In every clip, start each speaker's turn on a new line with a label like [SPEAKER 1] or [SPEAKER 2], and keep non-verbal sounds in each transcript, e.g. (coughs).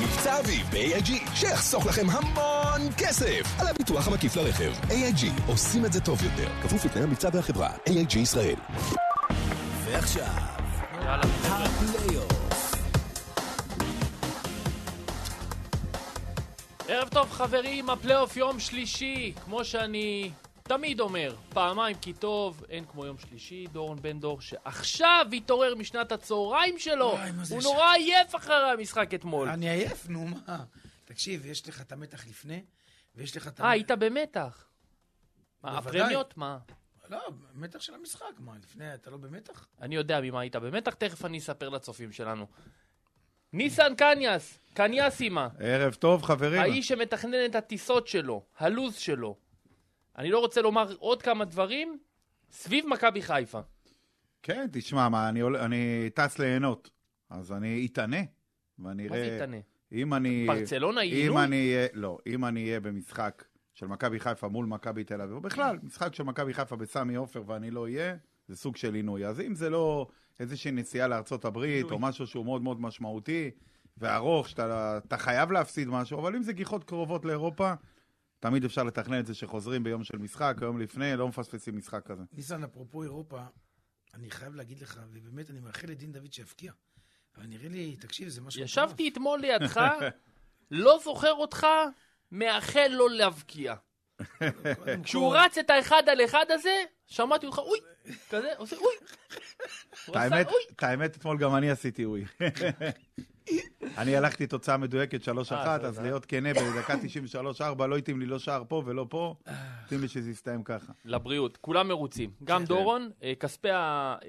[SPEAKER 1] מבצע אביב ב-AIG, שיחסוך לכם המון כסף על הביטוח המקיף לרכב. AIG, עושים את זה טוב יותר. כפוף לתנאי המבצע והחברה. AIG ישראל. ועכשיו, הפלייאוף.
[SPEAKER 2] ערב טוב חברים, הפלייאוף יום שלישי, כמו שאני תמיד אומר, פעמיים כי טוב, אין כמו יום שלישי, דורון בן דור שעכשיו התעורר משנת הצהריים שלו,
[SPEAKER 3] וואי, מה זה
[SPEAKER 2] הוא
[SPEAKER 3] ש-
[SPEAKER 2] נורא עייף אחרי המשחק אתמול.
[SPEAKER 3] אני עייף, נו מה. תקשיב, יש לך את המתח לפני, ויש לך את
[SPEAKER 2] אה, היית במתח. מה,
[SPEAKER 3] בוודאי.
[SPEAKER 2] הפרמיות? מה?
[SPEAKER 3] לא, מתח של המשחק, מה, לפני, אתה לא במתח?
[SPEAKER 2] אני יודע ממה היית במתח, תכף אני אספר לצופים שלנו. ניסן קניאס,
[SPEAKER 3] אה,
[SPEAKER 2] קניאסימה,
[SPEAKER 4] ערב טוב, חברים.
[SPEAKER 2] האיש שמתכנן את הטיסות שלו, הלו"ז שלו. אני לא רוצה לומר עוד כמה דברים סביב מכבי חיפה.
[SPEAKER 4] כן, תשמע, מה, אני, עול- אני טס ליהנות, אז אני אתענה, ואני
[SPEAKER 2] מה
[SPEAKER 4] אראה...
[SPEAKER 2] זה יתענה?
[SPEAKER 4] אם אני...
[SPEAKER 2] ברצלונה היא
[SPEAKER 4] אם
[SPEAKER 2] עילוי?
[SPEAKER 4] אני אהיה... לא, אם אני אהיה במשחק של מכבי חיפה מול מכבי תל אביב, או בכלל, משחק של מכבי חיפה בסמי עופר ואני לא אהיה, זה סוג של עינוי. אז אם זה לא איזושהי נסיעה לארצות הברית, או משהו שהוא מאוד מאוד משמעותי וארוך, שאתה אתה חייב להפסיד משהו, אבל אם זה גיחות קרובות לאירופה, תמיד אפשר לתכנן את זה שחוזרים ביום של משחק, או יום לפני, לא מפספסים משחק כזה.
[SPEAKER 3] ניסן, אפרופו אירופה, אני חייב להגיד לך, ובאמת, אני מאחל לדין דוד שיפקיע. אבל נראה לי, תקשיב, זה משהו...
[SPEAKER 2] ישבתי אתמול
[SPEAKER 4] (laughs)
[SPEAKER 2] לידך, לא זוכר אותך, מאחל לא להבקיע.
[SPEAKER 3] מטורף. קודם כל-
[SPEAKER 2] כשהוא רץ את האחד על אחד הזה, שמעתי אותך, אוי, כזה, עושה אוי. הוא
[SPEAKER 4] את
[SPEAKER 2] עשה,
[SPEAKER 4] האמת,
[SPEAKER 2] "אוי".
[SPEAKER 4] את האמת, אתמול גם אני עשיתי אוי. (laughs) אני הלכתי תוצאה מדויקת 3-1,
[SPEAKER 2] אה, זה
[SPEAKER 4] אז
[SPEAKER 2] הודעה.
[SPEAKER 4] להיות כנה, בדקה 93-4 לא התאים לי לא שער פה ולא פה,
[SPEAKER 2] אה.
[SPEAKER 4] התאים לי שזה יסתיים ככה.
[SPEAKER 2] לבריאות, כולם מרוצים. גם דורון, אה, כספי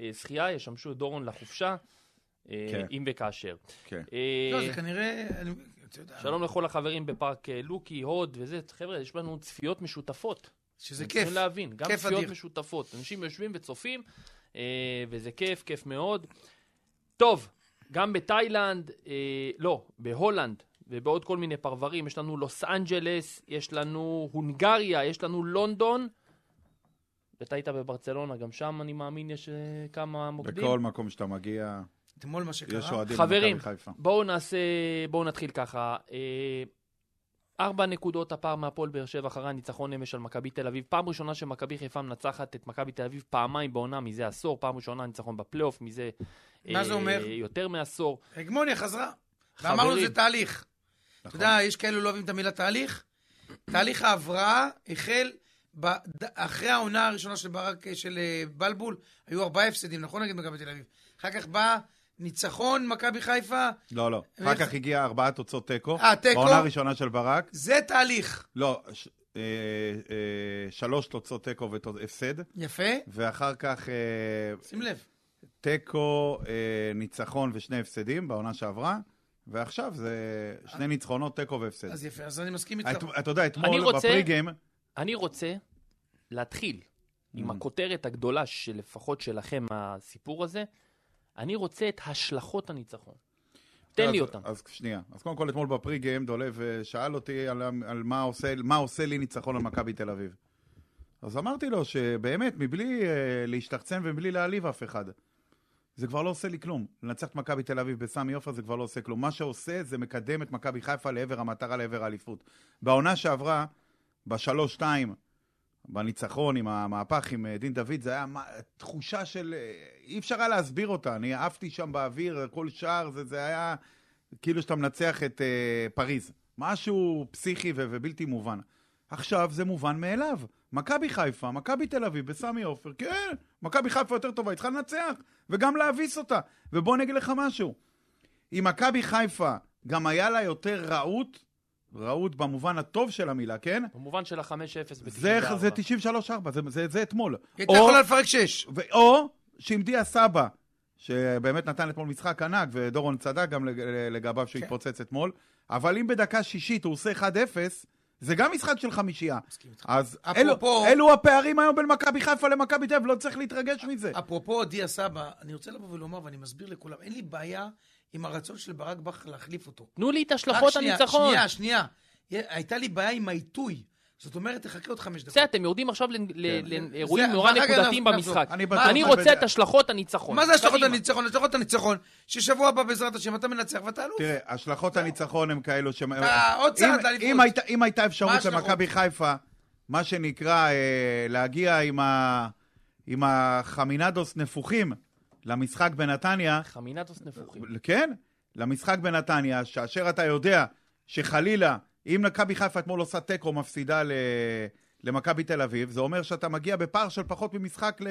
[SPEAKER 2] הזכייה ישמשו את דורון לחופשה, אה,
[SPEAKER 4] כן.
[SPEAKER 2] אם וכאשר.
[SPEAKER 4] כן.
[SPEAKER 2] אה,
[SPEAKER 3] לא, זה כנראה... אני- אתה יודע,
[SPEAKER 2] שלום לכל החברים בפארק אה, לוקי, הוד וזה. חבר'ה, יש לנו צפיות משותפות.
[SPEAKER 3] שזה
[SPEAKER 2] אתם
[SPEAKER 3] כיף.
[SPEAKER 2] צריכים להבין, גם
[SPEAKER 3] כיף
[SPEAKER 2] צפיות
[SPEAKER 3] אדיר.
[SPEAKER 2] משותפות. אנשים יושבים וצופים, אה, וזה כיף, כיף מאוד. טוב, גם בתאילנד, אה, לא, בהולנד ובעוד כל מיני פרברים, יש לנו לוס אנג'לס, יש לנו הונגריה, יש לנו לונדון. אתה היית בברצלונה, גם שם אני מאמין יש אה, כמה מוקדים.
[SPEAKER 4] בכל מקום שאתה מגיע,
[SPEAKER 3] אתמול מה
[SPEAKER 4] יש
[SPEAKER 3] שקרה,
[SPEAKER 4] אוהדים
[SPEAKER 2] חברים,
[SPEAKER 4] במכבי חיפה.
[SPEAKER 2] בואו נעשה, בואו נתחיל ככה. אה, ארבע נקודות הפער מהפועל באר שבע אחרי הניצחון אמש על מכבי תל אביב. פעם ראשונה שמכבי חיפה מנצחת את מכבי תל אביב פעמיים בעונה מזה עשור. פעם ראשונה ניצחון בפלייאוף מזה... אה,
[SPEAKER 3] מה זה אומר?
[SPEAKER 2] יותר מעשור.
[SPEAKER 3] הגמוניה חזרה.
[SPEAKER 2] חברים.
[SPEAKER 3] ואמרנו, זה תהליך. אתה יודע, יש כאלו לא אוהבים את המילה תהליך. תהליך ההבראה החל בד... אחרי העונה הראשונה של ברק, של אה, בלבול, היו ארבעה הפסדים, נכון נגד מכבי תל אביב. אחר כך בא ניצחון מכבי חיפה,
[SPEAKER 4] לא, לא.
[SPEAKER 2] אה,
[SPEAKER 4] אחר כך הגיע ארבעה תוצאות תיקו.
[SPEAKER 3] אה, תיקו?
[SPEAKER 4] בעונה הראשונה של ברק.
[SPEAKER 3] זה תהליך.
[SPEAKER 4] לא, ש- אה, אה, שלוש תוצאות תיקו והפסד.
[SPEAKER 3] יפה,
[SPEAKER 4] ואחר כך אה,
[SPEAKER 3] שים לב.
[SPEAKER 4] תיקו, אה, ניצחון ושני הפסדים בעונה שעברה, ועכשיו זה שני ניצחונות, תיקו והפסד.
[SPEAKER 3] אז יפה, אז אני מסכים איתך.
[SPEAKER 4] את- אתה יודע,
[SPEAKER 2] אני
[SPEAKER 4] אתמול
[SPEAKER 2] רוצה-
[SPEAKER 4] בפריגיים,
[SPEAKER 2] אני רוצה להתחיל עם
[SPEAKER 3] Mm.
[SPEAKER 2] הכותרת הגדולה שלפחות שלכם, הסיפור הזה. אני רוצה את השלכות הניצחון. תן לי
[SPEAKER 4] אז-
[SPEAKER 2] אותם.
[SPEAKER 4] אז שנייה. אז קודם כל, אתמול בפריגיים דולב אה, שאל אותי על, ה- על מה, עושה, מה עושה לי ניצחון על מכבי תל אביב. אז אמרתי לו שבאמת, מבלי אה, להשתחצן ומבלי להעליב אף אחד, זה כבר לא עושה לי כלום. לנצח את מכבי תל אביב בסמי עופר זה כבר לא עושה כלום. מה שעושה זה מקדם את מכבי חיפה לעבר המטרה, לעבר האליפות. בעונה שעברה, בשלוש-שתיים, בניצחון עם המהפך עם אה, דין דוד, זה היה מה- תחושה של... אה, אי אפשר היה להסביר אותה. אני עפתי שם באוויר, כל שער, זה, זה היה כאילו שאתה מנצח את אה, פריז. משהו פסיכי ו- ובלתי מובן. עכשיו זה מובן מאליו. מכבי חיפה, מכבי תל אביב, בסמי עופר, כן, מכבי חיפה יותר טובה, היא צריכה לנצח, וגם להביס אותה. ובוא אני אגיד לך משהו. אם מכבי חיפה גם היה לה יותר רהוט, רהוט במובן הטוב של המילה, כן?
[SPEAKER 2] במובן של ה-5-0 ב-94.
[SPEAKER 4] זה, זה 93-4, זה, זה, זה אתמול.
[SPEAKER 3] היא הייתה
[SPEAKER 4] או,
[SPEAKER 3] יכולה לפרק שש.
[SPEAKER 4] ו- או שעמדיה סבא, שבאמת נתן אתמול משחק ענק, ודורון צדק גם לג- לגביו שהוא
[SPEAKER 3] כן.
[SPEAKER 4] התפוצץ אתמול, אבל אם בדקה שישית הוא עושה 1-0, זה גם משחק של חמישייה.
[SPEAKER 3] מסכים איתך.
[SPEAKER 4] אז
[SPEAKER 3] אפרופו-
[SPEAKER 4] אלו, אלו הפערים היום בין מכבי חיפה למכבי תל אביב, לא צריך להתרגש מזה.
[SPEAKER 3] אפרופו דיה סבא, אני רוצה לבוא ולומר, ואני מסביר לכולם, אין לי בעיה עם הרצון של ברק בכר להחליף אותו.
[SPEAKER 2] תנו לי את
[SPEAKER 3] רק
[SPEAKER 2] השלכות
[SPEAKER 3] שנייה,
[SPEAKER 2] הניצחון.
[SPEAKER 3] שנייה, שנייה. יה- הייתה לי בעיה עם העיתוי. זאת אומרת, תחכה עוד חמש דקות.
[SPEAKER 2] בסדר, אתם יורדים עכשיו ל- ל-
[SPEAKER 4] כן.
[SPEAKER 2] לאירועים
[SPEAKER 3] זה-
[SPEAKER 2] נורא
[SPEAKER 3] ואחר כך
[SPEAKER 2] נקודתיים
[SPEAKER 3] אנחנו-
[SPEAKER 2] במשחק.
[SPEAKER 4] אני בטוח
[SPEAKER 2] אני
[SPEAKER 4] שזה-
[SPEAKER 2] רוצה את השלכות הניצחון.
[SPEAKER 3] מה זה השלכות
[SPEAKER 2] קדימה.
[SPEAKER 3] הניצחון? השלכות הניצחון, ששבוע הבא בעזרת השם אתה מנצח ואתה אלוף.
[SPEAKER 4] תראה, השלכות הניצחון הם כאלו ש...
[SPEAKER 3] אה, עוד צעד
[SPEAKER 4] אם-
[SPEAKER 3] לאליפות.
[SPEAKER 4] אם הייתה- אם הייתה
[SPEAKER 3] מה
[SPEAKER 4] אפשרות
[SPEAKER 3] ההשלכות?
[SPEAKER 4] למכבי חיפה, מה שנקרא, אה, להגיע עם ה- עם החמינדוס נפוחים למשחק בנתניה,
[SPEAKER 2] חמינטוס נפוחים.
[SPEAKER 3] אוקיי.
[SPEAKER 4] כן, למשחק בנתניה, שאשר אתה יודע שחלילה, אם מכבי חיפה אתמול עושה תיקו מפסידה ל... למכבי תל אביב, זה אומר שאתה מגיע בפער של פחות ממשחק ל...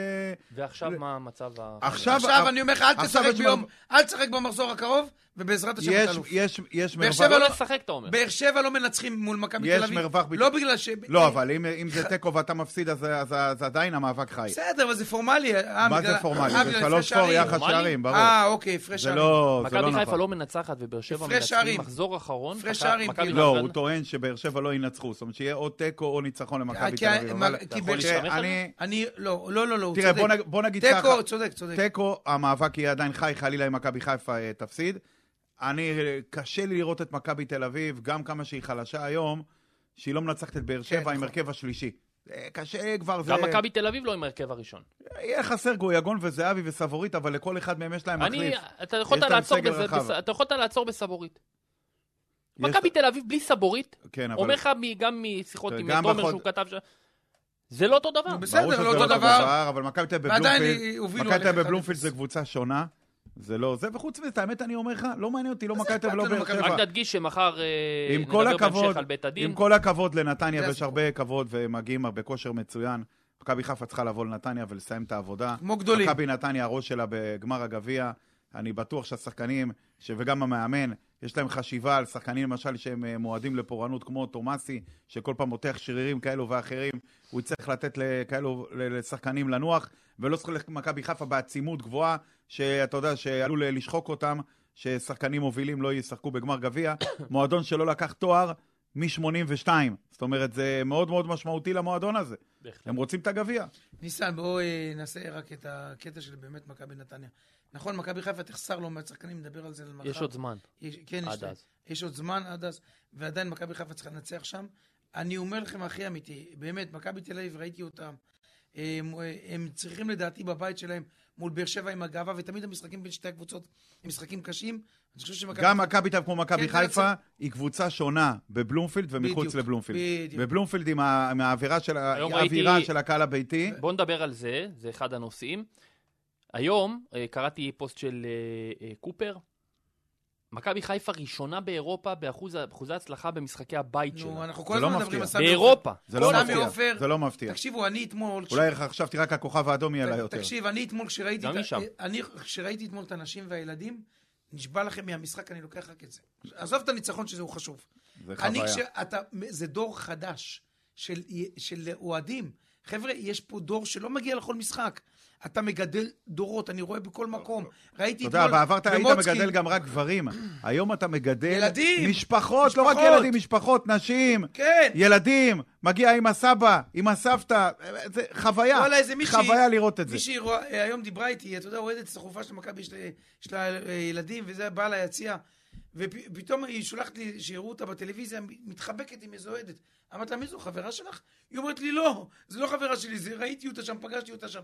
[SPEAKER 2] ועכשיו
[SPEAKER 4] ל-
[SPEAKER 2] מה המצב ה...
[SPEAKER 4] עכשיו, אה,
[SPEAKER 3] עכשיו אני אומר לך, אל
[SPEAKER 4] עכשיו
[SPEAKER 3] תשחק
[SPEAKER 4] יש
[SPEAKER 3] ביום,
[SPEAKER 4] מר-
[SPEAKER 3] אל תשחק במחזור הקרוב, ובעזרת השם
[SPEAKER 4] יש,
[SPEAKER 3] אתה אלוף.
[SPEAKER 4] יש, יש
[SPEAKER 3] באר
[SPEAKER 4] מרווח-
[SPEAKER 3] שבע
[SPEAKER 2] לא
[SPEAKER 3] אבל-
[SPEAKER 2] לשחק, אתה אומר.
[SPEAKER 3] באר שבע לא מנצחים מול מכבי
[SPEAKER 4] יש
[SPEAKER 3] תל אביב.
[SPEAKER 4] מרווח ביטחון.
[SPEAKER 3] לא בגלל ש...
[SPEAKER 4] לא, אבל אם, אם זה תיקו ואתה מפסיד, אז, אז, אז עדיין המאבק חי.
[SPEAKER 3] בסדר, אבל זה פורמלי. אה,
[SPEAKER 4] מה
[SPEAKER 3] בגלל-
[SPEAKER 4] זה פורמלי?
[SPEAKER 3] אה,
[SPEAKER 4] זה
[SPEAKER 3] בגלל הפרש
[SPEAKER 4] שלוש פור
[SPEAKER 3] שערים.
[SPEAKER 4] יחס
[SPEAKER 2] נורמלי?
[SPEAKER 4] שערים, ברור.
[SPEAKER 3] אה, אוקיי, הפרש
[SPEAKER 4] זה
[SPEAKER 3] שערים.
[SPEAKER 4] לא, זה לא
[SPEAKER 2] מכבי חיפה
[SPEAKER 4] נכון.
[SPEAKER 2] לא מנצחת ובאר שבע
[SPEAKER 3] הפרש
[SPEAKER 2] מנצחים
[SPEAKER 3] שערים.
[SPEAKER 2] מחזור אחרון.
[SPEAKER 3] הפרש
[SPEAKER 2] מכבי-
[SPEAKER 3] שערים,
[SPEAKER 2] מכבי
[SPEAKER 3] כאילו.
[SPEAKER 4] לא,
[SPEAKER 2] חיפה-
[SPEAKER 4] הוא טוען שבאר שבע לא ינצחו, זאת אומרת שיהיה או תיקו או ניצחון למכבי
[SPEAKER 3] אה, כי
[SPEAKER 4] תל
[SPEAKER 3] ה-
[SPEAKER 4] אביב.
[SPEAKER 3] מה-
[SPEAKER 4] אבל-
[SPEAKER 3] כי
[SPEAKER 4] אתה יכול
[SPEAKER 3] באר שבע-
[SPEAKER 4] להסתמך על זה?
[SPEAKER 3] אני... לא, לא, לא, לא, הוא
[SPEAKER 4] תראה,
[SPEAKER 3] צודק.
[SPEAKER 4] בוא נג- בוא נגיד ככה.
[SPEAKER 3] תיקו, צודק, צודק.
[SPEAKER 4] תיקו, המאבק יהיה עדיין חי, חלילה אם מכבי חיפה אה, תפסיד. אני, אה, קשה לי לראות את מכבי תל אביב, גם כמה שהיא חלשה היום, שהיא לא מנצחת את באר שבע עם
[SPEAKER 3] נכון.
[SPEAKER 4] הרכב השלישי. אה, קשה כבר, זה...
[SPEAKER 2] כן, גם מכבי תל אביב לא עם ההרכב הראשון.
[SPEAKER 4] יהיה חסר גויגון וזהבי וסבורית, אבל לכל אחד מהם יש להם
[SPEAKER 2] אני,
[SPEAKER 4] מחליף.
[SPEAKER 2] אתה יכולת
[SPEAKER 4] יש להם
[SPEAKER 2] לעצור
[SPEAKER 4] סגל
[SPEAKER 2] בזה-
[SPEAKER 4] רחב.
[SPEAKER 2] בס- אתה יכולת לעצור בסבורית.
[SPEAKER 4] יש-
[SPEAKER 2] מכבי תל אביב בלי סבורית,
[SPEAKER 4] כן, אבל...
[SPEAKER 2] אומר לך מ- גם משיחות
[SPEAKER 4] אתה
[SPEAKER 2] עם
[SPEAKER 4] יודע, גם
[SPEAKER 2] תומר
[SPEAKER 4] בחוד-
[SPEAKER 2] שהוא כתב ש... זה לא אותו דבר.
[SPEAKER 3] בסדר,
[SPEAKER 4] ברור שזה
[SPEAKER 3] לא
[SPEAKER 4] לא
[SPEAKER 3] אותו
[SPEAKER 4] אותו
[SPEAKER 3] דבר.
[SPEAKER 4] דבר, אבל מכבי תל אביב
[SPEAKER 3] ועדיין
[SPEAKER 4] בבלומפילד,
[SPEAKER 3] היא- הובילו
[SPEAKER 4] מכבי תל
[SPEAKER 3] עליך
[SPEAKER 4] אביב
[SPEAKER 3] אחד
[SPEAKER 4] בבלומפילד
[SPEAKER 3] אפס.
[SPEAKER 4] זה קבוצה שונה, זה לא זה, וחוץ מזה, את האמת אני אומר לך, לא מעניין אותי, לא מכבי תל אביב,
[SPEAKER 3] אכפת
[SPEAKER 4] לא
[SPEAKER 3] לנו
[SPEAKER 4] באר
[SPEAKER 3] מכבי-
[SPEAKER 4] שבע.
[SPEAKER 2] רק נדגיש שמחר אה,
[SPEAKER 4] עם כל
[SPEAKER 2] נדבר
[SPEAKER 4] הכבוד,
[SPEAKER 2] בהמשך על בית הדין.
[SPEAKER 4] עם כל הכבוד לנתניה,
[SPEAKER 3] זה
[SPEAKER 4] ויש
[SPEAKER 3] הסיפור.
[SPEAKER 4] הרבה כבוד, והם מגיעים בכושר מצוין. מכבי חיפה צריכה לבוא לנתניה ולסיים את העבודה.
[SPEAKER 3] כמו גדולים.
[SPEAKER 4] מכבי נתניה, הראש שלה בגמר הגביע. אני בטוח שהשחקנים, ש- וגם המאמן, יש להם חשיבה על שחקנים, למשל, שהם אה, מועדים לפורענות, כמו תומאסי, שכל פעם מותח שרירים כאלו ואחרים. הוא יצטרך לתת לכאלו, ל- לשחקנים לנוח, ולא לשחק מכבי חיפה בעצימות גבוהה, שאתה יודע, שעלול אה, לשחוק אותם, ששחקנים מובילים לא ישחקו בגמר גביע. (coughs) מועדון שלא לקח תואר מ-82. זאת אומרת, זה מאוד מאוד משמעותי למועדון הזה.
[SPEAKER 2] בהחלט.
[SPEAKER 4] הם רוצים את הגביע.
[SPEAKER 3] ניסן, בואו אה, נעשה רק את הקטע של באמת מכבי נתניה. נכון, מכבי חיפה תחסר לא מעט שחקנים, נדבר על זה למחר.
[SPEAKER 2] יש עוד זמן.
[SPEAKER 3] יש, כן,
[SPEAKER 2] עד
[SPEAKER 3] יש, להם-
[SPEAKER 2] אז.
[SPEAKER 3] יש עוד זמן עד אז, ועדיין מכבי חיפה צריכה לנצח שם. אני אומר לכם, הכי אמיתי, באמת, מכבי תל אביב, ראיתי אותם. הם, הם צריכים לדעתי בבית שלהם מול באר שבע עם הגאווה, ותמיד המשחקים בין שתי הקבוצות הם משחקים קשים. אני חושב שמכבי...
[SPEAKER 4] גם מכבי תל אביב כמו מכבי
[SPEAKER 3] כן,
[SPEAKER 4] חיפה,
[SPEAKER 3] בעצם-
[SPEAKER 4] היא קבוצה שונה בבלומפילד ומחוץ
[SPEAKER 3] בדיוק,
[SPEAKER 4] לבלומפילד.
[SPEAKER 3] בדיוק.
[SPEAKER 4] בבלומפילד עם ה- עם האווירה של ה-
[SPEAKER 2] היום
[SPEAKER 4] האווירה
[SPEAKER 2] ראיתי-
[SPEAKER 4] של הקהל הביתי.
[SPEAKER 2] בואו נדבר על זה, זה אחד הנושאים. היום אה, קראתי פוסט של אה, אה, קופר. מכבי חיפה ראשונה באירופה באחוז אחוזי הצלחה במשחק הבית
[SPEAKER 3] נו,
[SPEAKER 2] שלה.
[SPEAKER 3] אנחנו כל
[SPEAKER 4] זה לא
[SPEAKER 3] הזמן מדברים
[SPEAKER 4] מפתיע.
[SPEAKER 3] על סמי
[SPEAKER 2] באירופה.
[SPEAKER 4] זה לא
[SPEAKER 3] סמי
[SPEAKER 4] מפתיע.
[SPEAKER 3] עופר.
[SPEAKER 4] זה לא מפתיע.
[SPEAKER 3] תקשיבו, אני אתמול...
[SPEAKER 4] אולי חשבתי רק הכוכב האדום יהיה לה יותר.
[SPEAKER 3] תקשיב, אני אתמול כשראיתי...
[SPEAKER 2] גם
[SPEAKER 3] את ה-
[SPEAKER 2] היא שם.
[SPEAKER 3] אני כשראיתי אתמול את הנשים והילדים, נשבע לכם מהמשחק, אני לוקח רק את זה. עזוב את הניצחון שזה הוא חשוב.
[SPEAKER 4] זה
[SPEAKER 3] אני
[SPEAKER 4] חוויה.
[SPEAKER 3] כשאתה, זה דור חדש של, של אוהדים. חבר'ה, יש פה דור שלא מגיע לכל משחק. אתה מגדל דורות, אני רואה בכל מקום. ראיתי
[SPEAKER 4] אתה
[SPEAKER 3] אתמול
[SPEAKER 4] יודע, בעבר אתה היית
[SPEAKER 3] במוצקין,
[SPEAKER 4] מגדל גם רק גברים. היום אתה מגדל...
[SPEAKER 3] ילדים!
[SPEAKER 4] משפחות, לא רק
[SPEAKER 3] משפחות.
[SPEAKER 4] ילדים, משפחות, נשים.
[SPEAKER 3] כן.
[SPEAKER 4] ילדים, מגיע עם הסבא, עם הסבתא, זה חוויה.
[SPEAKER 3] וואלה, איזה מישהי...
[SPEAKER 4] חוויה לראות את זה.
[SPEAKER 3] מישהי רואה- אה, היום דיברה איתי, אתה יודע, אוהדת את החופה של מכבי, יש לה- יש לה אה, ילדים, וזה בא ליציע. ופתאום היא שולחת לי, שיראו אותה בטלוויזיה, מתחבקת עם איזו אוהדת. אמרת לה, מי זו, חברה שלך? היא אומרת לי, לא, זו לא חברה שלי, זה, ראיתי אותה שם, פגשתי אותה שם.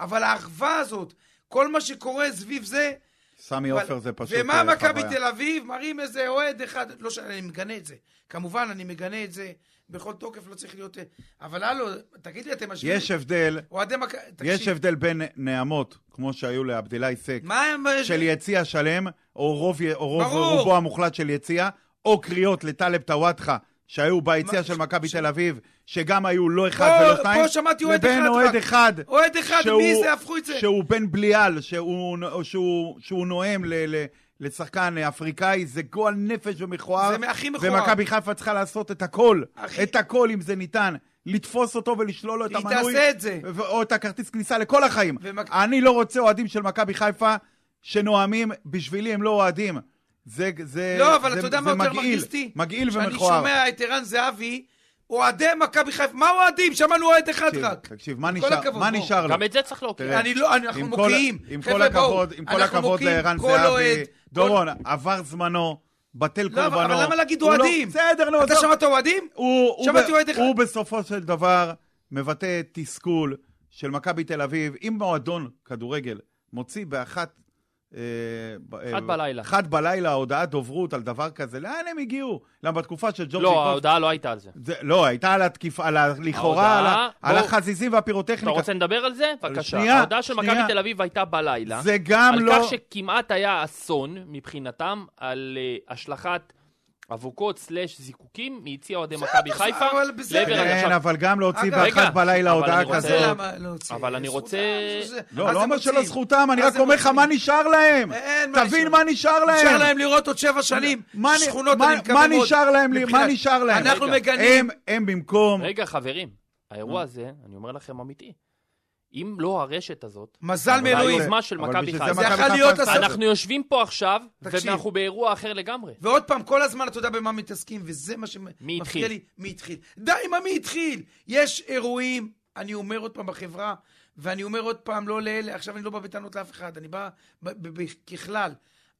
[SPEAKER 3] אבל האחווה הזאת, כל מה שקורה סביב זה...
[SPEAKER 4] סמי
[SPEAKER 3] אבל-
[SPEAKER 4] עופר זה פשוט
[SPEAKER 3] ומה
[SPEAKER 4] אה,
[SPEAKER 3] מכבי
[SPEAKER 4] חוויה.
[SPEAKER 3] תל אביב? מראים איזה אוהד אחד. לא שאני מגנה את זה. כמובן, אני מגנה את זה. בכל תוקף לא צריך להיות... אה, אבל הלו, תגיד לי, אתם משווים...
[SPEAKER 4] יש הבדל,
[SPEAKER 3] אוהדי מכבי...
[SPEAKER 4] יש הבדל בין נעמות, כמו שהיו לעבדילאי סק,
[SPEAKER 3] מה הם...
[SPEAKER 4] של יציע שלם, או רוב, י- או רוב
[SPEAKER 3] ברור.
[SPEAKER 4] רובו המוחלט של יציע, או קריאות לטלב טוואטחה, שהיו ביציע
[SPEAKER 3] מה-
[SPEAKER 4] של
[SPEAKER 3] ש-
[SPEAKER 4] מכבי
[SPEAKER 3] ש-
[SPEAKER 4] תל אביב, שגם היו לא אחד
[SPEAKER 3] פה-
[SPEAKER 4] ולא שתיים,
[SPEAKER 3] פה שמעתי אוהד
[SPEAKER 4] לבין
[SPEAKER 3] אחד
[SPEAKER 4] אוהד
[SPEAKER 3] רק.
[SPEAKER 4] אחד,
[SPEAKER 3] אוהד אחד, מי זה? הפכו את זה.
[SPEAKER 4] שהוא בן בליעל, שהוא, שהוא, שהוא נואם ל, ל, לשחקן אפריקאי, זה גועל נפש ומכוער.
[SPEAKER 3] זה הכי מכוער.
[SPEAKER 4] ומכבי חיפה צריכה לעשות את הכל,
[SPEAKER 3] הכי-
[SPEAKER 4] את הכל אם זה ניתן. לתפוס אותו ולשלול לו את
[SPEAKER 3] היא
[SPEAKER 4] המנוי.
[SPEAKER 3] תעשה את זה.
[SPEAKER 4] ו- או את הכרטיס כניסה לכל החיים.
[SPEAKER 3] ומק-
[SPEAKER 4] אני לא רוצה אוהדים של מכבי חיפה שנואמים, בשבילי הם לא אוהדים. זה, זה,
[SPEAKER 3] לא, אבל
[SPEAKER 4] זה,
[SPEAKER 3] אתה יודע
[SPEAKER 4] זה
[SPEAKER 3] מה יותר
[SPEAKER 4] מגעיל,
[SPEAKER 3] מרגיז אותי?
[SPEAKER 4] מגעיל
[SPEAKER 3] שאני
[SPEAKER 4] ומכוער.
[SPEAKER 3] שומע את ערן זהבי, אוהדי מכבי חיפה, מה אוהדים? שמענו אוהד אחד
[SPEAKER 4] תקשיב,
[SPEAKER 3] רק.
[SPEAKER 4] תקשיב, מה
[SPEAKER 3] עם
[SPEAKER 4] נשאר,
[SPEAKER 3] כל הכבוד,
[SPEAKER 4] מה
[SPEAKER 3] בוא.
[SPEAKER 4] נשאר לו?
[SPEAKER 2] גם את זה צריך להוקיר.
[SPEAKER 4] לא. תראה,
[SPEAKER 3] אני לא, אנחנו
[SPEAKER 4] עם כל-
[SPEAKER 3] מוקיעים.
[SPEAKER 4] עם כל
[SPEAKER 3] חבר'ה, בואו.
[SPEAKER 4] הכבוד, עם כל
[SPEAKER 3] אנחנו
[SPEAKER 4] הכבוד
[SPEAKER 3] מוקיעים
[SPEAKER 4] לערן
[SPEAKER 3] כל
[SPEAKER 4] זהבי,
[SPEAKER 3] אוהד, כל-
[SPEAKER 4] דורון, עבר זמנו, בטל
[SPEAKER 3] לא,
[SPEAKER 4] קורבנו.
[SPEAKER 3] אבל- אבל למה להגיד
[SPEAKER 4] הוא לא-
[SPEAKER 3] אוהדים?
[SPEAKER 4] בסדר, נו,
[SPEAKER 3] אתה
[SPEAKER 4] עזוב.
[SPEAKER 3] שמעת אוהדים?
[SPEAKER 4] הוא, הוא,
[SPEAKER 3] שמעתי
[SPEAKER 4] ב-
[SPEAKER 3] אוהד אחד.
[SPEAKER 4] הוא בסופו של דבר מבטא תסכול של מכבי תל אביב. אם מועדון כדורגל מוציא באחת... אה, ב- אה,
[SPEAKER 2] אחת בלילה.
[SPEAKER 4] אחת בלילה הודעת דוברות על דבר כזה, לאן הם הגיעו? למה בתקופה של ג'ורג'י
[SPEAKER 2] לא,
[SPEAKER 4] קוסט...
[SPEAKER 2] ההודעה לא הייתה על זה.
[SPEAKER 4] זה, לא, הייתה על התקיפה, על ה... לכאורה, על, ה...
[SPEAKER 2] ההודעה-
[SPEAKER 4] על
[SPEAKER 2] בוא-
[SPEAKER 4] החזיזים
[SPEAKER 2] אתה
[SPEAKER 4] והפירוטכניקה.
[SPEAKER 2] רוצה לדבר על זה? בבקשה.
[SPEAKER 4] שנייה,
[SPEAKER 2] ההודעה של
[SPEAKER 4] שנייה.
[SPEAKER 2] מכבי תל אביב הייתה בלילה.
[SPEAKER 4] זה גם
[SPEAKER 2] על
[SPEAKER 4] לא...
[SPEAKER 2] כך שכמעט היה אסון מבחינתם על אה, השלכת אבוקות סלאש זיקוקים מיציע אוהדי מכבי חיפה.
[SPEAKER 3] אבל בסדר.
[SPEAKER 2] לעבר הגשת-
[SPEAKER 4] כן, אבל גם להוציא
[SPEAKER 3] אגב,
[SPEAKER 4] באחת
[SPEAKER 2] רגע,
[SPEAKER 4] בלילה
[SPEAKER 2] אבל
[SPEAKER 4] הודעה
[SPEAKER 2] אני רוצה-
[SPEAKER 4] כזאת.
[SPEAKER 3] למה לא הוציא?
[SPEAKER 2] אבל אני
[SPEAKER 3] זכותם,
[SPEAKER 2] רוצה-
[SPEAKER 3] זה-
[SPEAKER 4] אה, לא,
[SPEAKER 3] אז
[SPEAKER 4] לא
[SPEAKER 3] הם
[SPEAKER 4] אומר שלא
[SPEAKER 3] רוצים.
[SPEAKER 4] זכותם, אני
[SPEAKER 3] אז
[SPEAKER 4] רק
[SPEAKER 3] הם
[SPEAKER 4] אומר לך
[SPEAKER 3] רוצים.
[SPEAKER 4] מה נשאר להם.
[SPEAKER 3] אין מה
[SPEAKER 4] תבין
[SPEAKER 3] נשאר.
[SPEAKER 4] מה נשאר להם.
[SPEAKER 3] נשאר להם לראות עוד שבע שנים
[SPEAKER 4] מה-
[SPEAKER 3] שכונות,
[SPEAKER 4] מה-
[SPEAKER 3] אני מקווה
[SPEAKER 4] מה
[SPEAKER 3] מאוד.
[SPEAKER 4] נשאר להם? לי- מה
[SPEAKER 3] מבחינת-
[SPEAKER 4] נשאר להם?
[SPEAKER 3] אנחנו
[SPEAKER 2] רגע.
[SPEAKER 3] מגנים.
[SPEAKER 4] הם- הם במקום...
[SPEAKER 2] רגע, חברים,
[SPEAKER 4] אה.
[SPEAKER 2] האירוע הזה, אני אומר לכם אמיתי, אם לא הרשת הזאת,
[SPEAKER 3] מזל
[SPEAKER 4] אבל
[SPEAKER 3] מאלוהים.
[SPEAKER 2] היוזמה של
[SPEAKER 4] אבל
[SPEAKER 2] מכבי
[SPEAKER 4] בשביל
[SPEAKER 2] חיפה.
[SPEAKER 3] זה
[SPEAKER 4] מכבי
[SPEAKER 3] יכול
[SPEAKER 4] חיפה
[SPEAKER 3] להיות
[SPEAKER 4] עשתה את זה.
[SPEAKER 2] אנחנו יושבים פה עכשיו,
[SPEAKER 3] תקשיב.
[SPEAKER 2] ואנחנו באירוע אחר לגמרי.
[SPEAKER 3] ועוד פעם, כל הזמן אתה יודע במה מתעסקים, וזה מה
[SPEAKER 2] מי
[SPEAKER 3] שמפריע
[SPEAKER 2] התחיל?
[SPEAKER 3] לי. מי התחיל? די, מה מי התחיל? יש אירועים, אני אומר עוד פעם בחברה, ואני אומר עוד פעם לא לאלה, עכשיו אני לא בא בטענות לאף אחד, אני בא ב- ב- ב- ככלל.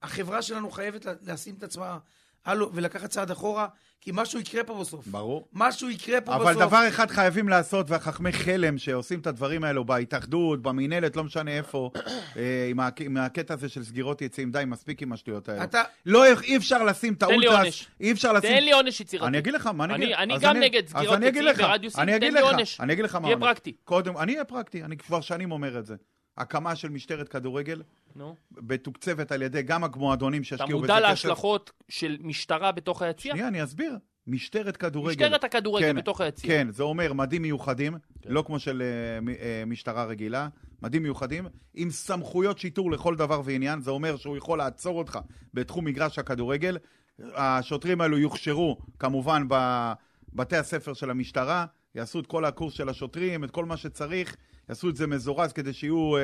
[SPEAKER 3] החברה שלנו חייבת לה- לשים את עצמה הלו, ולקחת צעד אחורה, כי משהו יקרה פה בסוף.
[SPEAKER 4] ברור.
[SPEAKER 3] משהו יקרה פה בסוף.
[SPEAKER 4] אבל דבר אחד חייבים לעשות, והחכמי חלם שעושים את הדברים האלו בהתאחדות, במינהלת, לא משנה איפה, אה, עם הק- עם הקטע הזה של סגירות יציאים, די, מספיק עם השטויות האלו.
[SPEAKER 3] אתה-
[SPEAKER 4] לא, אי אפשר לשים את
[SPEAKER 2] לי
[SPEAKER 4] האולטרס,
[SPEAKER 2] עונש.
[SPEAKER 4] אי אפשר לשים...
[SPEAKER 2] תן לי עונש יצירתי.
[SPEAKER 4] אני אגיד לך מה אני
[SPEAKER 2] אני-
[SPEAKER 4] אגיד.
[SPEAKER 2] אני
[SPEAKER 4] אז
[SPEAKER 2] גם נגד סגירות
[SPEAKER 4] אז אני אגיד
[SPEAKER 2] יציאים
[SPEAKER 4] לך,
[SPEAKER 2] ברדיוסים,
[SPEAKER 4] אני
[SPEAKER 2] תן
[SPEAKER 4] אגיד
[SPEAKER 2] לי
[SPEAKER 4] לך,
[SPEAKER 2] עונש.
[SPEAKER 4] אני אגיד לך מה
[SPEAKER 2] תהיה
[SPEAKER 4] העונש.
[SPEAKER 2] פרקטי.
[SPEAKER 4] קודם, אני אהיה פרקטי, אני כבר שנים אומר את זה. הקמה של משטרת כדורגל,
[SPEAKER 2] נו.
[SPEAKER 4] מתוקצבת על ידי גם המועדונים
[SPEAKER 2] אתה
[SPEAKER 4] שהשקיעו בזה
[SPEAKER 2] מודע להשלכות של משטרה בתוך היציע?
[SPEAKER 4] שנייה, אני אסביר. משטרת כדורגל.
[SPEAKER 2] משטרת הכדורגל בתוך כן. היציע.
[SPEAKER 4] כן, זה אומר מדים מיוחדים, לא כמו של אה, מ- אה, משטרה רגילה, מדים מיוחדים, עם סמכויות שיטור לכל דבר ועניין, זה אומר שהוא יכול לעצור אותך בתחום מגרש הכדורגל. השוטרים האלו יוכשרו כמובן בבתי הספר של המשטרה, יעשו את כל הקורס של השוטרים, את כל מה שצריך, יעשו את זה מזורז כדי שיהיו, אה,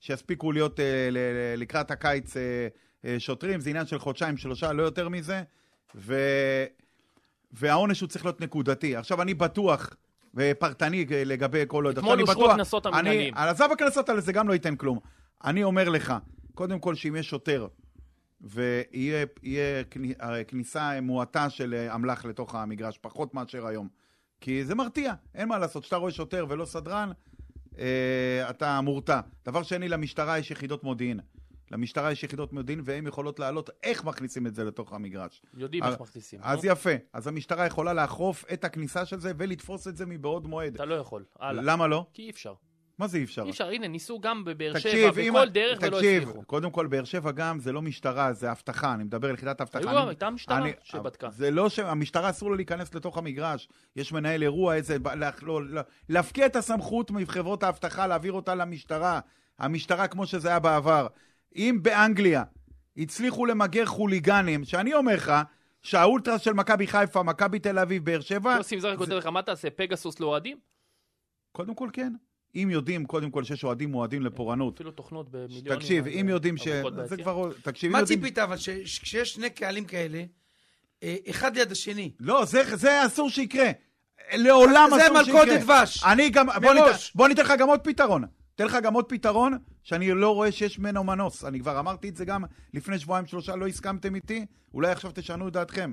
[SPEAKER 4] שיספיקו להיות אה, ל- ל- לקראת הקיץ אה, אה, שוטרים, זה עניין של חודשיים, שלושה, לא יותר מזה. ו... והעונש הוא צריך להיות נקודתי. עכשיו, אני בטוח, ופרטני לגבי כל עוד, עכשיו
[SPEAKER 2] אתמול
[SPEAKER 4] אני בטוח...
[SPEAKER 2] אושרו הקנסות המינהליים.
[SPEAKER 4] אני- על עזב הקנסות האלה זה גם לא ייתן כלום. אני אומר לך, קודם כל, שאם יש שוטר, ויהיה יהיה כני- הרי כניסה מועטה של אה, אמל"ח לתוך המגרש, פחות מאשר היום. כי זה מרתיע, אין מה לעשות. כשאתה רואה שוטר ולא סדרן, אה, אתה מורתע. דבר שני, למשטרה יש יחידות מודיעין. למשטרה יש יחידות מודיעין, והן יכולות להעלות איך מכניסים את זה לתוך המגרש.
[SPEAKER 2] יודעים
[SPEAKER 4] אז-
[SPEAKER 2] איך מכניסים.
[SPEAKER 4] אה, אז
[SPEAKER 2] נו.
[SPEAKER 4] יפה. אז המשטרה יכולה לאכוף את הכניסה של זה ולתפוס את זה מבעוד מועד.
[SPEAKER 2] אתה לא יכול. הלאה.
[SPEAKER 4] למה לא?
[SPEAKER 2] כי אי אפשר.
[SPEAKER 4] מה זה אי אפשר?
[SPEAKER 2] אי אפשר, הנה, ניסו גם בבאר שבע,
[SPEAKER 4] תקשיב, אם-
[SPEAKER 2] בכל דרך ולא
[SPEAKER 4] תקשיב,
[SPEAKER 2] הצליחו.
[SPEAKER 4] קודם כל, באר שבע גם זה לא משטרה, זה אבטחה. אני מדבר על יחידת אבטחה.
[SPEAKER 2] היו-
[SPEAKER 4] אני-
[SPEAKER 2] הייתה משטרה
[SPEAKER 4] אני-
[SPEAKER 2] שבדקה.
[SPEAKER 4] זה לא ש... המשטרה אסור לה להיכנס לתוך המגרש. יש מנהל אירוע, איזה... ב- לה- לא- לא- להפקיע את הסמכות מחברות האבטחה, להעביר אותה למשטרה. המשטרה כמו שזה היה בעבר. אם באנגליה הצליחו למגר חוליגנים, שאני אומר לך, שהאולטרס של מכבי חיפה, מכבי תל אביב, באר שבע,
[SPEAKER 2] יוסי מזרחי כותב לך, מה תעשה, פגסוס לאוהדים?
[SPEAKER 4] קודם כל כן. אם יודעים, קודם כל, שיש אוהדים מועדים לפורענות.
[SPEAKER 2] אפילו תוכנות במיליונים.
[SPEAKER 4] תקשיב,
[SPEAKER 2] על- אה,
[SPEAKER 4] אם יודעים ש...
[SPEAKER 2] ארוחות
[SPEAKER 4] זה
[SPEAKER 2] ביציע.
[SPEAKER 4] כבר... תקשיב, אם
[SPEAKER 3] מה
[SPEAKER 4] יודעים...
[SPEAKER 3] ציפית אבל, ש- ש- כשיש שני קהלים כאלה, אה, אחד ליד השני,
[SPEAKER 4] לא, זה, זה אסור שיקרה. לעולם
[SPEAKER 3] זה
[SPEAKER 4] אסור שיקרה.
[SPEAKER 3] מלכודת דבש.
[SPEAKER 4] אני גם... בוא ניתן,
[SPEAKER 3] מראש.
[SPEAKER 4] בוא ניתן לך גם עוד פתרון. אתן לך גם עוד פתרון שאני לא רואה שיש ממנו מנוס. אני כבר אמרתי את זה גם לפני שבועיים שלושה, לא הסכמתם איתי, אולי עכשיו תשנו את דעתכם.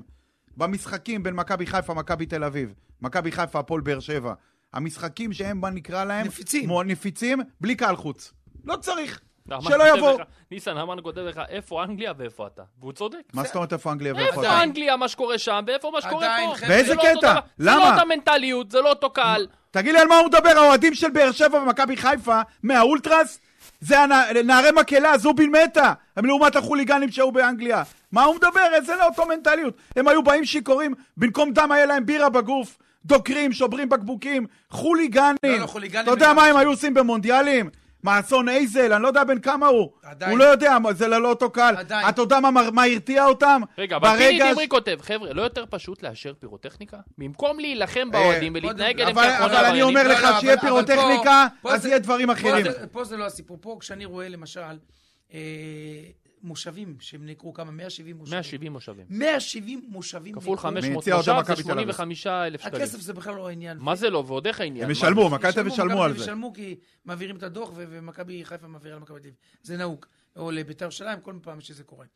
[SPEAKER 4] במשחקים בין מכבי חיפה, מכבי תל אביב, מכבי חיפה, הפועל באר שבע, המשחקים שהם, מה נקרא להם?
[SPEAKER 3] נפיצים.
[SPEAKER 4] מו- נפיצים, בלי קהל חוץ. לא צריך.
[SPEAKER 2] נעמן
[SPEAKER 4] שלא
[SPEAKER 2] כותב
[SPEAKER 4] יבואו.
[SPEAKER 2] לך- ניסן המן כותב לך, איפה אנגליה ואיפה אתה? והוא צודק.
[SPEAKER 4] מה זאת אומרת איפה
[SPEAKER 3] אה,
[SPEAKER 4] אנגליה ואיפה
[SPEAKER 2] איפה
[SPEAKER 4] אתה?
[SPEAKER 2] אנגליה, מה שקורה שם, ואיפה מה שקורה
[SPEAKER 3] נכון. עדיין,
[SPEAKER 2] פה?
[SPEAKER 3] חבר'ה.
[SPEAKER 4] באיזה
[SPEAKER 2] זה לא אותו
[SPEAKER 4] קטע?
[SPEAKER 2] דבר. זה
[SPEAKER 4] למה?
[SPEAKER 2] לא אותה מנטליות, זה לא אותו קהל.
[SPEAKER 4] תגיד לי על מה הוא מדבר, האוהדים של באר שבע ומכבי חיפה מהאולטרס? זה הנע- נערי מקהלה, זובין מתה, הם לעומת החוליגנים שהיו באנגליה. מה הוא מדבר? זה לא אותו מנטליות. הם היו באים שיכורים, במקום דם היה להם בירה בגוף, דוקרים, שוברים בקבוקים, חוליגנים.
[SPEAKER 3] לא, לא, חוליגנים
[SPEAKER 4] אתה יודע
[SPEAKER 3] לגמרי.
[SPEAKER 4] מה הם היו עושים במונדיאלים? מה, אסון אייזל, אני לא יודע בן כמה הוא.
[SPEAKER 3] עדיין.
[SPEAKER 4] הוא לא יודע, מה, זה לא אותו קהל.
[SPEAKER 3] עדיין.
[SPEAKER 4] אתה יודע מה, מה הרתיע אותם?
[SPEAKER 2] רגע, אבל פיני
[SPEAKER 4] ברגע...
[SPEAKER 2] דמרי כותב, חבר'ה, לא יותר פשוט לאשר פירוטכניקה? במקום להילחם
[SPEAKER 4] אה,
[SPEAKER 2] באוהדים
[SPEAKER 3] קודם-
[SPEAKER 2] ולהתנהג
[SPEAKER 4] ש-
[SPEAKER 2] אליהם
[SPEAKER 4] אבל,
[SPEAKER 2] כאחרון
[SPEAKER 4] אבל אני
[SPEAKER 2] העבריינים,
[SPEAKER 4] אומר
[SPEAKER 3] לא,
[SPEAKER 4] לך,
[SPEAKER 3] לא,
[SPEAKER 4] שיהיה
[SPEAKER 3] אבל- אבל פה-
[SPEAKER 4] פירוטכניקה,
[SPEAKER 3] פה
[SPEAKER 4] אז
[SPEAKER 3] זה-
[SPEAKER 4] יהיה דברים
[SPEAKER 3] פה
[SPEAKER 4] אחרים.
[SPEAKER 3] זה- פה זה לא הסיפור. פה כשאני רואה למשל אה, מושבים, שהם נקרו כמה? 170 מושבים.
[SPEAKER 2] 170 מושבים.
[SPEAKER 3] 170 מושבים.
[SPEAKER 2] כפול
[SPEAKER 3] נקרו.
[SPEAKER 2] 500
[SPEAKER 4] מיציע אוהדי
[SPEAKER 2] מושב זה
[SPEAKER 4] מכבי תל אביב.
[SPEAKER 2] 85,000 שקלים.
[SPEAKER 3] הכסף זה בכלל לא העניין.
[SPEAKER 2] מה זה לא? ועוד איך העניין.
[SPEAKER 4] הם
[SPEAKER 2] מה
[SPEAKER 4] ישלמו,
[SPEAKER 2] זה?
[SPEAKER 4] מכבי תל אביב ישלמו על
[SPEAKER 3] מכבי
[SPEAKER 4] זה.
[SPEAKER 3] ישלמו כי מעבירים את הדוח ו- ומכבי חיפה מעבירה למכבי תל אביב. זה נהוג. או לביתר ירושלים כל פעם שזה קורה.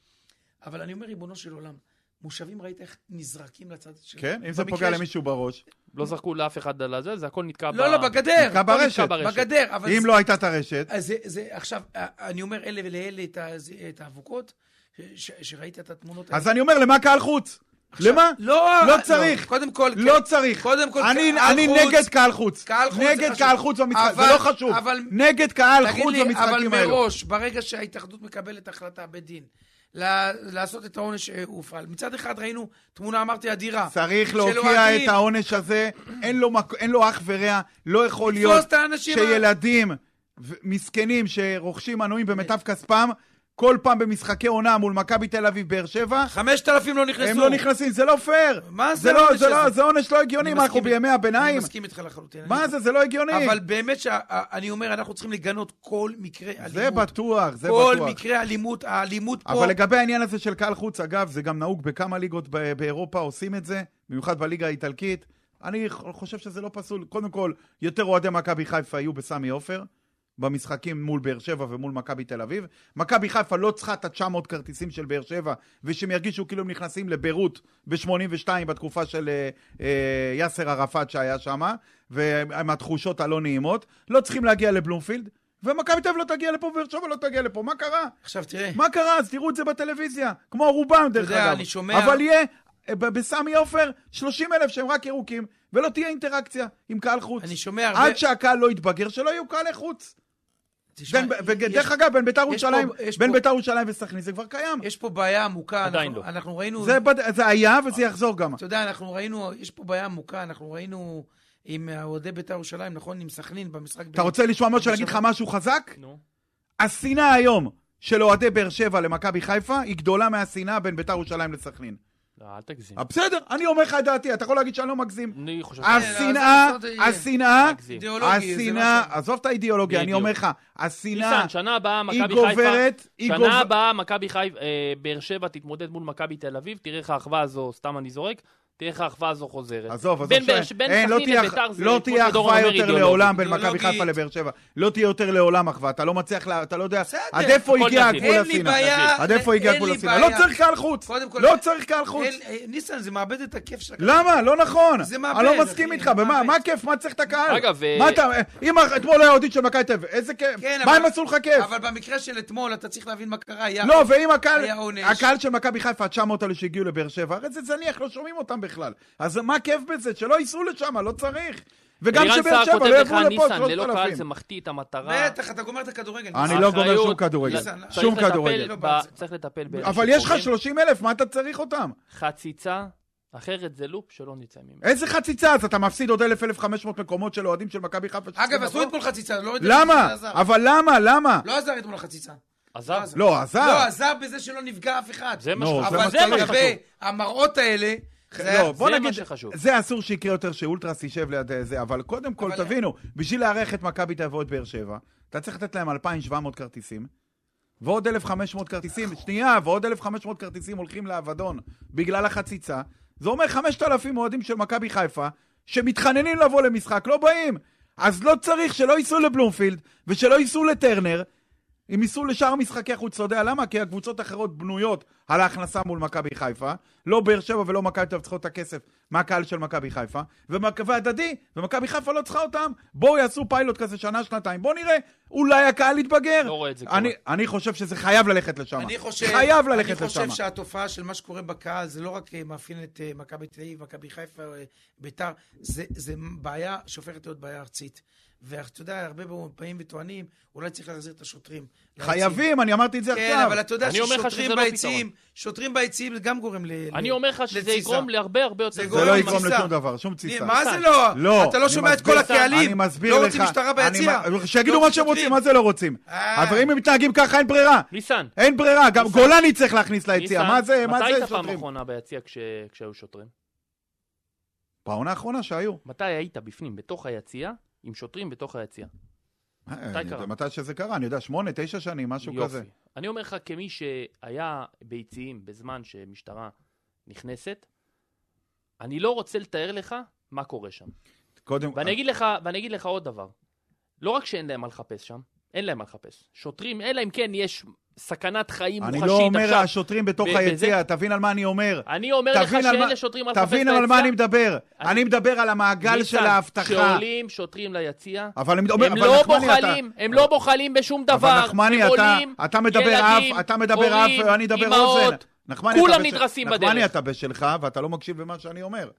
[SPEAKER 3] אבל אני אומר, ריבונו של עולם, מושבים ראית איך נזרקים לצד של...
[SPEAKER 4] כן? אם זה
[SPEAKER 3] במקרה
[SPEAKER 4] פוגע
[SPEAKER 3] ש-
[SPEAKER 4] למישהו בראש.
[SPEAKER 2] לא זרקו לאף אחד על הזה, זה הכל נתקע ב...
[SPEAKER 3] לא, לא, בגדר.
[SPEAKER 4] נתקע
[SPEAKER 3] הכל
[SPEAKER 4] ברשת.
[SPEAKER 3] בגדר, אבל...
[SPEAKER 4] אם
[SPEAKER 3] זה-
[SPEAKER 4] לא הייתה את הרשת,
[SPEAKER 3] אז זה, זה, עכשיו, א- אני אומר אלה ולאלה את, ה- זה- את האבוקות, ש- ש- שראית את התמונות
[SPEAKER 4] אז אני אומר, למה קהל חוץ? למה?
[SPEAKER 3] לא,
[SPEAKER 4] לא צריך.
[SPEAKER 3] קודם כל,
[SPEAKER 4] לא
[SPEAKER 3] כן.
[SPEAKER 4] צריך.
[SPEAKER 3] קודם כל,
[SPEAKER 4] אני,
[SPEAKER 3] קהל
[SPEAKER 4] אני
[SPEAKER 3] חוץ-
[SPEAKER 4] נגד קהל חוץ.
[SPEAKER 3] קהל חוץ זה
[SPEAKER 4] נגד
[SPEAKER 3] חשוב.
[SPEAKER 4] קהל חוץ במשחק, זה
[SPEAKER 3] אבל-
[SPEAKER 4] לא חשוב.
[SPEAKER 3] אבל-
[SPEAKER 4] נגד קהל
[SPEAKER 3] תגיד
[SPEAKER 4] חוץ
[SPEAKER 3] לי,
[SPEAKER 4] במשחקים
[SPEAKER 3] אבל
[SPEAKER 4] האלו.
[SPEAKER 3] מראש, ברגע שההתאחדות מקבלת החלטה, בית דין, ל- לעשות את העונש שהופעל, מצד אחד ראינו תמונה, אמרתי, אדירה.
[SPEAKER 4] צריך
[SPEAKER 3] של
[SPEAKER 4] להוקיע
[SPEAKER 3] אוהדים.
[SPEAKER 4] את העונש הזה, אין לו מק- אין לו אח ורע, לא יכול
[SPEAKER 3] לתפוס
[SPEAKER 4] להיות
[SPEAKER 3] את האנשים ה-
[SPEAKER 4] שילדים ו- מסכנים שרוכשים מנויים במיטב כספם, כל פעם במשחקי עונה מול מכבי תל אביב באר שבע,
[SPEAKER 3] 5,000 לא נכנסו.
[SPEAKER 4] הם לא נכנסים, זה לא פייר.
[SPEAKER 3] מה זה
[SPEAKER 4] זה לא-
[SPEAKER 3] העונש
[SPEAKER 4] זה לא-
[SPEAKER 3] הזה?
[SPEAKER 4] זה עונש לא הגיוני,
[SPEAKER 3] אני
[SPEAKER 4] מה, אנחנו
[SPEAKER 3] מסכים-
[SPEAKER 4] בימי
[SPEAKER 3] אני
[SPEAKER 4] הביניים?
[SPEAKER 3] מסכים איתך לחלוטין.
[SPEAKER 4] מה
[SPEAKER 3] אני-
[SPEAKER 4] זה, זה לא הגיוני.
[SPEAKER 3] אבל באמת שאני אומר, אנחנו צריכים לגנות כל מקרה אלימות.
[SPEAKER 4] זה בטוח, זה
[SPEAKER 3] כל
[SPEAKER 4] בטוח.
[SPEAKER 3] מקרה אלימות, האלימות פה...
[SPEAKER 4] אבל לגבי העניין הזה של קהל חוץ, אגב, זה גם נהוג בכמה ליגות ב- באירופה עושים את זה, במיוחד בליגה האיטלקית. אני ח- חושב שזה לא פסול. קודם כל, יותר אוהדי מכבי חיפה היו בסמי עופר, במשחקים מול באר שבע ומול מכבי תל אביב. מכבי חיפה לא צריכה את ה-900 כרטיסים של באר שבע, ושהם ירגישו כאילו הם נכנסים לביירות ב-82 בתקופה של אה, אה, יאסר ערפאת שהיה שם, ועם התחושות הלא נעימות. לא צריכים להגיע לבלומפילד. ומכבי תל אביב לא תגיע לפה, ובאר שבע לא תגיע לפה, מה קרה?
[SPEAKER 3] עכשיו תראה,
[SPEAKER 4] מה קרה? אז תראו את זה בטלוויזיה. כמו רובם, דרך
[SPEAKER 3] יודע,
[SPEAKER 4] אגב.
[SPEAKER 3] אני שומע-
[SPEAKER 4] אבל יהיה אה, ב- בסמי עופר 30 אלף שהם רק ירוקים, ולא תהיה אינטראקציה עם קהל חוץ.
[SPEAKER 3] אני שומע הרבה...
[SPEAKER 4] עד שהקהל לא יתבגר, שלא יהיו קהלי חוץ.
[SPEAKER 3] תשמע,
[SPEAKER 4] בין-
[SPEAKER 3] יש-
[SPEAKER 4] ודרך אגב, בין ביתר
[SPEAKER 3] פה-
[SPEAKER 4] ירושלים
[SPEAKER 3] יש
[SPEAKER 4] בין
[SPEAKER 3] פה-
[SPEAKER 4] ביתר ירושלים וסכנין זה כבר קיים.
[SPEAKER 3] יש פה בעיה עמוקה.
[SPEAKER 2] עדיין
[SPEAKER 3] אנחנו-
[SPEAKER 2] לא.
[SPEAKER 3] אנחנו ראינו...
[SPEAKER 4] זה בד- זה היה וזה יחזור גם.
[SPEAKER 3] אתה יודע, אנחנו ראינו, יש פה בעיה עמוקה, אנחנו ראינו עם אוהדי בית"ר ירושלים, נכון? עם סכנין במשחק... ב-
[SPEAKER 4] אתה רוצה לשמוע משהו, להגיד לך
[SPEAKER 3] בשבת.
[SPEAKER 4] משהו חזק?
[SPEAKER 2] נו.
[SPEAKER 4] השנאה היום של אוהדי באר שבע למכבי חיפה היא גדולה מהשנאה בין ביתר ירושלים לסכנין.
[SPEAKER 2] לא, אל תגזים.
[SPEAKER 4] אה, בסדר, אני אומר לך את דעתי, אתה יכול להגיד שאני לא מגזים.
[SPEAKER 2] אני חושב...
[SPEAKER 4] השנאה,
[SPEAKER 3] אה, אז- לא אז-
[SPEAKER 4] השנאה,
[SPEAKER 2] מגזים.
[SPEAKER 3] אידיאולוגי, זה
[SPEAKER 4] השנאה,
[SPEAKER 3] משהו-
[SPEAKER 4] עזוב את האידיאולוגיה, אני
[SPEAKER 2] בדיוק.
[SPEAKER 4] אומר לך, השנאה
[SPEAKER 2] ניסן, שנה הבאה מכבי
[SPEAKER 4] אה, היא
[SPEAKER 2] חיפה...
[SPEAKER 4] גוברת, היא
[SPEAKER 2] שנה
[SPEAKER 4] גוברת.
[SPEAKER 2] הבאה מכבי חיפה, אה, באר שבע תתמודד מול מכבי תל אביב, תראה איך האחווה הזו, סתם אני זורק, תראה איך האחווה הזו חוזרת.
[SPEAKER 4] עזוב, עזוב,
[SPEAKER 2] בין באר-
[SPEAKER 4] שי.
[SPEAKER 2] בין
[SPEAKER 4] אין, לא
[SPEAKER 2] סכנין
[SPEAKER 4] תהיה-
[SPEAKER 2] לביתר זה
[SPEAKER 4] לא
[SPEAKER 2] כמו
[SPEAKER 4] תהיה
[SPEAKER 2] שדורון
[SPEAKER 4] אחווה
[SPEAKER 2] אומר,
[SPEAKER 4] יותר
[SPEAKER 2] אידיאולוגית.
[SPEAKER 4] לעולם בין מכבי
[SPEAKER 3] אידיאולוגית.
[SPEAKER 4] חיפה לבאר שבע. לא תהיה יותר לעולם אחווה, אתה לא מצליח, לה- אתה לא יודע, עד
[SPEAKER 3] בסדר.
[SPEAKER 4] איפה
[SPEAKER 2] הכל
[SPEAKER 4] הגיע
[SPEAKER 2] נתאים.
[SPEAKER 4] הגבול
[SPEAKER 3] אין לי בעיה,
[SPEAKER 4] השנאה? עד איפה הגיע
[SPEAKER 3] אין
[SPEAKER 4] הגבול
[SPEAKER 3] לי
[SPEAKER 4] השנאה? לא
[SPEAKER 3] בעיה.
[SPEAKER 4] צריך קהל חוץ,
[SPEAKER 3] קודם כל-
[SPEAKER 4] לא צריך קהל חוץ.
[SPEAKER 3] אין- אה, ניסן, זה מאבד את הכיף של... הכדורגל.
[SPEAKER 4] למה? לא נכון.
[SPEAKER 3] זה מאבד,
[SPEAKER 4] אני לא
[SPEAKER 3] אחי,
[SPEAKER 4] מסכים
[SPEAKER 3] זה
[SPEAKER 4] איתך, במה?
[SPEAKER 3] מאבד.
[SPEAKER 4] מה הכיף? מה צריך את הקהל?
[SPEAKER 2] אגב,
[SPEAKER 4] מה
[SPEAKER 2] אה,
[SPEAKER 4] אתה... אם אתמול היה אוהדים של מכבי תל אביב, איזה כיף.
[SPEAKER 3] כן,
[SPEAKER 4] מה
[SPEAKER 3] אבל-
[SPEAKER 4] הם עשו לך כיף?
[SPEAKER 3] אבל במקרה של אתמול, אתה צריך להבין מה קרה. היה-
[SPEAKER 4] לא, ואם הקהל,
[SPEAKER 3] היה עונש.
[SPEAKER 4] הקהל של מכבי חיפה, ה-900 האלה שהגיעו לבאר שבע, הרי זה זניח, לא שומעים אותם בכלל. אז מה הכיף בזה? שלא ייסעו לשם, לא צריך. וגם
[SPEAKER 2] אלירן
[SPEAKER 4] שבאר
[SPEAKER 2] סער
[SPEAKER 4] שבע
[SPEAKER 2] כותב
[SPEAKER 4] לא
[SPEAKER 2] לך,
[SPEAKER 4] יבואו לפה
[SPEAKER 2] ניסן, ללא קהל זה
[SPEAKER 4] 3,000.
[SPEAKER 2] מחטיא את המטרה.
[SPEAKER 3] בטח, אתה גומר את הכדורגל.
[SPEAKER 4] אני לא גומר שום
[SPEAKER 2] האחריות-
[SPEAKER 4] כדורגל.
[SPEAKER 3] ניסן, לא.
[SPEAKER 4] שום
[SPEAKER 2] צריך לטפל
[SPEAKER 4] כדורגל.
[SPEAKER 2] ב-
[SPEAKER 3] לא,
[SPEAKER 2] צריך לטפל ב...
[SPEAKER 4] אבל יש לך 30 אלף, מה אתה צריך אותם?
[SPEAKER 2] חציצה, אחרת זה לופ שלא נצא ממנו.
[SPEAKER 4] איזה חציצה? אז אתה מפסיד עוד 1,000-1,500 מקומות של אוהדים של מכבי חיפה.
[SPEAKER 3] אגב,
[SPEAKER 4] שצריכים
[SPEAKER 3] עשו
[SPEAKER 4] לבוא?
[SPEAKER 3] אתמול חציצה, לא יודע
[SPEAKER 4] למה?
[SPEAKER 3] שזה עזר.
[SPEAKER 4] אבל למה? למה?
[SPEAKER 3] לא עזר אתמול החציצה.
[SPEAKER 2] עזב.
[SPEAKER 3] אז-
[SPEAKER 4] לא, עזר.
[SPEAKER 3] לא, עזר בזה שלא נפגע אף אחד.
[SPEAKER 2] זה מה
[SPEAKER 4] נו,
[SPEAKER 2] שחשוב.
[SPEAKER 4] זה
[SPEAKER 3] אבל
[SPEAKER 4] מה
[SPEAKER 3] זה
[SPEAKER 4] שצריך.
[SPEAKER 3] לגבי המראות האלה, זה-
[SPEAKER 4] לא, בוא
[SPEAKER 2] זה
[SPEAKER 4] נגיד,
[SPEAKER 2] מה שחשוב.
[SPEAKER 4] זה אסור שיקרה יותר שאולטרס יישב ליד אה, זה, אבל קודם כל,
[SPEAKER 3] אבל-
[SPEAKER 4] תבינו, בשביל לארח את מכבי תל אביב ועוד באר שבע, אתה צריך לתת להם 2,700 כרטיסים, ועוד 1,500
[SPEAKER 2] אה.
[SPEAKER 4] כרטיסים, שנייה, ועוד 1,500 כרטיסים הולכים לאבדון בגלל החציצה. זה אומר 5,000 אוהדים של מכבי חיפה, שמתחננים לבוא למשחק, לא באים. אז לא צריך שלא ייסעו לבלומפילד, ושלא ייסעו לטרנר. אם ייסעו לשאר משחקי חוץ, אתה יודע למה? כי הקבוצות האחרות בנויות על ההכנסה מול מכבי חיפה. לא באר שבע ולא מכבי תל אביב צריכות את הכסף מהקהל של מכבי חיפה. ומק- והדדי, ומכבי חיפה לא צריכה אותם. בואו יעשו פיילוט כזה שנה-שנתיים. בואו נראה, אולי הקהל יתבגר.
[SPEAKER 2] לא רואה את זה קורה.
[SPEAKER 4] אני, אני חושב שזה חייב ללכת לשם.
[SPEAKER 3] אני חושב,
[SPEAKER 4] חייב ללכת
[SPEAKER 3] אני
[SPEAKER 4] לשם.
[SPEAKER 3] חושב שהתופעה של מה שקורה בקהל זה לא רק אה, מאפיין את אה, מכבי תל אביב, מכבי חיפה, אה, ביתר, זה, זה בעיה שהופכת להיות בעיה ארצית. ואתה יודע, הרבה באים וטוענים, אולי צריך להחזיר את השוטרים. ליציעים.
[SPEAKER 4] חייבים, אני אמרתי את זה
[SPEAKER 3] כן,
[SPEAKER 4] עכשיו.
[SPEAKER 3] אבל אתה יודע
[SPEAKER 2] אני אומר לך שזה
[SPEAKER 3] ששוטרים
[SPEAKER 2] לא
[SPEAKER 3] ביציעים, שוטרים ביציעים זה גם גורם ל... ל-
[SPEAKER 2] אני אומר לך שזה
[SPEAKER 3] לתסיסה.
[SPEAKER 2] יגרום להרבה הרבה יותר...
[SPEAKER 3] זה
[SPEAKER 4] זה לא
[SPEAKER 3] גורם
[SPEAKER 4] יגרום
[SPEAKER 3] לתסיסה.
[SPEAKER 4] לשום דבר, שום תסיסה.
[SPEAKER 3] מה זה לא?
[SPEAKER 4] לא.
[SPEAKER 3] אתה לא
[SPEAKER 4] אני
[SPEAKER 3] שומע את
[SPEAKER 4] מסביר
[SPEAKER 3] כל
[SPEAKER 4] לך,
[SPEAKER 3] הקהלים?
[SPEAKER 4] אני מסביר
[SPEAKER 3] לא
[SPEAKER 4] לך.
[SPEAKER 3] רוצים משטרה
[SPEAKER 4] אני
[SPEAKER 3] ביציע?
[SPEAKER 4] מ- שיגידו
[SPEAKER 3] לא
[SPEAKER 4] מה שהם
[SPEAKER 3] רוצים
[SPEAKER 4] רוצים, מה זה לא רוצים?
[SPEAKER 3] אה.
[SPEAKER 4] אבל אם הם מתנהגים ככה, אין ברירה.
[SPEAKER 2] ניסן,
[SPEAKER 4] אין ברירה, גם
[SPEAKER 2] ניסן.
[SPEAKER 4] גולני צריך להכניס ליציאה,
[SPEAKER 2] ניסן,
[SPEAKER 4] מה זה, מה
[SPEAKER 2] מתי
[SPEAKER 4] זה
[SPEAKER 2] הייתה פעם
[SPEAKER 4] שוטרים?
[SPEAKER 2] אחרונה ביציע כש- כשהיו שוטרים?
[SPEAKER 4] בעונה האחרונה שהיו.
[SPEAKER 2] מתי היית בפנים, בתוך היציע, עם שוטרים בתוך היציע?
[SPEAKER 4] אה, אני יודע,
[SPEAKER 2] קרה?
[SPEAKER 4] מתי שזה קרה, אני יודע, שמונה, תשע שנים, משהו כזה.
[SPEAKER 2] אני אומר לך, כמי שהיה ביציעים בזמן שמשטרה נכנסת, אני לא רוצה לתאר לך מה קורה שם.
[SPEAKER 4] קודם, אה.
[SPEAKER 2] ואני אגיד לך, ואני אגיד לך עוד דבר. לא רק שאין להם מה לחפש שם, אין להם מה לחפש. שוטרים, אלא אם כן יש סכנת חיים מוחשית
[SPEAKER 4] אני
[SPEAKER 2] עכשיו.
[SPEAKER 4] לא אומר השוטרים בתוך
[SPEAKER 2] ב-
[SPEAKER 4] היציע, תבין על מה אני אומר.
[SPEAKER 2] אני אומר לך
[SPEAKER 4] תבין על
[SPEAKER 2] שאין
[SPEAKER 4] מה-
[SPEAKER 2] לשוטרים מה לחפש
[SPEAKER 4] תבין על מה
[SPEAKER 2] ביציע.
[SPEAKER 4] אני מדבר.
[SPEAKER 2] אני-
[SPEAKER 4] אני מדבר על המעגל של
[SPEAKER 2] ניסן,
[SPEAKER 4] האבטחה.
[SPEAKER 2] כשעולים שוטרים ליציע,
[SPEAKER 4] אבל אני אומר,
[SPEAKER 2] הם
[SPEAKER 4] אבל
[SPEAKER 2] לא
[SPEAKER 4] נחמני, אתה-
[SPEAKER 2] בוחלים, הם לא בוחלים בשום דבר.
[SPEAKER 4] אבל נחמני,
[SPEAKER 2] הם
[SPEAKER 4] אתה,
[SPEAKER 2] עולים,
[SPEAKER 4] אתה מדבר
[SPEAKER 2] ילדים,
[SPEAKER 4] אף, אתה מדבר אף,
[SPEAKER 2] הורים,
[SPEAKER 4] אני אדבר
[SPEAKER 2] אימהות.
[SPEAKER 4] אוזן. נחמני,
[SPEAKER 2] כולם
[SPEAKER 4] אתה בש-
[SPEAKER 2] נדרסים
[SPEAKER 4] נחמני,
[SPEAKER 2] בדרך.
[SPEAKER 4] אתה בשלך, ואתה לא מקשיב למה שאני אומר.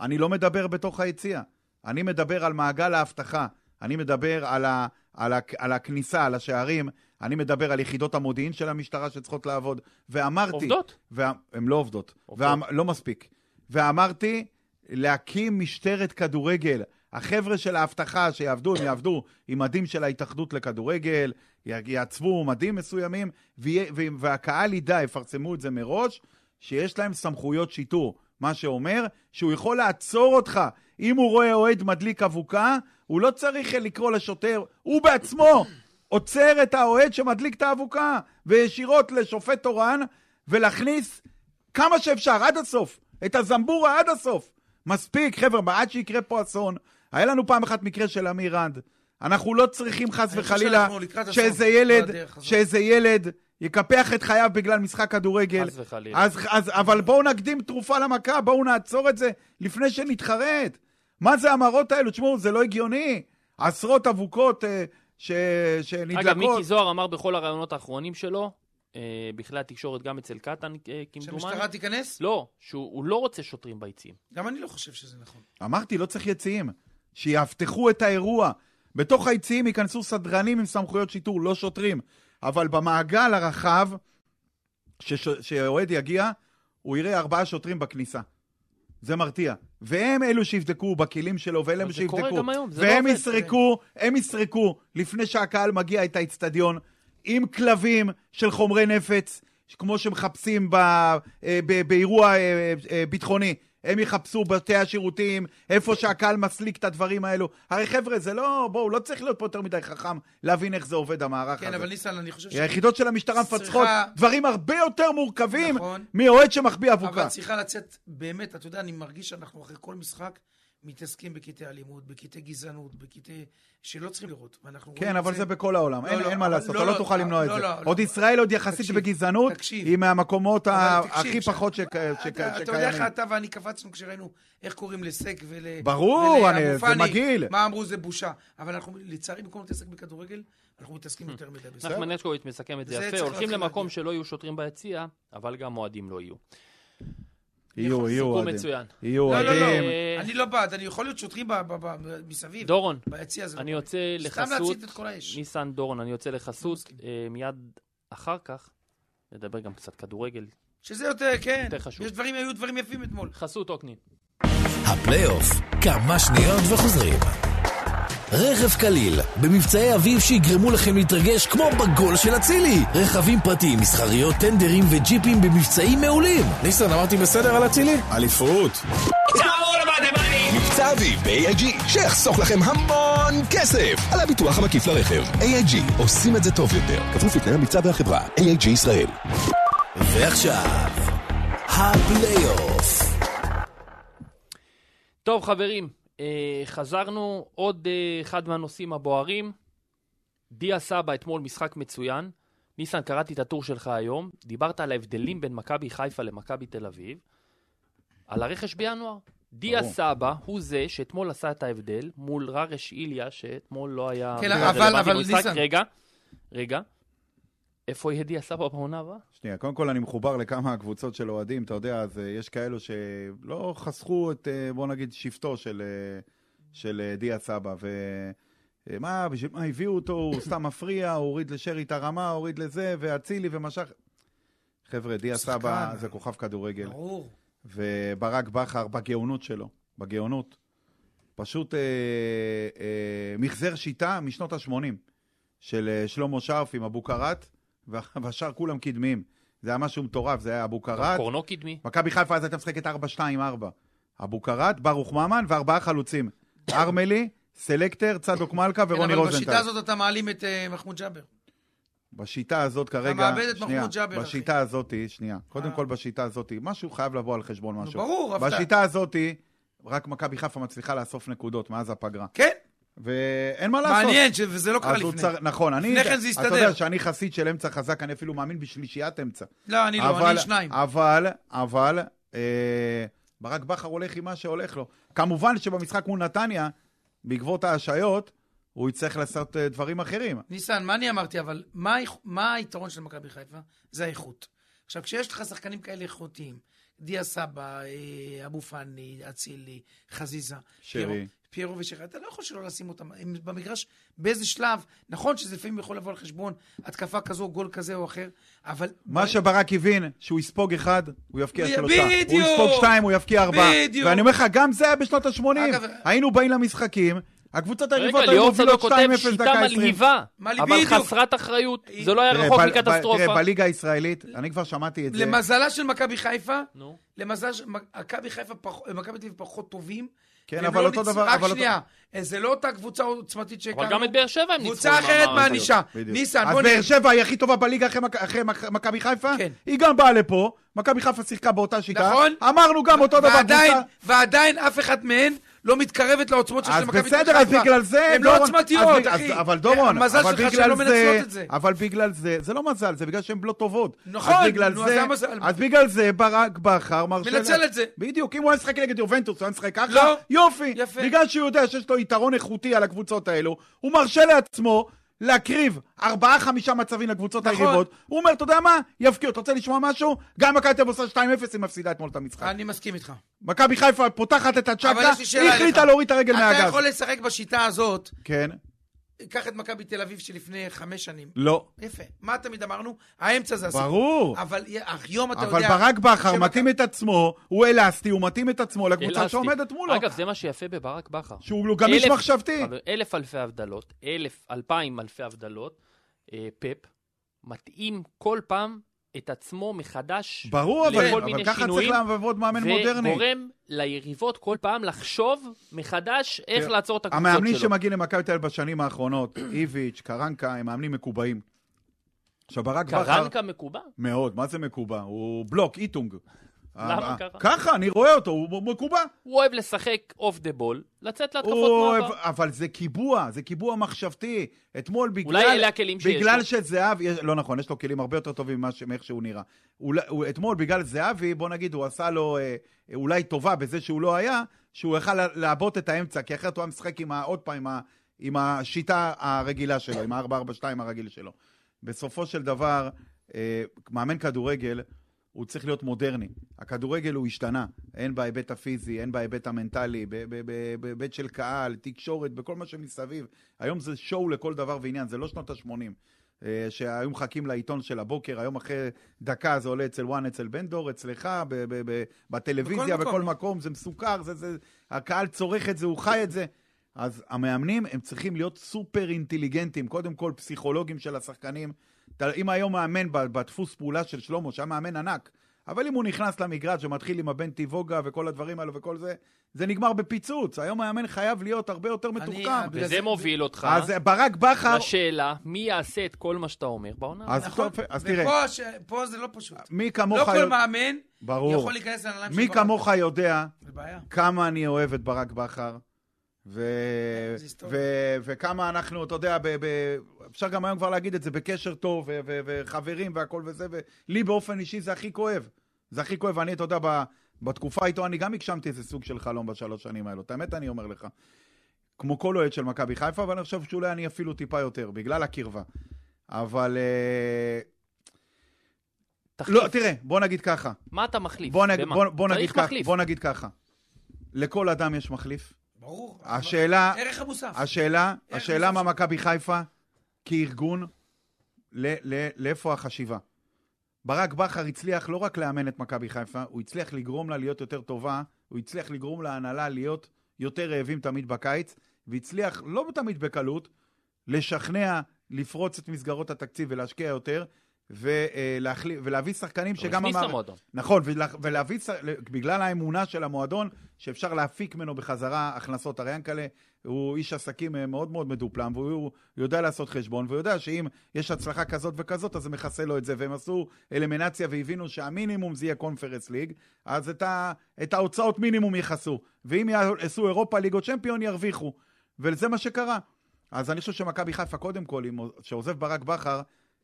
[SPEAKER 4] אני לא מדבר בתוך היציע. אני מדבר על מעגל האבטחה. אני מדבר על, ה, על, ה, על הכניסה, על השערים. אני מדבר על יחידות המודיעין של המשטרה שצריכות לעבוד. ואמרתי...
[SPEAKER 2] עובדות.
[SPEAKER 4] והן לא עובדות.
[SPEAKER 2] עובדות.
[SPEAKER 4] ואמ- לא מספיק. ואמרתי, להקים משטרת כדורגל. החבר'ה של האבטחה שיעבדו, הם יעבדו עם מדים של ההתאחדות לכדורגל, י- יעצבו מדים מסוימים, ויה- ו- והקהל ידע, יפרסמו את זה מראש, שיש להם סמכויות שיטור. מה שאומר שהוא יכול לעצור אותך. אם הוא רואה אוהד מדליק אבוקה, הוא לא צריך לקרוא לשוטר, הוא בעצמו עוצר את האוהד שמדליק את האבוקה, וישירות לשופט תורן, ולהכניס כמה שאפשר, עד הסוף. את הזמבורה עד הסוף. מספיק, חבר'ה, מה, עד שיקרה פה אסון. היה לנו פעם אחת מקרה של אמיר רנד. אנחנו לא צריכים חס
[SPEAKER 3] אני חושב
[SPEAKER 4] וחלילה
[SPEAKER 3] שאנחנו לקראת אסון
[SPEAKER 4] שאיזה ילד,
[SPEAKER 3] בדרך הזאת.
[SPEAKER 4] שאיזה ילד יקפח את חייו בגלל משחק כדורגל.
[SPEAKER 2] חס וחלילה.
[SPEAKER 4] כן. אז, אז, אבל בואו נקדים תרופה למכה, בואו נעצור את זה לפני שנתחרט. מה זה המראות האלו? תשמעו, זה לא הגיוני. עשרות אבוקות אה, ש, שנדלקות.
[SPEAKER 2] אגב, מיקי זוהר אמר בכל הראיונות האחרונים שלו, אה, בכלי התקשורת, גם אצל קטן, אה, כמדומני,
[SPEAKER 3] שהמשטרה תיכנס?
[SPEAKER 2] לא, שהוא לא רוצה שוטרים ביציעים.
[SPEAKER 3] גם אני לא חושב שזה נכון.
[SPEAKER 4] אמרתי, לא צריך יציעים. שיאבטחו את האירוע. בתוך היציעים ייכנסו סדרנים עם סמכויות שיטור, לא שוטרים. אבל במעגל הרחב, כשש- כשאוהד יגיע, הוא יראה ארבעה שוטרים בכניסה. זה מרתיע. והם אלו שיבדקו בכלים שלו, ואלה
[SPEAKER 2] אבל זה
[SPEAKER 4] שיבדקו.
[SPEAKER 2] קורה גם היום, זה לא
[SPEAKER 4] והם
[SPEAKER 2] עובד.
[SPEAKER 4] יסרקו, הם יסרקו, לפני שהקהל מגיע את האצטדיון, עם כלבים של חומרי נפץ, כמו שמחפשים ב, אה, ב, באירוע אה, אה, ביטחוני. הם יחפשו בתי השירותים, איפה שהקהל מסליק את הדברים האלו. הרי חבר'ה, זה לא, בואו, לא צריך להיות פה יותר מדי חכם להבין איך זה עובד המערך
[SPEAKER 3] כן,
[SPEAKER 4] הזה.
[SPEAKER 3] אבל ניסן, אני חושב ש...
[SPEAKER 4] היחידות של המשטרה מפצחות
[SPEAKER 3] צריכה-
[SPEAKER 4] דברים הרבה יותר מורכבים
[SPEAKER 3] נכון.
[SPEAKER 4] מאוהד שמחביא אבוקה.
[SPEAKER 3] אבל צריכה לצאת, באמת, אתה יודע, אני מרגיש שאנחנו אחרי כל משחק מתעסקים בקטעי אלימות, בקטעי גזענות, בקטעי... שלא צריכים לראות. ואנחנו
[SPEAKER 4] כן,
[SPEAKER 3] רואים את
[SPEAKER 4] אבל זה בכל העולם,
[SPEAKER 3] לא,
[SPEAKER 4] אין
[SPEAKER 3] לא,
[SPEAKER 4] אין מה
[SPEAKER 3] אבל
[SPEAKER 4] לעשות,
[SPEAKER 3] לא,
[SPEAKER 4] אתה לא
[SPEAKER 3] לא,
[SPEAKER 4] תוכל
[SPEAKER 3] לא,
[SPEAKER 4] למנוע את
[SPEAKER 3] לא,
[SPEAKER 4] זה.
[SPEAKER 3] לא,
[SPEAKER 4] עוד
[SPEAKER 3] לא.
[SPEAKER 4] ישראל עוד יחסית
[SPEAKER 3] תקשיב,
[SPEAKER 4] בגזענות,
[SPEAKER 3] תקשיב.
[SPEAKER 4] היא מהמקומות ה-
[SPEAKER 3] אבל תקשיב,
[SPEAKER 4] הכי
[SPEAKER 3] עכשיו,
[SPEAKER 4] פחות שכ-
[SPEAKER 3] אתה-
[SPEAKER 4] שכ-
[SPEAKER 3] אתה יודע
[SPEAKER 4] שקיימים.
[SPEAKER 3] איך אתה ואני קפצנו כשראינו איך קוראים לסק ול...
[SPEAKER 4] ברור,
[SPEAKER 3] ולאבו
[SPEAKER 4] אני- זה
[SPEAKER 3] פאני,
[SPEAKER 4] מגעיל.
[SPEAKER 3] מה אמרו זה בושה. אבל אנחנו, לצערי, במקום להתעסק בכדורגל, אנחנו מתעסקים יותר מדי בזה.
[SPEAKER 2] נחמן נשקוביץ' מסכם את זה
[SPEAKER 3] זה
[SPEAKER 2] יפה,
[SPEAKER 3] צריך
[SPEAKER 2] הולכים
[SPEAKER 3] להתחיל
[SPEAKER 2] למקום
[SPEAKER 3] להגיע.
[SPEAKER 2] שלא יהיו שוטרים ביציע, אבל גם אוהדים לא יהיו.
[SPEAKER 4] יהיו, יהיו
[SPEAKER 2] סיכום
[SPEAKER 4] אוהדים.
[SPEAKER 2] מצוין.
[SPEAKER 4] יהיו
[SPEAKER 3] לא, לא, לא,
[SPEAKER 4] אוהדים.
[SPEAKER 2] אה,
[SPEAKER 3] אני לא בעד, אני יכול להיות שוטרים ב- ב- ב- מסביב,
[SPEAKER 2] דורון,
[SPEAKER 3] ביציע הזה.
[SPEAKER 2] אני יוצא
[SPEAKER 3] סתם
[SPEAKER 2] לחסות,
[SPEAKER 3] להצית את כל האש.
[SPEAKER 2] ניסן דורון, אני יוצא לחסות,
[SPEAKER 4] אוקיי.
[SPEAKER 2] אה, מיד אחר כך נדבר גם קצת כדורגל.
[SPEAKER 3] שזה יותר, כן.
[SPEAKER 2] יותר חשוב.
[SPEAKER 3] יש דברים, היו דברים יפים אתמול.
[SPEAKER 2] חסות אוקנין.
[SPEAKER 5] הפלייאוף, כמה שניות וחוזרים. רכב קליל, במבצעי אביב שיגרמו לכם להתרגש כמו בגול של אצילי. רכבים פרטיים, מסחריות, טנדרים וג'יפים במבצעים מעולים.
[SPEAKER 6] ניסן, אמרתי בסדר על אצילי? אליפות.
[SPEAKER 1] מבצע אביב ב-AIG שיחסוך לכם המון כסף על הביטוח המקיף לרכב. AIG עושים את זה טוב יותר. כפוף לתנאי המבצע והחברה. AIG ישראל.
[SPEAKER 5] ועכשיו, הפלייאוף.
[SPEAKER 2] טוב, חברים, אה, חזרנו עוד אה, אחד מהנושאים הבוערים. דיה סבא אתמול משחק מצוין. ניסן, קראתי את הטור שלך היום, דיברת על ההבדלים בין מכבי חיפה למכבי תל אביב, על הרכש בינואר. דיה
[SPEAKER 4] ברור.
[SPEAKER 2] סבא הוא זה שאתמול עשה את ההבדל מול ררש איליה, שאתמול לא היה...
[SPEAKER 3] כן,
[SPEAKER 2] בכלל
[SPEAKER 3] אבל-
[SPEAKER 2] רלוונטי
[SPEAKER 3] אבל
[SPEAKER 2] במשחק.
[SPEAKER 3] ניסן-
[SPEAKER 2] רגע, רגע. איפה יהיה דיה סבא בעונה הבאה?
[SPEAKER 4] שנייה, קודם כל אני מחובר לכמה קבוצות של אוהדים, אתה יודע, אז אה, יש כאלו שלא חסכו את, אה, בוא נגיד, שבטו של, אה, של אה, דיה סבא, ו... אה, מה, בשביל מה הביאו אותו,
[SPEAKER 3] (coughs)
[SPEAKER 4] הוא סתם מפריע, הוא הוריד לשרי את הרמה, הוא הוריד לזה, ואצילי ומשך. חבר'ה, דיה
[SPEAKER 3] שחקן.
[SPEAKER 4] סבא זה כוכב כדורגל.
[SPEAKER 3] ברור.
[SPEAKER 4] וברק בכר בגאונות שלו, בגאונות, פשוט אה, אה, מחזר שיטה משנות ה-80 של אה, שלמה שרף עם אבו קראט, וה- (laughs) והשאר כולם קדמיים. זה היה משהו מטורף, זה היה אבו קראט.
[SPEAKER 2] קורנו קדמי.
[SPEAKER 4] מכבי חיפה אז הייתה משחקת 4-2-4. אבו קראט, ברוך ממן וארבעה
[SPEAKER 3] (coughs)
[SPEAKER 4] חלוצים. ארמלי, סלקטר, צדוק מלכה
[SPEAKER 3] כן,
[SPEAKER 4] ורוני
[SPEAKER 3] אבל בשיטה
[SPEAKER 4] רוזנטל.
[SPEAKER 3] הזאת אתה מעלים את אה, מחמוד ג'אבר.
[SPEAKER 4] בשיטה הזאת כרגע...
[SPEAKER 3] מאבד את
[SPEAKER 4] שנייה,
[SPEAKER 3] מחמוד ג'אבר, אחי.
[SPEAKER 4] בשיטה הזאת, שנייה. קודם
[SPEAKER 3] אה.
[SPEAKER 4] כל בשיטה הזאת, משהו חייב לבוא על חשבון משהו.
[SPEAKER 3] ברור, הפתעה.
[SPEAKER 4] בשיטה הזאת, רק מכבי חיפה מצליחה לאסוף נקודות מאז הפגרה.
[SPEAKER 3] כן?
[SPEAKER 4] ואין מה לעשות.
[SPEAKER 3] מעניין, ש- וזה לא קרה
[SPEAKER 4] אז הוא
[SPEAKER 3] לפני.
[SPEAKER 4] צר- נכון, אני...
[SPEAKER 3] לפני כן זה
[SPEAKER 4] אתה
[SPEAKER 3] הסתדר.
[SPEAKER 4] יודע שאני חסיד של אמצע חזק, אני אפילו מאמין בשלישיית אמצע.
[SPEAKER 3] לא, אני לא,
[SPEAKER 4] אבל-
[SPEAKER 3] אני שניים.
[SPEAKER 4] אבל, אבל, אה, ברק בכר הולך עם מה שהולך לו. כמובן שבמשחק מול נתניה, בעקבות ההשעיות, הוא יצטרך לעשות אה, דברים אחרים.
[SPEAKER 3] ניסן, מה אני אמרתי, אבל מה, האיכ- מה היתרון של מכבי חיפה? זה האיכות. עכשיו, כשיש לך שחקנים כאלה איכותיים, דיה סבא, אה, אבו פאני, אצילי, חזיזה,
[SPEAKER 4] שרי.
[SPEAKER 3] פיירו- פיירו ושרי, אתה לא יכול שלא לשים אותם הם במגרש באיזה שלב. נכון שזה לפעמים יכול לבוא על חשבון התקפה כזו, גול כזה או אחר, אבל...
[SPEAKER 4] מה שברק הבין, שהוא יספוג אחד, הוא יבקיע
[SPEAKER 3] אוקיי. ב-
[SPEAKER 4] שלושה. הוא
[SPEAKER 3] בדיוק.
[SPEAKER 4] יספוג שתיים, הוא יבקיע ארבעה.
[SPEAKER 3] בדיוק.
[SPEAKER 4] ואני אומר לך, גם זה היה בשנות ה-80.
[SPEAKER 3] אגב-
[SPEAKER 4] היינו באים למשחקים, הקבוצות
[SPEAKER 2] רגע,
[SPEAKER 4] היריבות היו
[SPEAKER 2] ליאור
[SPEAKER 4] מובילות
[SPEAKER 2] צדוק
[SPEAKER 4] 2-0
[SPEAKER 2] כותב
[SPEAKER 4] דקה
[SPEAKER 2] שיטה
[SPEAKER 4] 20.
[SPEAKER 2] מלהיבה,
[SPEAKER 3] מה לי-
[SPEAKER 2] אבל
[SPEAKER 3] בדיוק.
[SPEAKER 2] חסרת אחריות. זה לא היה
[SPEAKER 4] אה, תראה,
[SPEAKER 2] רחוק
[SPEAKER 4] ב- ב- תראה,
[SPEAKER 2] מקטסטרופה.
[SPEAKER 4] בליגה הישראלית, אני כבר שמעתי את זה.
[SPEAKER 3] למזלה של מכבי חיפה,
[SPEAKER 2] נו.
[SPEAKER 3] למזל של מכבי חיפה, פח- מכבי תל אביב פחות טובים.
[SPEAKER 4] כן,
[SPEAKER 3] והם
[SPEAKER 4] אבל
[SPEAKER 3] לא
[SPEAKER 4] אותו
[SPEAKER 3] ניצ-
[SPEAKER 4] דבר-
[SPEAKER 3] רק
[SPEAKER 4] אבל אותו-
[SPEAKER 3] שנייה, אה, זה לא אותה קבוצה עוצמתית שהכרנו.
[SPEAKER 2] אבל גם את באר שבע הם ניצחו.
[SPEAKER 3] קבוצה אחרת
[SPEAKER 2] במעמד הזה.
[SPEAKER 3] מענישה.
[SPEAKER 4] בדיוק.
[SPEAKER 3] ניסן,
[SPEAKER 4] אז
[SPEAKER 3] בוא
[SPEAKER 4] באר
[SPEAKER 3] נראה.
[SPEAKER 4] שבע היא הכי טובה בליגה אחרי מכ- אחרי מכ- מכבי חיפה?
[SPEAKER 3] כן.
[SPEAKER 4] היא גם באה לפה, מכבי חיפה שיחקה באותה שיטה.
[SPEAKER 3] נכון.
[SPEAKER 4] אמרנו גם אותו דבר.
[SPEAKER 3] ועדיין,
[SPEAKER 4] קבוצה-
[SPEAKER 3] ועדיין אף אחת מהן לא מתקרבת לעוצמות של
[SPEAKER 4] אז
[SPEAKER 3] מכבי חיפה.
[SPEAKER 4] בסדר, אז בגלל זה...
[SPEAKER 3] הן לא
[SPEAKER 4] דורון- אז
[SPEAKER 3] עוצמתיות,
[SPEAKER 4] ב-
[SPEAKER 3] אחי.
[SPEAKER 4] אז- אבל דורון,
[SPEAKER 3] המזל
[SPEAKER 4] אבל
[SPEAKER 3] שלך
[SPEAKER 4] בגלל
[SPEAKER 3] שלא מנצלות את זה.
[SPEAKER 4] אבל בגלל זה, זה לא מזל, זה בגלל שהן לא טובות.
[SPEAKER 3] נכון,
[SPEAKER 4] אז בגלל
[SPEAKER 3] נו, אז
[SPEAKER 4] זה-
[SPEAKER 3] למה זה-
[SPEAKER 4] אז בגלל זה ברק בכר מרשה...
[SPEAKER 3] מנצל
[SPEAKER 4] לה-
[SPEAKER 3] את זה.
[SPEAKER 4] בדיוק, אם הוא היה משחק נגד יובנטוס, הוא היה משחק ככה,
[SPEAKER 3] לא.
[SPEAKER 4] יופי.
[SPEAKER 3] יפה.
[SPEAKER 4] בגלל שהוא יודע שיש לו יתרון איכותי על הקבוצות האלו, הוא מרשה לעצמו... להקריב ארבעה-חמישה מצבים לקבוצות
[SPEAKER 3] נכון.
[SPEAKER 4] היריבות, הוא אומר, אתה יודע מה, יפקיעו, אתה רוצה לשמוע משהו? גם מכבי תל אביב עושה 2-0, היא מפסידה אתמול את המשחק.
[SPEAKER 3] אני מסכים איתך.
[SPEAKER 4] מכבי חיפה פותחת את
[SPEAKER 3] אבל
[SPEAKER 4] הצ'קה,
[SPEAKER 3] יש לי
[SPEAKER 4] היא
[SPEAKER 3] שאלה
[SPEAKER 4] החליטה
[SPEAKER 3] אליך.
[SPEAKER 4] להוריד את הרגל מהגז.
[SPEAKER 3] אתה יכול לשחק בשיטה הזאת,
[SPEAKER 4] כן,
[SPEAKER 3] קח את מכבי תל אביב שלפני חמש שנים.
[SPEAKER 4] לא.
[SPEAKER 3] יפה. מה תמיד אמרנו? האמצע זה הסיפור.
[SPEAKER 4] ברור.
[SPEAKER 3] אבל היום אתה
[SPEAKER 4] אבל
[SPEAKER 3] יודע...
[SPEAKER 4] ברק בכר
[SPEAKER 3] שמכבי-
[SPEAKER 4] מתאים את עצמו, הוא אלסטי, הוא מתאים את עצמו לקבוצה
[SPEAKER 2] אלסטי.
[SPEAKER 4] שעומדת מולו.
[SPEAKER 2] אגב, זה מה שיפה בברק בכר.
[SPEAKER 4] שהוא גם איש
[SPEAKER 2] אלף-
[SPEAKER 4] מחשבתי.
[SPEAKER 2] חבר, אלף אלפי הבדלות, אלף, אלפיים אלפי הבדלות, אה, פפ, מתאים כל פעם את עצמו מחדש.
[SPEAKER 4] ברור, אבל
[SPEAKER 2] לכל
[SPEAKER 4] אבל
[SPEAKER 2] מיני
[SPEAKER 4] ככה צריך
[SPEAKER 2] שינויים,
[SPEAKER 4] לעבוד מאמן מודרני.
[SPEAKER 2] וגורם ליריבות כל פעם לחשוב מחדש איך
[SPEAKER 4] כן.
[SPEAKER 2] לעצור את הקבוצות
[SPEAKER 4] המאמנים
[SPEAKER 2] שלו.
[SPEAKER 4] שמגיעים למכבי תל אביב בשנים האחרונות, (clears throat) איביץ', קרנקה, הם מאמנים מקובעים. עכשיו, ברק בכר...
[SPEAKER 2] קרנקה מקובע?
[SPEAKER 4] מאוד, מה זה מקובע? הוא בלוק, איטונג.
[SPEAKER 2] למה
[SPEAKER 4] אה,
[SPEAKER 2] ככה?
[SPEAKER 4] ככה, אני רואה אותו, הוא מקובע.
[SPEAKER 2] הוא אוהב לשחק אוף דה בול, לצאת להתקפות
[SPEAKER 4] הוא-
[SPEAKER 2] מעבר.
[SPEAKER 4] אבל זה קיבוע, זה קיבוע מחשבתי. אתמול בגלל...
[SPEAKER 2] אולי אלה הכלים שיש
[SPEAKER 4] בגלל
[SPEAKER 2] לו.
[SPEAKER 4] שזהבי... יש- לא נכון, יש לו כלים הרבה יותר טובים ממה ש- מאיך שהוא נראה. אולי- הוא- אתמול בגלל זהבי, בוא נגיד, הוא עשה לו אה, אולי טובה בזה שהוא לא היה, שהוא יכל לה- לעבות את האמצע, כי אחרת הוא היה משחק עם ה... עוד פעם, עם ה- עם השיטה הרגילה שלו, עם ה-442 הרגיל שלו. בסופו של דבר, אה, מאמן כדורגל, הוא צריך להיות מודרני. הכדורגל הוא השתנה, הן בהיבט הפיזי, הן בהיבט המנטלי, ב- ב- ב- בהיבט של קהל, תקשורת, בכל מה שמסביב. היום זה שואו לכל דבר ועניין, זה לא שנות ה-80. שהיו מחכים לעיתון של הבוקר, היום אחרי דקה זה עולה אצל וואן, אצל בן דור, אצלך, ב- ב- ב- בטלוויזיה,
[SPEAKER 3] בכל
[SPEAKER 4] בכל מקום, זה מסוכר, זה, זה, הקהל צורך את זה, הוא חי את זה. אז המאמנים, הם צריכים להיות סופר אינטליגנטים, קודם כל פסיכולוגים של השחקנים. אתה- אם היום מאמן ב- בדפוס פעולה של שלמה, שהיה מאמן ענק, אבל אם הוא נכנס למגרש ומתחיל עם הבן טיבוגה וכל הדברים האלו וכל זה, זה נגמר בפיצוץ. היום מאמן חייב להיות הרבה יותר מתוחכם.
[SPEAKER 3] אה, בגלל
[SPEAKER 2] וזה
[SPEAKER 3] זה-
[SPEAKER 2] מוביל אותך
[SPEAKER 4] אז אה, ברק בכר...
[SPEAKER 2] לשאלה מי יעשה את כל מה שאתה אומר בעונה.
[SPEAKER 4] אז
[SPEAKER 3] נכון.
[SPEAKER 4] טוב, אז תראה,
[SPEAKER 3] ופה ש- פה זה לא פשוט.
[SPEAKER 4] מי
[SPEAKER 3] לא
[SPEAKER 4] כמוך...
[SPEAKER 3] כל
[SPEAKER 4] יודע-
[SPEAKER 3] מאמן
[SPEAKER 4] ברור.
[SPEAKER 3] יכול להיכנס לנעליים של
[SPEAKER 4] מי
[SPEAKER 3] ברק.
[SPEAKER 4] כמוך יודע
[SPEAKER 3] זה בעיה.
[SPEAKER 4] כמה אני אוהב את ברק בכר, ו...
[SPEAKER 3] זה היסטורי.
[SPEAKER 4] ו... וכמה אנחנו, אתה יודע, ב... ב... אפשר גם היום כבר להגיד את זה, בקשר טוב, ו... ו... וחברים והכל וזה, ולי באופן אישי זה הכי כואב. זה הכי כואב, אני, אתה יודע, ב... בתקופה איתו אני גם הגשמתי איזה סוג של חלום בשלוש שנים האלו, את האמת אני אומר לך. כמו כל אוהד של מכבי חיפה, אבל אני חושב שאולי אני אפילו טיפה יותר, בגלל הקרבה. אבל... אה,
[SPEAKER 2] תחליף.
[SPEAKER 4] לא, תראה, בוא נגיד ככה.
[SPEAKER 2] מה אתה מחליף?
[SPEAKER 4] בוא, נג...
[SPEAKER 2] במה?
[SPEAKER 4] בוא, בוא, נגיד
[SPEAKER 2] צריך
[SPEAKER 4] כך,
[SPEAKER 2] מחליף.
[SPEAKER 4] בוא נגיד ככה, לכל אדם יש מחליף.
[SPEAKER 3] ברור.
[SPEAKER 4] השאלה,
[SPEAKER 3] ערך המוסף.
[SPEAKER 4] השאלה,
[SPEAKER 3] איך
[SPEAKER 4] השאלה
[SPEAKER 3] זה
[SPEAKER 4] מה מכבי חיפה כארגון, ל- ל- לאיפה החשיבה. ברק בכר הצליח לא רק לאמן את מכבי חיפה, הוא הצליח לגרום לה להיות יותר טובה, הוא הצליח לגרום להנהלה להיות יותר רעבים תמיד בקיץ, והצליח, לא תמיד בקלות, לשכנע לפרוץ את מסגרות התקציב ולהשקיע יותר, ולהחליף, ולהביא שחקנים
[SPEAKER 2] הוא
[SPEAKER 4] שגם
[SPEAKER 2] הכניס
[SPEAKER 4] המערכת...
[SPEAKER 2] למועדון.
[SPEAKER 4] נכון, ולה, ולהביא, ש- בגלל האמונה של המועדון, שאפשר להפיק ממנו בחזרה הכנסות. הרי ינקלה הוא איש עסקים אה, מאוד מאוד מדופלם, והוא הוא יודע לעשות חשבון, והוא יודע שאם יש הצלחה כזאת וכזאת, אז זה מכסה לו את זה. והם עשו אלמינציה והבינו שהמינימום זה יהיה קונפרנס ליג, אז את, ה, את ההוצאות מינימום יכסו. ואם יעשו אירופה ליג או צ'מפיון, ירוויחו. וזה מה שקרה. אז אני חושב שמכבי חיפה, קודם כל, עם- שעוזב ברק בכר,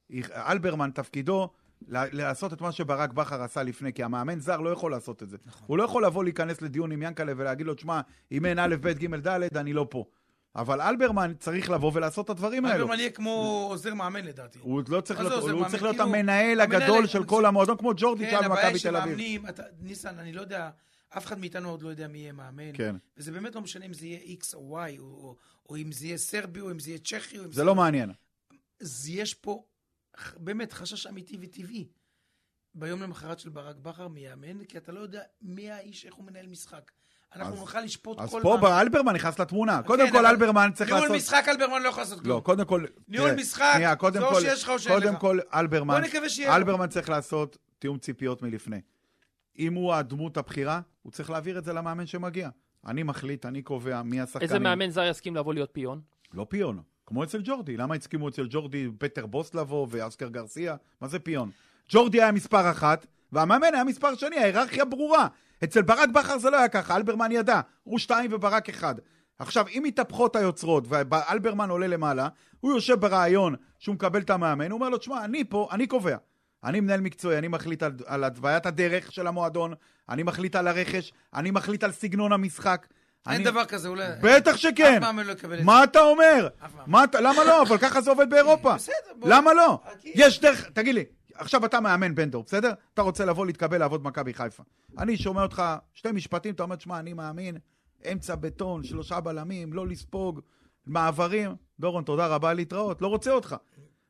[SPEAKER 4] היא- אלברמן, תפקידו ל- לעשות את מה שברק בכר עשה לפני, כי המאמן זר לא יכול לעשות את זה. הוא לא יכול לבוא להיכנס לדיון עם ינקלה ולהגיד לו, תשמע, אם אין א', ב', ג', ד', אני לא פה. אבל אלברמן צריך לבוא ולעשות את הדברים האלו.
[SPEAKER 3] אלברמן יהיה כמו עוזר מאמן לדעתי.
[SPEAKER 4] הוא לא צריך
[SPEAKER 3] מה זה
[SPEAKER 4] להיות,
[SPEAKER 3] עוזר
[SPEAKER 4] הוא
[SPEAKER 3] מאמן?
[SPEAKER 4] צריך להיות
[SPEAKER 3] כאילו, המנהל
[SPEAKER 4] המנהל הגדול
[SPEAKER 3] הקבוצה.
[SPEAKER 4] של כל המועדון, כמו ג'ורדי
[SPEAKER 3] כן,
[SPEAKER 4] שהיה
[SPEAKER 3] הבעיה
[SPEAKER 4] לא במכבי תל אביב.
[SPEAKER 3] שמאמנים, אתה- ניסן, אני לא יודע, אף אחד מאיתנו עוד לא יודע מי יהיה מאמן.
[SPEAKER 4] כן.
[SPEAKER 3] וזה באמת לא משנה אם זה יהיה X או Y, או- או- או אם זה יהיה סרבי, או אם זה יהיה צ'כי, או אם
[SPEAKER 4] זה לא מעניין.
[SPEAKER 3] אז יש פה ח- באמת חשש אמיתי וטבעי. ביום למחרת של ברק בכר מאמן, כי אתה לא יודע מי האיש, איך הוא מנהל משחק. אנחנו
[SPEAKER 4] אז-
[SPEAKER 3] נוכל לשפוט כל...
[SPEAKER 4] אז פה
[SPEAKER 3] מאמן.
[SPEAKER 4] אלברמן נכנס לתמונה. קודם
[SPEAKER 3] כן,
[SPEAKER 4] כל
[SPEAKER 3] אבל
[SPEAKER 4] אלברמן צריך
[SPEAKER 3] ניהול
[SPEAKER 4] לעשות...
[SPEAKER 3] משחק אלברמן לא יכול לעשות
[SPEAKER 4] לא,
[SPEAKER 3] כלום.
[SPEAKER 4] קודם כל...
[SPEAKER 3] ניהול
[SPEAKER 4] תראה,
[SPEAKER 3] משחק,
[SPEAKER 4] שנייה, קודם
[SPEAKER 3] זה או
[SPEAKER 4] כל-
[SPEAKER 3] שיש לך או שאין
[SPEAKER 4] קודם
[SPEAKER 3] לך.
[SPEAKER 4] כל, אלברמן...
[SPEAKER 3] בוא נקווה שיהיה לו.
[SPEAKER 4] אלברמן צריך לעשות תיאום ציפיות מלפני. אם הוא הדמות הבכירה, הוא צריך להעביר את זה למאמן שמגיע. אני מחליט, אני קובע מי השחקנים.
[SPEAKER 2] איזה מאמן זר יסכים לבוא להיות פיון?
[SPEAKER 4] לא פיון. כמו אצל ג'ורדי. למה הסכימו אצל ג'ורדי פטר בוס לבוא ואסקר גרסיה? מה זה פיון? ג'ורדי היה מספר אחת, והמאמן היה מספר שני, ההיררכיה ברורה. אצל ברק בכר זה לא היה ככה, אלברמן ידע. הוא שתיים וברק אחד. עכשיו, אם מתהפכות היוצרות ואלברמן עולה למעלה, הוא יושב ברעיון שהוא מקבל את המאמן, הוא אומר לו, תשמע, אני פה, אני קובע. אני מנהל מקצועי, אני מחליט על, על התוויית הדרך של המועדון, אני מחליט על הרכש, אני מחליט על סגנון המשחק.
[SPEAKER 3] אין
[SPEAKER 4] אני-
[SPEAKER 3] דבר כזה, אולי...
[SPEAKER 4] בטח שכן.
[SPEAKER 3] אף מאמן לא יקבל את זה.
[SPEAKER 4] מה אתה אומר?
[SPEAKER 3] אף מאמן.
[SPEAKER 4] מה אתה- למה לא? אבל ככה זה עובד באירופה.
[SPEAKER 3] (laughs) בסדר, בוא.
[SPEAKER 4] למה לא?
[SPEAKER 3] אוקיי.
[SPEAKER 4] יש דרך, תגיד לי, עכשיו אתה מאמן בן דור, בסדר? אתה רוצה לבוא להתקבל לעבוד במכבי חיפה. אני שומע אותך שתי משפטים, אתה אומר, שמע, אני מאמין, אמצע בטון, שלושה בלמים, לא לספוג, מעברים. דורון, תודה רבה, להתראות, לא רוצה אותך.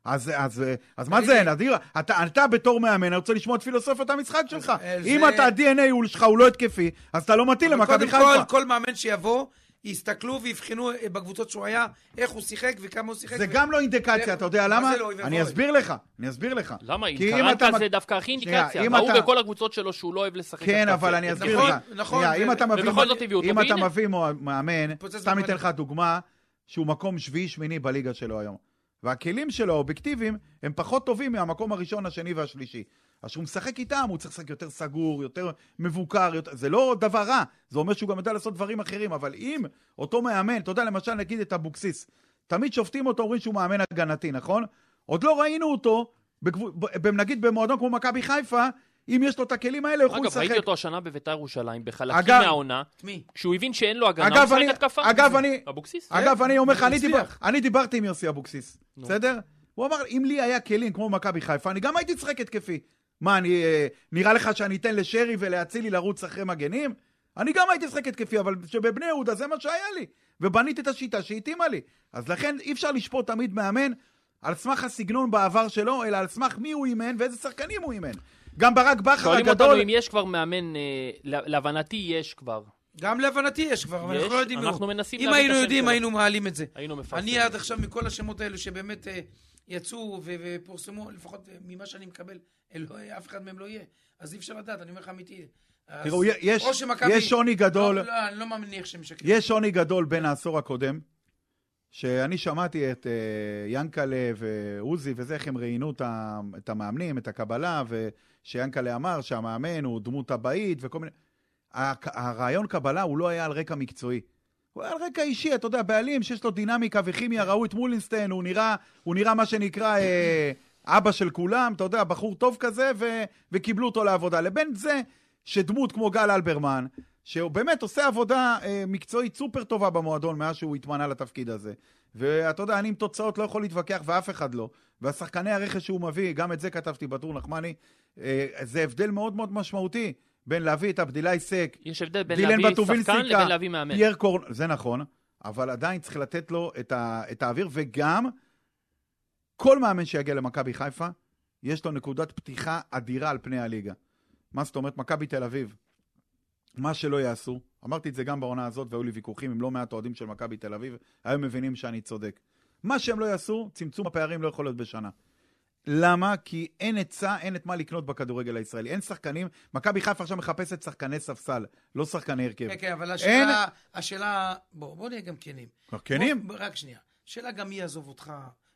[SPEAKER 4] אז, אז, אז מה זה, נדיר? אתה, אתה בתור מאמן, אני רוצה לשמוע את פילוסופיות המשחק שלך.
[SPEAKER 3] אה,
[SPEAKER 4] אם
[SPEAKER 3] זה-
[SPEAKER 4] אתה, ה-DNA הוא שלך הוא לא התקפי, אז אתה לא מתאים
[SPEAKER 3] אבל קודם
[SPEAKER 4] למכבי חיפה.
[SPEAKER 3] כל, כל מאמן שיבוא, יסתכלו ויבחנו אה, בקבוצות שהוא היה, איך הוא שיחק וכמה הוא שיחק.
[SPEAKER 4] זה
[SPEAKER 3] ו-
[SPEAKER 4] גם לא אינדיקציה, אתה
[SPEAKER 3] מה
[SPEAKER 4] יודע למה?
[SPEAKER 3] זה לא, אוי ואבוי.
[SPEAKER 4] אני אסביר לך, אני אסביר לך.
[SPEAKER 2] למה? אם
[SPEAKER 4] כי
[SPEAKER 2] קרנקה
[SPEAKER 4] אתה
[SPEAKER 2] זה
[SPEAKER 4] מק-
[SPEAKER 2] דווקא הכי
[SPEAKER 4] שנייה,
[SPEAKER 2] אינדיקציה.
[SPEAKER 4] אם
[SPEAKER 2] ראו
[SPEAKER 4] אתה-
[SPEAKER 2] בכל הקבוצות שלו שהוא לא אוהב לשחק
[SPEAKER 4] כן,
[SPEAKER 2] התקפי.
[SPEAKER 4] אבל אני אסביר
[SPEAKER 3] נכון,
[SPEAKER 4] לך.
[SPEAKER 3] נכון,
[SPEAKER 4] שנייה,
[SPEAKER 3] ו-
[SPEAKER 4] אם אתה מביא...
[SPEAKER 2] ובכל זאת הביאו אותו,
[SPEAKER 4] אם אתה
[SPEAKER 2] והנה.
[SPEAKER 4] מביא מוע- מאמן,
[SPEAKER 3] פוצץ
[SPEAKER 4] סתם
[SPEAKER 3] בפנים.
[SPEAKER 4] אתן לך דוגמה, שהוא מקום שביעי-שמיני בליגה שלו היום. והכלים שלו, האובייקטיביים, הם פחות טובים מהמקום הראשון, השני והשלישי. אז כשהוא משחק איתם, הוא צריך לשחק יותר סגור, יותר מבוקר, יותר... זה לא דבר רע, זה אומר שהוא גם יודע לעשות דברים אחרים, אבל אם אותו מאמן, אתה יודע, למשל נגיד את אבוקסיס, תמיד שופטים אותו, אומרים שהוא מאמן הגנתי, נכון? עוד לא ראינו אותו, בגבו... ב... ב- נגיד במועדון כמו מכבי חיפה, אם יש לו את הכלים האלה, הוא יכול
[SPEAKER 2] אגב,
[SPEAKER 4] לשחק.
[SPEAKER 2] ראיתי אותו השנה בביתר ירושלים, בחלקים
[SPEAKER 4] אגב-
[SPEAKER 2] מהעונה,
[SPEAKER 3] את מי?
[SPEAKER 2] כשהוא הבין שאין לו הגנה, הוא
[SPEAKER 4] אגב,
[SPEAKER 2] משחק
[SPEAKER 4] אני-
[SPEAKER 2] התקפה.
[SPEAKER 4] אגב, אני-
[SPEAKER 2] אבוקסיס?
[SPEAKER 4] אגב, אני אומר לך,
[SPEAKER 3] הוא
[SPEAKER 4] אני, דיבר,
[SPEAKER 3] הצליח.
[SPEAKER 4] אני דיברתי עם יוסי אבוקסיס, בסדר? הוא אמר, אם לי היה כלים כמו מכבי חיפה, אני גם הייתי צחק התקפי. מה, אני, אה, נראה לך שאני אתן לשרי ולאצילי לרוץ אחרי מגנים? אני גם הייתי צחק התקפי, אבל שבבני יהודה זה מה שהיה לי. ובניתי את השיטה שהתאימה לי. אז לכן אי אפשר לשפוט תמיד מאמן על סמך הסגנון בעבר שלו, אלא על סמך מי הוא אימן ואיזה שחקנים הוא אימן. גם ברק בכר
[SPEAKER 2] שואלים אותנו
[SPEAKER 4] הגדול...
[SPEAKER 2] אם יש כבר מאמן, אה, לה- להבנתי יש כבר.
[SPEAKER 3] גם להבנתי יש כבר, אבל
[SPEAKER 2] יש,
[SPEAKER 3] אנחנו לא יודעים מי הוא.
[SPEAKER 2] אנחנו מנסים
[SPEAKER 3] אם
[SPEAKER 2] להביא את
[SPEAKER 3] היינו
[SPEAKER 2] השם
[SPEAKER 3] יודעים,
[SPEAKER 2] שלו.
[SPEAKER 3] היינו מעלים את זה.
[SPEAKER 2] היינו מפרסמים.
[SPEAKER 3] אני עד עכשיו, מכל השמות האלו שבאמת אה, יצאו ו- ופורסמו, לפחות אה, ממה שאני מקבל, אה, לא, אה, אף אחד מהם לא יהיה. אז אי אפשר לדעת, אני אומר לך אמיתי. אז-
[SPEAKER 4] תראו, יש-
[SPEAKER 3] או שמכבי-
[SPEAKER 4] יש שוני גדול.
[SPEAKER 3] לא, לא, אני לא מניח שהם משקרים.
[SPEAKER 4] יש שוני גדול בין העשור הקודם, שאני שמעתי את אה, ינקלה ועוזי וזה, איך הם ראיינו את ה- את המאמנים, את הקבלה, ושיאנקלה אמר שהמאמן הוא דמות אבאית וכל מיני... הק- הרעיון קבלה הוא לא היה על רקע מקצועי. הוא היה על רקע אישי, אתה יודע, בעלים שיש לו דינמיקה וכימיה, ראו את מולינסטיין, הוא נראה, הוא נראה מה שנקרא אה, אבא של כולם, אתה יודע, בחור טוב כזה, ו, וקיבלו אותו לעבודה. לבין זה שדמות כמו גל אלברמן, שהוא באמת עושה עבודה אה, מקצועית סופר טובה במועדון מאז שהוא התמנה לתפקיד הזה. ואתה יודע, אני עם תוצאות לא יכול להתווכח, ואף אחד לא. והשחקני הרכש שהוא מביא, גם את זה כתבתי בטור נחמני, אה, זה הבדל מאוד מאוד משמעותי בין להביא את הבדילאי סק,
[SPEAKER 2] יש הבדל בין
[SPEAKER 4] דילן
[SPEAKER 2] להביא
[SPEAKER 4] בטובילסיקה,
[SPEAKER 2] שחקן לבין להביא מאמן.
[SPEAKER 4] פייר קורן, זה נכון, אבל עדיין צריך לתת לו את, ה, את האוויר, וגם כל מאמן שיגיע למכבי חיפה, יש לו נקודת פתיחה אדירה על פני הליגה. מה זאת אומרת, מכבי תל אביב, מה שלא יעשו, אמרתי את זה גם בעונה הזאת, והיו לי ויכוחים עם לא מעט אוהדים של מכבי תל אביב, היום מבינים שאני צודק. מה שהם לא יעשו, צמצום הפערים לא יכול להיות בשנה. למה? כי אין היצע, אין את מה לקנות בכדורגל הישראלי. אין שחקנים. מכבי חיפה עכשיו מחפשת שחקני ספסל, לא שחקני הרכב.
[SPEAKER 3] כן, כן, אבל
[SPEAKER 4] אין-
[SPEAKER 3] השאלה, השאלה, בוא, בוא נהיה גם כנים.
[SPEAKER 4] כנים?
[SPEAKER 3] בוא, רק שנייה. שאלה גם מי יעזוב אותך,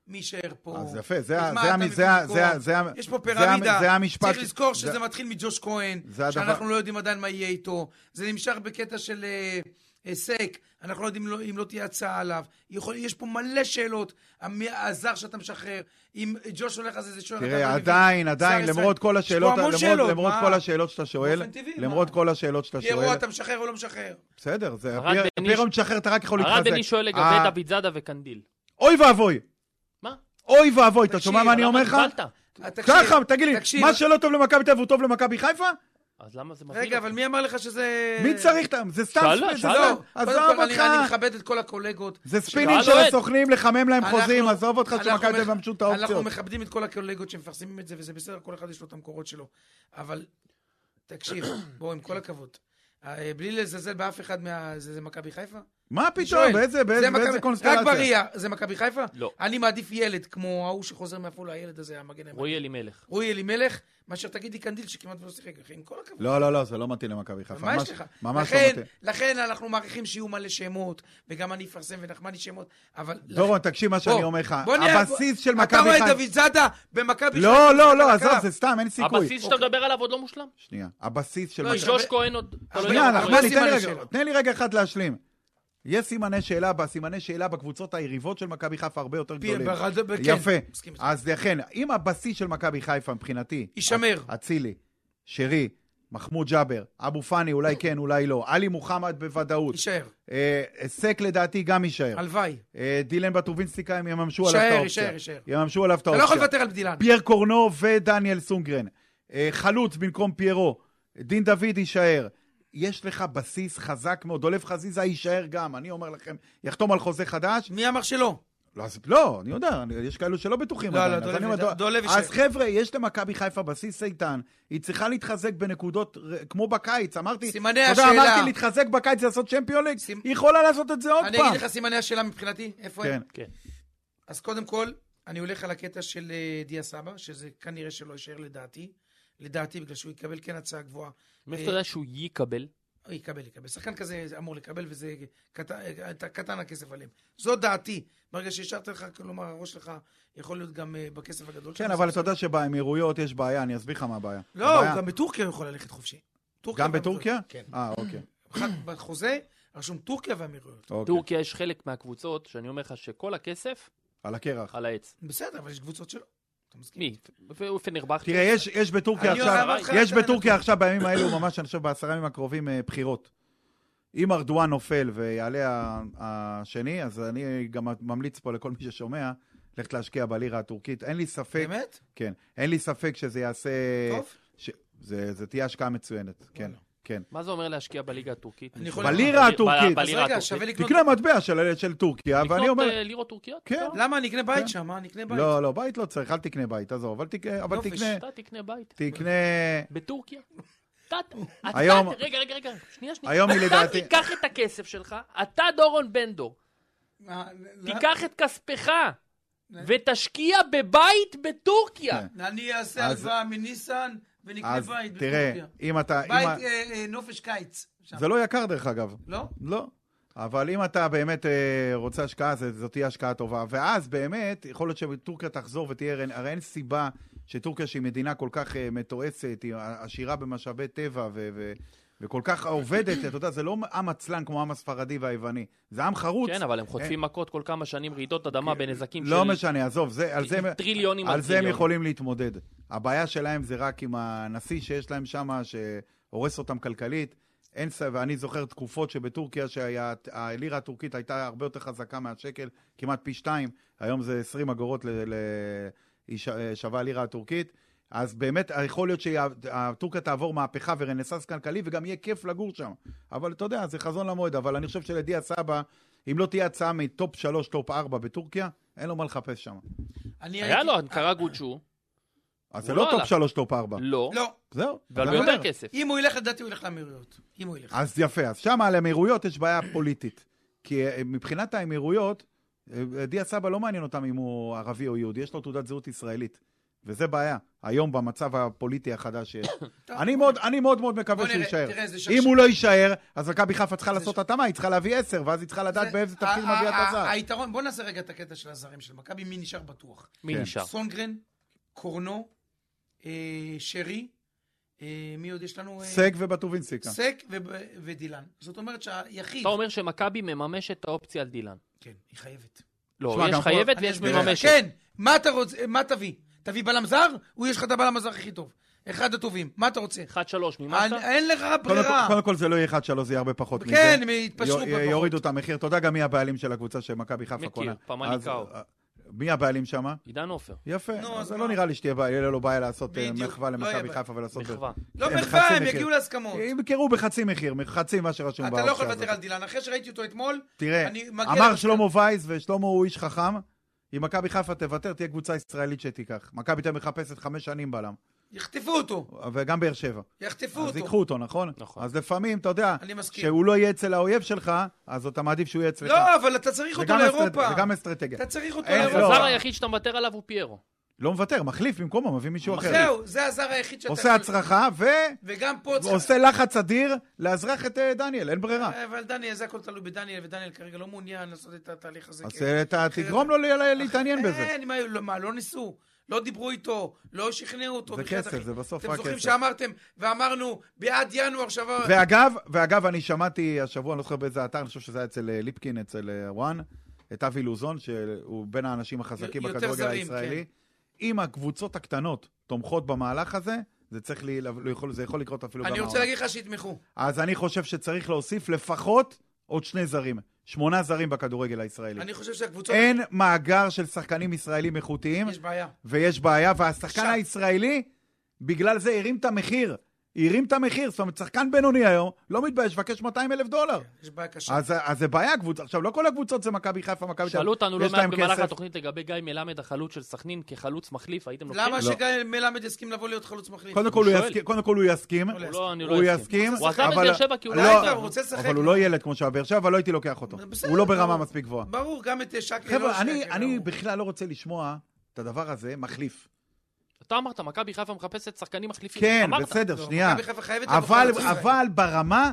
[SPEAKER 3] מי יישאר פה.
[SPEAKER 4] אז יפה, אה, זה ה-
[SPEAKER 3] את מה
[SPEAKER 4] זה
[SPEAKER 3] אתה
[SPEAKER 4] המ-
[SPEAKER 3] מביא
[SPEAKER 4] זה ה-
[SPEAKER 3] במקום.
[SPEAKER 4] זה ה- זה ה-
[SPEAKER 3] יש פה
[SPEAKER 4] זה ה-
[SPEAKER 3] פירמידה.
[SPEAKER 4] זה המשפט
[SPEAKER 3] צריך
[SPEAKER 4] ש-
[SPEAKER 3] לזכור שזה
[SPEAKER 4] זה-
[SPEAKER 3] מתחיל מג'וש כהן,
[SPEAKER 4] זה הדבר-
[SPEAKER 3] שאנחנו לא יודעים עדיין מה יהיה איתו. זה נמשך בקטע של אה, היסק, אנחנו לא יודעים לא- אם לא תהיה הצעה עליו. יכול, יש פה מלא שאלות, המי- הזר שאתה משחרר, אם ג'וש הולך אז איזה שוער... אתה
[SPEAKER 4] תראה,
[SPEAKER 3] מביא,
[SPEAKER 4] עדיין,
[SPEAKER 3] זר
[SPEAKER 4] עדיין,
[SPEAKER 3] ישראלי.
[SPEAKER 4] למרות כל
[SPEAKER 3] יש פה
[SPEAKER 4] השאלות,
[SPEAKER 3] המון
[SPEAKER 4] למרות-
[SPEAKER 3] שאלות,
[SPEAKER 4] למרות
[SPEAKER 3] מה?
[SPEAKER 4] כל השאלות שאתה שואל,
[SPEAKER 3] באופן טבעי,
[SPEAKER 4] למרות
[SPEAKER 3] מה?
[SPEAKER 4] כל השאלות שאתה
[SPEAKER 3] פיירו,
[SPEAKER 4] שואל,
[SPEAKER 3] אתה משחרר או לא משחרר?
[SPEAKER 4] בסדר, זה-
[SPEAKER 2] ערד
[SPEAKER 4] פיר-
[SPEAKER 2] בני-
[SPEAKER 4] פירו משחרר, אתה רק יכול
[SPEAKER 2] ערד
[SPEAKER 4] להתחזק.
[SPEAKER 2] דני שואל
[SPEAKER 4] אה,
[SPEAKER 2] לגבי דוד זאדה וקנדיל.
[SPEAKER 4] אוי ואבוי,
[SPEAKER 2] מה? כאילו,
[SPEAKER 4] אוי ואבוי, אתה
[SPEAKER 3] תקשיב,
[SPEAKER 4] שומע מה אני
[SPEAKER 2] למה
[SPEAKER 4] אומר לך?
[SPEAKER 2] קיבלת?
[SPEAKER 3] אה, תקשיב,
[SPEAKER 4] ככה, תגיד לי,
[SPEAKER 3] תקשיב.
[SPEAKER 4] מה שלא טוב למכבי תל אביב הוא טוב למכבי חיפה?
[SPEAKER 2] אז למה זה מבהיל?
[SPEAKER 3] רגע, אבל מי אמר לך שזה...
[SPEAKER 4] מי צריך את ה... זה סתם...
[SPEAKER 2] שאלה,
[SPEAKER 4] ספין, זה
[SPEAKER 2] שאלה.
[SPEAKER 4] לא,
[SPEAKER 3] לא,
[SPEAKER 4] עזוב
[SPEAKER 3] אה, קודם כל,
[SPEAKER 4] אותך.
[SPEAKER 3] אני אני מכבד את כל הקולגות.
[SPEAKER 4] זה ספינים של
[SPEAKER 2] שאלה.
[SPEAKER 4] הסוכנים לחמם להם
[SPEAKER 3] אנחנו-
[SPEAKER 4] חוזים, עזוב אותך
[SPEAKER 3] אנחנו
[SPEAKER 4] שמכבי תל אביב
[SPEAKER 3] מכ-
[SPEAKER 4] יממשו את
[SPEAKER 3] אנחנו
[SPEAKER 4] האופציות.
[SPEAKER 3] מכבדים את כל הקולגות שמפרסמים את זה, וזה בסדר, כל אחד יש לו את המקורות שלו. אבל,
[SPEAKER 4] (coughs)
[SPEAKER 3] תקשיב, בואו, עם כל הכבוד. אה, בלי לזלזל באף אחד מה... זה זה מכבי חיפה?
[SPEAKER 4] מה פתאום,
[SPEAKER 3] שואל.
[SPEAKER 4] באיזה-
[SPEAKER 3] זה
[SPEAKER 4] באיזה
[SPEAKER 3] מכבי-
[SPEAKER 4] באיזה קונסטלציה?
[SPEAKER 3] רק בריאה, זה מכבי חיפה?
[SPEAKER 2] לא.
[SPEAKER 3] אני מעדיף ילד, כמו ההוא שחוזר מעפולה, הילד הזה, המגן הימני.
[SPEAKER 2] רועי אלימלך.
[SPEAKER 3] רועי אלימלך, מאשר תגיד לי קנדיל שכמעט ולא שיחק, אחי, עם כל הכבוד.
[SPEAKER 4] לא, לא, לא, זה לא מתאים למכבי חיפה.
[SPEAKER 3] מה
[SPEAKER 4] ממש-
[SPEAKER 3] יש לך?
[SPEAKER 4] ממש לא
[SPEAKER 3] לכן,
[SPEAKER 4] מתאים.
[SPEAKER 3] לכן אנחנו מעריכים שיהיו מלא שמות, וגם אני אפרסם ונחמני שמות, אבל...
[SPEAKER 4] דורון, תקשיב מה שאני אומר לך.
[SPEAKER 3] בוא נהיה-
[SPEAKER 4] הבסיס של
[SPEAKER 3] אתה
[SPEAKER 4] מכבי
[SPEAKER 3] רואה את
[SPEAKER 4] חיפה...
[SPEAKER 3] דוד זאדה במכבי חיפה,
[SPEAKER 4] לא, לא,
[SPEAKER 3] על
[SPEAKER 4] לא,
[SPEAKER 3] הקו.
[SPEAKER 4] עזוב, זה סתם, אין סיכוי.
[SPEAKER 2] הבסיס שאתה
[SPEAKER 3] אוקיי.
[SPEAKER 2] מדבר עליו עוד לא מושלם?
[SPEAKER 4] שנייה, הבסיס של
[SPEAKER 3] לא,
[SPEAKER 4] מכבי...
[SPEAKER 3] יש
[SPEAKER 2] ג'וש כהן עוד... אתה לא
[SPEAKER 4] שנייה,
[SPEAKER 2] יודע מה
[SPEAKER 4] אנחנו-
[SPEAKER 2] קורה.
[SPEAKER 3] הרבה
[SPEAKER 4] תן לי
[SPEAKER 3] סימני
[SPEAKER 4] רגע-
[SPEAKER 3] שאלה.
[SPEAKER 4] תן לי רגע אחד להשלים. יש סימני שאלה, בסימני שאלה בקבוצות היריבות של מכבי חיפה הרבה יותר
[SPEAKER 3] פי-
[SPEAKER 4] גדולים.
[SPEAKER 3] ברד- כן,
[SPEAKER 4] יפה. אה,
[SPEAKER 3] מסכים איתך.
[SPEAKER 4] אז לכן, אם הבסיס של מכבי חיפה מבחינתי...
[SPEAKER 3] יישמר.
[SPEAKER 4] אה, אצילי, שרי, מחמוד ג'אבר, אבו פאני אולי כן, אולי לא, עלי מוחמד בוודאות,
[SPEAKER 3] יישאר,
[SPEAKER 4] אה, סק לדעתי גם יישאר,
[SPEAKER 3] הלוואי.
[SPEAKER 4] אה, דילן בטובינסטיקה הם יממשו עליו
[SPEAKER 3] יישאר,
[SPEAKER 4] את
[SPEAKER 3] יישאר,
[SPEAKER 4] האופציה.
[SPEAKER 3] יישאר.
[SPEAKER 4] יממשו עליו את
[SPEAKER 3] אתה לא יכול
[SPEAKER 4] האופציה.
[SPEAKER 3] לוותר על בדילן.
[SPEAKER 4] פייר קורנו ודניאל סונגרן. אה, חלוץ במקום פיירו. דין דוד יישאר. יש לך בסיס חזק מאוד. דולב חזיזה יישאר גם, אני אומר לכם, יחתום על חוזה חדש.
[SPEAKER 3] מי אמר שלא?
[SPEAKER 4] לא, אז- לא, אני יודע, אני- יש כאלו שלא בטוחים.
[SPEAKER 3] לא,
[SPEAKER 4] עדיין,
[SPEAKER 3] לא,
[SPEAKER 4] אז
[SPEAKER 3] דולב-
[SPEAKER 4] אני אומר, דו-
[SPEAKER 3] דולב
[SPEAKER 4] אז
[SPEAKER 3] יישאר.
[SPEAKER 4] חבר'ה, יש למכבי חיפה בסיס איתן, היא צריכה להתחזק בנקודות, ר- כמו בקיץ, אמרתי,
[SPEAKER 3] סימני
[SPEAKER 4] אתה יודע,
[SPEAKER 3] השאלה.
[SPEAKER 4] אמרתי להתחזק בקיץ זה לעשות צ'מפיון ליג,
[SPEAKER 3] סימ-
[SPEAKER 4] היא יכולה לעשות את זה עוד
[SPEAKER 3] אני
[SPEAKER 4] פעם.
[SPEAKER 3] אגיד לך סימני השאלה מבחינתי, איפה
[SPEAKER 4] כן,
[SPEAKER 3] הם? אז קודם כל, אני הולך על הקטע של אה, דיה סבא, שזה כנראה שלא יישאר לדעתי. לדעתי, בגלל שהוא יקבל כן הצעה גבוהה.
[SPEAKER 2] מאיפה
[SPEAKER 3] אה,
[SPEAKER 2] אתה יודע שהוא יקבל?
[SPEAKER 3] הוא יקבל, יקבל. שחקן כזה אמור לקבל, וזה קט... קטן הכסף עליהם. זו דעתי. ברגע שהשארת לך, כלומר, הראש שלך יכול להיות גם אה, בכסף הגדול
[SPEAKER 4] כן,
[SPEAKER 3] שלך.
[SPEAKER 4] אבל אתה יודע שבאמירויות יש בעיה, אני אסביר לך מה הבעיה.
[SPEAKER 3] לא,
[SPEAKER 4] הבעיה-
[SPEAKER 3] הוא גם בטורקיה הוא יכול ללכת חופשי. טורקיה
[SPEAKER 4] גם בטורקיה?
[SPEAKER 3] והאמירויות. כן.
[SPEAKER 4] אה, אוקיי.
[SPEAKER 3] אחת בחוזה רשום טורקיה והאמירויות.
[SPEAKER 4] אוקיי.
[SPEAKER 2] טורקיה יש חלק מהקבוצות, שאני אומר לך שכל הכסף
[SPEAKER 4] על הקרח.
[SPEAKER 2] על העץ.
[SPEAKER 3] בסדר, אבל יש קבוצות שלא. אתה מסכים?
[SPEAKER 2] מי? פנרבכטי?
[SPEAKER 4] תראה, יש- יש בטורקיה
[SPEAKER 3] אני
[SPEAKER 4] עכשיו,
[SPEAKER 3] אוהב אותך,
[SPEAKER 4] יש
[SPEAKER 3] אתה
[SPEAKER 4] בטורקיה עכשיו בימים האלו, ממש, אני חושב, בעשרה ימים הקרובים, אה, בחירות. אם ארדואן נופל ויעלה ה- השני, אז אני גם ממליץ פה לכל מי ששומע, ללכת להשקיע בלירה הטורקית. אין לי ספק,
[SPEAKER 3] באמת?
[SPEAKER 4] כן, אין לי ספק שזה יעשה...
[SPEAKER 3] טוב.
[SPEAKER 4] ש- זה זה תהיה השקעה מצוינת, כן,
[SPEAKER 3] וואלה.
[SPEAKER 4] כן.
[SPEAKER 2] מה זה אומר להשקיע בליגה הטורקית?
[SPEAKER 3] אני יכול-
[SPEAKER 4] בלירה הטורקית,
[SPEAKER 3] אז
[SPEAKER 2] בלירה
[SPEAKER 3] רגע,
[SPEAKER 2] הטורקית.
[SPEAKER 3] שווה לקנות...
[SPEAKER 4] תקנה מטבע של- של טורקיה, ואני
[SPEAKER 2] לקנות
[SPEAKER 4] אומר...
[SPEAKER 2] אה, לירות טורקיות?
[SPEAKER 4] כן.
[SPEAKER 2] לא.
[SPEAKER 3] למה? אני אקנה בית שם, מה? אני אקנה בית.
[SPEAKER 4] לא, לא, בית לא צריך, אל תקנה בית, עזוב, אבל תקנה- אבל
[SPEAKER 3] יופי,
[SPEAKER 4] תקנה...
[SPEAKER 2] אתה תקנה בית.
[SPEAKER 4] תקנה...
[SPEAKER 2] בטורקיה? אתה... אתה-
[SPEAKER 4] היום-
[SPEAKER 2] רגע, רגע, רגע. שנייה, שנייה.
[SPEAKER 4] היום היא
[SPEAKER 2] אתה
[SPEAKER 4] לדעתי-
[SPEAKER 2] תיקח את הכסף שלך, אתה דורון בן דור.
[SPEAKER 3] מה, לא-
[SPEAKER 2] תיקח את כספך ותשקיע בבית בטורקיה.
[SPEAKER 4] כן.
[SPEAKER 3] אני אעשה
[SPEAKER 4] אז-
[SPEAKER 3] הלוואה מניסן ונקנה
[SPEAKER 4] אז
[SPEAKER 3] בית
[SPEAKER 4] תראה,
[SPEAKER 3] בטורקיה.
[SPEAKER 4] אם אתה... אם ה-
[SPEAKER 3] בית אה, אה, נופש קיץ. שם.
[SPEAKER 4] זה לא יקר דרך אגב.
[SPEAKER 3] לא?
[SPEAKER 4] לא. אבל אם אתה באמת אה, רוצה השקעה, זה- זאת תהיה השקעה טובה. ואז באמת, יכול להיות שטורקיה תחזור ותהיה, הרי אין סיבה שטורקיה, שהיא מדינה כל כך אה, מתועשת, היא עשירה במשאבי טבע ו... ו... וכל כך עובדת, אתה יודע, זה לא עם עצלן כמו העם הספרדי והיווני, זה עם חרוץ.
[SPEAKER 2] כן, אבל הם חוטפים מכות כל כמה שנים רעידות אדמה בנזקים של...
[SPEAKER 4] לא משנה, עזוב, זה, על זה, הם-
[SPEAKER 2] טריליונים
[SPEAKER 4] על
[SPEAKER 2] על
[SPEAKER 4] זה הם
[SPEAKER 2] טריליונים.
[SPEAKER 4] יכולים להתמודד. הבעיה שלהם זה רק עם הנשיא שיש להם שם, שהורס אותם כלכלית. אין ס... ואני זוכר תקופות שבטורקיה שהלירה הטורקית הייתה הרבה יותר חזקה מהשקל, כמעט פי שתיים, היום זה 20 אגורות ל... ל... היא ש- שווה הלירה הטורקית. אז באמת, יכול להיות שהטורקיה תעבור מהפכה ורנסאנס כלכלי, וגם יהיה כיף לגור שם. אבל אתה יודע, זה חזון למועד. אבל אני חושב שלדיה סבא, אם לא תהיה הצעה מטופ 3, טופ 4 בטורקיה, אין לו מה לחפש שם.
[SPEAKER 3] אני
[SPEAKER 2] היה
[SPEAKER 3] הייתי- אה,
[SPEAKER 2] לו אנקרה גוצ'ו,
[SPEAKER 4] אז
[SPEAKER 2] הוא
[SPEAKER 4] זה
[SPEAKER 2] לא
[SPEAKER 4] לא טופ
[SPEAKER 2] הלך.
[SPEAKER 4] 3, טופ 4.
[SPEAKER 2] לא,
[SPEAKER 3] לא.
[SPEAKER 4] זהו.
[SPEAKER 2] אבל
[SPEAKER 4] אתה
[SPEAKER 2] ביותר
[SPEAKER 4] אומר.
[SPEAKER 2] כסף.
[SPEAKER 3] אם הוא ילך, לדעתי הוא ילך לאמירויות. אם הוא ילך.
[SPEAKER 4] אז יפה, אז שם על האמירויות יש בעיה פוליטית. כי אה, מבחינת האמירויות, אה, דיה סבא לא מעניין אותם אם הוא ערבי או יהודי, יש לו תעודת זהות ישראלית. וזה בעיה, היום במצב הפוליטי החדש
[SPEAKER 3] (coughs)
[SPEAKER 4] שיש. אני מאוד אני מאוד מאוד מקווה
[SPEAKER 3] בוא
[SPEAKER 4] שהוא
[SPEAKER 3] נראה,
[SPEAKER 4] יישאר.
[SPEAKER 3] תראה, זה
[SPEAKER 4] אם
[SPEAKER 3] שרשרת.
[SPEAKER 4] הוא לא יישאר, אז מכבי חיפה צריכה
[SPEAKER 3] זה
[SPEAKER 4] לעשות
[SPEAKER 3] ש-
[SPEAKER 4] התאמה, היא צריכה להביא 10, ואז היא צריכה לדעת
[SPEAKER 3] זה-
[SPEAKER 4] באיזה תפקיד
[SPEAKER 3] ה- ה-
[SPEAKER 4] מביאה את
[SPEAKER 3] ה-
[SPEAKER 4] הזר.
[SPEAKER 3] היתרון, בוא נעשה רגע את הקטע של הזרים של מכבי, מי נשאר בטוח.
[SPEAKER 2] מי
[SPEAKER 4] כן.
[SPEAKER 2] נשאר?
[SPEAKER 3] סונגרן, קורנו, אה, שרי, אה, אה, מי עוד יש לנו? אה,
[SPEAKER 4] סק ובטובינסיקה.
[SPEAKER 3] סק וב- ודילן. זאת אומרת שהיחיד...
[SPEAKER 2] אתה אומר שמכבי מממשת את האופציה על דילן.
[SPEAKER 3] כן, היא חייבת.
[SPEAKER 2] לא,
[SPEAKER 4] שמע,
[SPEAKER 2] יש
[SPEAKER 4] גם כל-
[SPEAKER 2] חייבת
[SPEAKER 3] אני
[SPEAKER 2] ויש
[SPEAKER 3] אסביר לך.
[SPEAKER 2] מממשת.
[SPEAKER 3] כן, מה אתה רוצה, מה תביא? תביא בלם זר? הוא יש לך את הבלם הזר הכי טוב. אחד הטובים. מה אתה רוצה?
[SPEAKER 2] 1-3 מימשת?
[SPEAKER 3] אני- אין לך
[SPEAKER 4] קודם כל-
[SPEAKER 3] ברירה.
[SPEAKER 4] קודם כל זה לא יהיה 1-3, זה יהיה הרבה פחות מזה.
[SPEAKER 3] כן, הם יתפשרו
[SPEAKER 4] יו-
[SPEAKER 3] פה פחות.
[SPEAKER 4] יורידו את המחיר. אתה יודע גם מי הבעלים של הקבוצה שמכבי חיפה
[SPEAKER 2] מכיר,
[SPEAKER 4] קונה.
[SPEAKER 2] פמניקאו.
[SPEAKER 4] אז, אה, מי הבעלים שם?
[SPEAKER 2] עידן עופר.
[SPEAKER 4] יפה.
[SPEAKER 3] נו, אז
[SPEAKER 4] אז
[SPEAKER 3] מה?
[SPEAKER 4] לא נראה לי שתהיה בעיה, יהיה לו בעיה לעשות אה,
[SPEAKER 3] בדיוק,
[SPEAKER 4] מחווה
[SPEAKER 3] לא יהיה
[SPEAKER 4] למכבי
[SPEAKER 3] בעיה.
[SPEAKER 4] חיפה ולעשות...
[SPEAKER 2] מחווה.
[SPEAKER 3] לא
[SPEAKER 4] כן,
[SPEAKER 3] מחווה,
[SPEAKER 4] בחצי
[SPEAKER 3] הם
[SPEAKER 4] מחיר.
[SPEAKER 3] יגיעו להסכמות.
[SPEAKER 4] ימכרו בחצי מחיר, חצי מה שרשום
[SPEAKER 3] אתה לא יכול
[SPEAKER 4] באופציה
[SPEAKER 3] לוותר על
[SPEAKER 4] הזאת.
[SPEAKER 3] דילן. אחרי שראיתי אותו אתמול,
[SPEAKER 4] תראה,
[SPEAKER 3] אני מגיע
[SPEAKER 4] אמר
[SPEAKER 3] למסקנה.
[SPEAKER 4] שלמה וייס, ושלמה הוא איש חכם, אם מכבי חיפה תוותר, תהיה קבוצה ישראלית שתיקח. מכבי תהיה מחפשת חמש שנים בלם,
[SPEAKER 3] יחטפו אותו.
[SPEAKER 4] וגם באר שבע.
[SPEAKER 3] יחטפו
[SPEAKER 4] אז
[SPEAKER 3] אותו.
[SPEAKER 4] ייקחו אותו, נכון?
[SPEAKER 2] נכון.
[SPEAKER 4] אז לפעמים, אתה יודע,
[SPEAKER 3] אני מסכים.
[SPEAKER 4] שהוא לא יהיה אצל האויב שלך, אז אתה מעדיף שהוא יהיה אצלך.
[SPEAKER 3] לא, אבל אתה צריך
[SPEAKER 4] זה
[SPEAKER 3] אותו
[SPEAKER 4] גם אסטרט-
[SPEAKER 3] לאירופה.
[SPEAKER 4] זה גם אסטרטגיה.
[SPEAKER 3] אתה צריך אותו
[SPEAKER 4] אין,
[SPEAKER 3] לאירופה.
[SPEAKER 4] לא.
[SPEAKER 2] הזר היחיד שאתה מוותר עליו הוא פיירו.
[SPEAKER 4] לא מוותר, מחליף במקומו, מביא מישהו אחר.
[SPEAKER 3] זהו, זה הזר היחיד שאתה...
[SPEAKER 4] אוקיי. עושה
[SPEAKER 3] יכול-
[SPEAKER 4] הצרחה,
[SPEAKER 3] וגם פה צריך...
[SPEAKER 4] ועושה לחץ אדיר לאזרח את אה, דניאל, אין ברירה.
[SPEAKER 3] אבל דניאל, זה הכל תלוי בדניאל, ודניאל כרגע לא מעוניין לעשות את התהליך הזה.
[SPEAKER 4] אז
[SPEAKER 3] כי-
[SPEAKER 4] אה, אתה תגרום לו ל- להתעניין בזה.
[SPEAKER 3] אין, מה, לא- מה, לא ניסו? לא דיברו איתו? לא שכנעו אותו?
[SPEAKER 4] זה
[SPEAKER 3] בחייאת
[SPEAKER 4] כסף,
[SPEAKER 3] אחי.
[SPEAKER 4] זה בסוף
[SPEAKER 3] אתם
[SPEAKER 4] רק
[SPEAKER 3] זוכרים
[SPEAKER 4] כסף.
[SPEAKER 3] שאמרתם, ואמרנו, בעד ינואר שעבר...
[SPEAKER 4] ואגב, ואגב, אני שמעתי השבוע, אני לא זוכר באיזה אתר, אני חושב שזה היה אצל אה, ליפקין, אצל אה, וואן, את אבי לוזון, שהוא בין האנשים החזקים
[SPEAKER 3] יותר
[SPEAKER 4] בכדורגל
[SPEAKER 3] זרים, כן.
[SPEAKER 4] הישראלי. אם הקבוצות הקטנות תומכות במהלך הזה, זה צריך, לי, לא יכול, זה יכול לקרות אפילו גם
[SPEAKER 3] אני רוצה
[SPEAKER 4] העונה.
[SPEAKER 3] להגיד לך שיתמכו.
[SPEAKER 4] אז אני חושב שצריך להוסיף לפחות עוד שני זרים. שמונה זרים בכדורגל הישראלי.
[SPEAKER 3] אני חושב שהקבוצות...
[SPEAKER 4] כאילו. אין מאגר של שחקנים ישראלים איכותיים,
[SPEAKER 3] יש בעיה.
[SPEAKER 4] ויש בעיה, והשחקן
[SPEAKER 3] שם.
[SPEAKER 4] הישראלי, בגלל זה הרים את המחיר. הרים את המחיר, זאת אומרת, שחקן בינוני היום, לא מתבייש, מבקש 200 אלף דולר.
[SPEAKER 3] יש בעיה קשה.
[SPEAKER 4] אז, אז זה בעיה, קבוצה. עכשיו, לא כל הקבוצות זה מכבי חיפה, מכבי תל
[SPEAKER 2] שאלו
[SPEAKER 4] אביב,
[SPEAKER 2] אותנו לא
[SPEAKER 4] יש
[SPEAKER 2] מעט
[SPEAKER 4] להם
[SPEAKER 2] במהלך
[SPEAKER 4] כסף.
[SPEAKER 2] התוכנית לגבי גיא מלמד, החלוץ של סכנין, כחלוץ מחליף, הייתם לוקחים?
[SPEAKER 3] למה
[SPEAKER 2] הוא
[SPEAKER 3] שגיא מלמד יסכים לבוא להיות חלוץ מחליף?
[SPEAKER 4] אוקיי, לא. קודם כל הוא
[SPEAKER 2] שואל.
[SPEAKER 4] יסכים, קודם כל הוא יסכים,
[SPEAKER 2] לא, אני
[SPEAKER 4] הוא
[SPEAKER 2] לא
[SPEAKER 4] יסכים,
[SPEAKER 2] הוא עזב את
[SPEAKER 4] אבל-
[SPEAKER 2] באר שבע כי הוא
[SPEAKER 4] לא,
[SPEAKER 2] לא
[SPEAKER 3] די כבר,
[SPEAKER 2] היה...
[SPEAKER 3] הוא רוצה לשחק.
[SPEAKER 4] אבל הוא לא ילד כמו שהיה באר שבע, אבל לא הייתי לוקח אותו.
[SPEAKER 3] בסדר,
[SPEAKER 4] הוא לא ברמה
[SPEAKER 3] ברור.
[SPEAKER 4] מספיק גבוהה.
[SPEAKER 3] ברור, גם את אה, שקי. לא
[SPEAKER 4] חבר'ה, אני-
[SPEAKER 3] שקי,
[SPEAKER 4] אני
[SPEAKER 3] ברור.
[SPEAKER 4] בכלל לא רוצה לשמוע את הדבר הזה מחליף.
[SPEAKER 2] אתה אמרת, מכבי חיפה מחפשת שחקנים מחליפים.
[SPEAKER 4] כן,
[SPEAKER 2] אמרת.
[SPEAKER 4] בסדר,
[SPEAKER 3] לא,
[SPEAKER 4] שנייה.
[SPEAKER 3] מכבי חיפה חייבת לבוא
[SPEAKER 4] אבל,
[SPEAKER 3] חלוץ ישראלי.
[SPEAKER 4] אבל ברמה,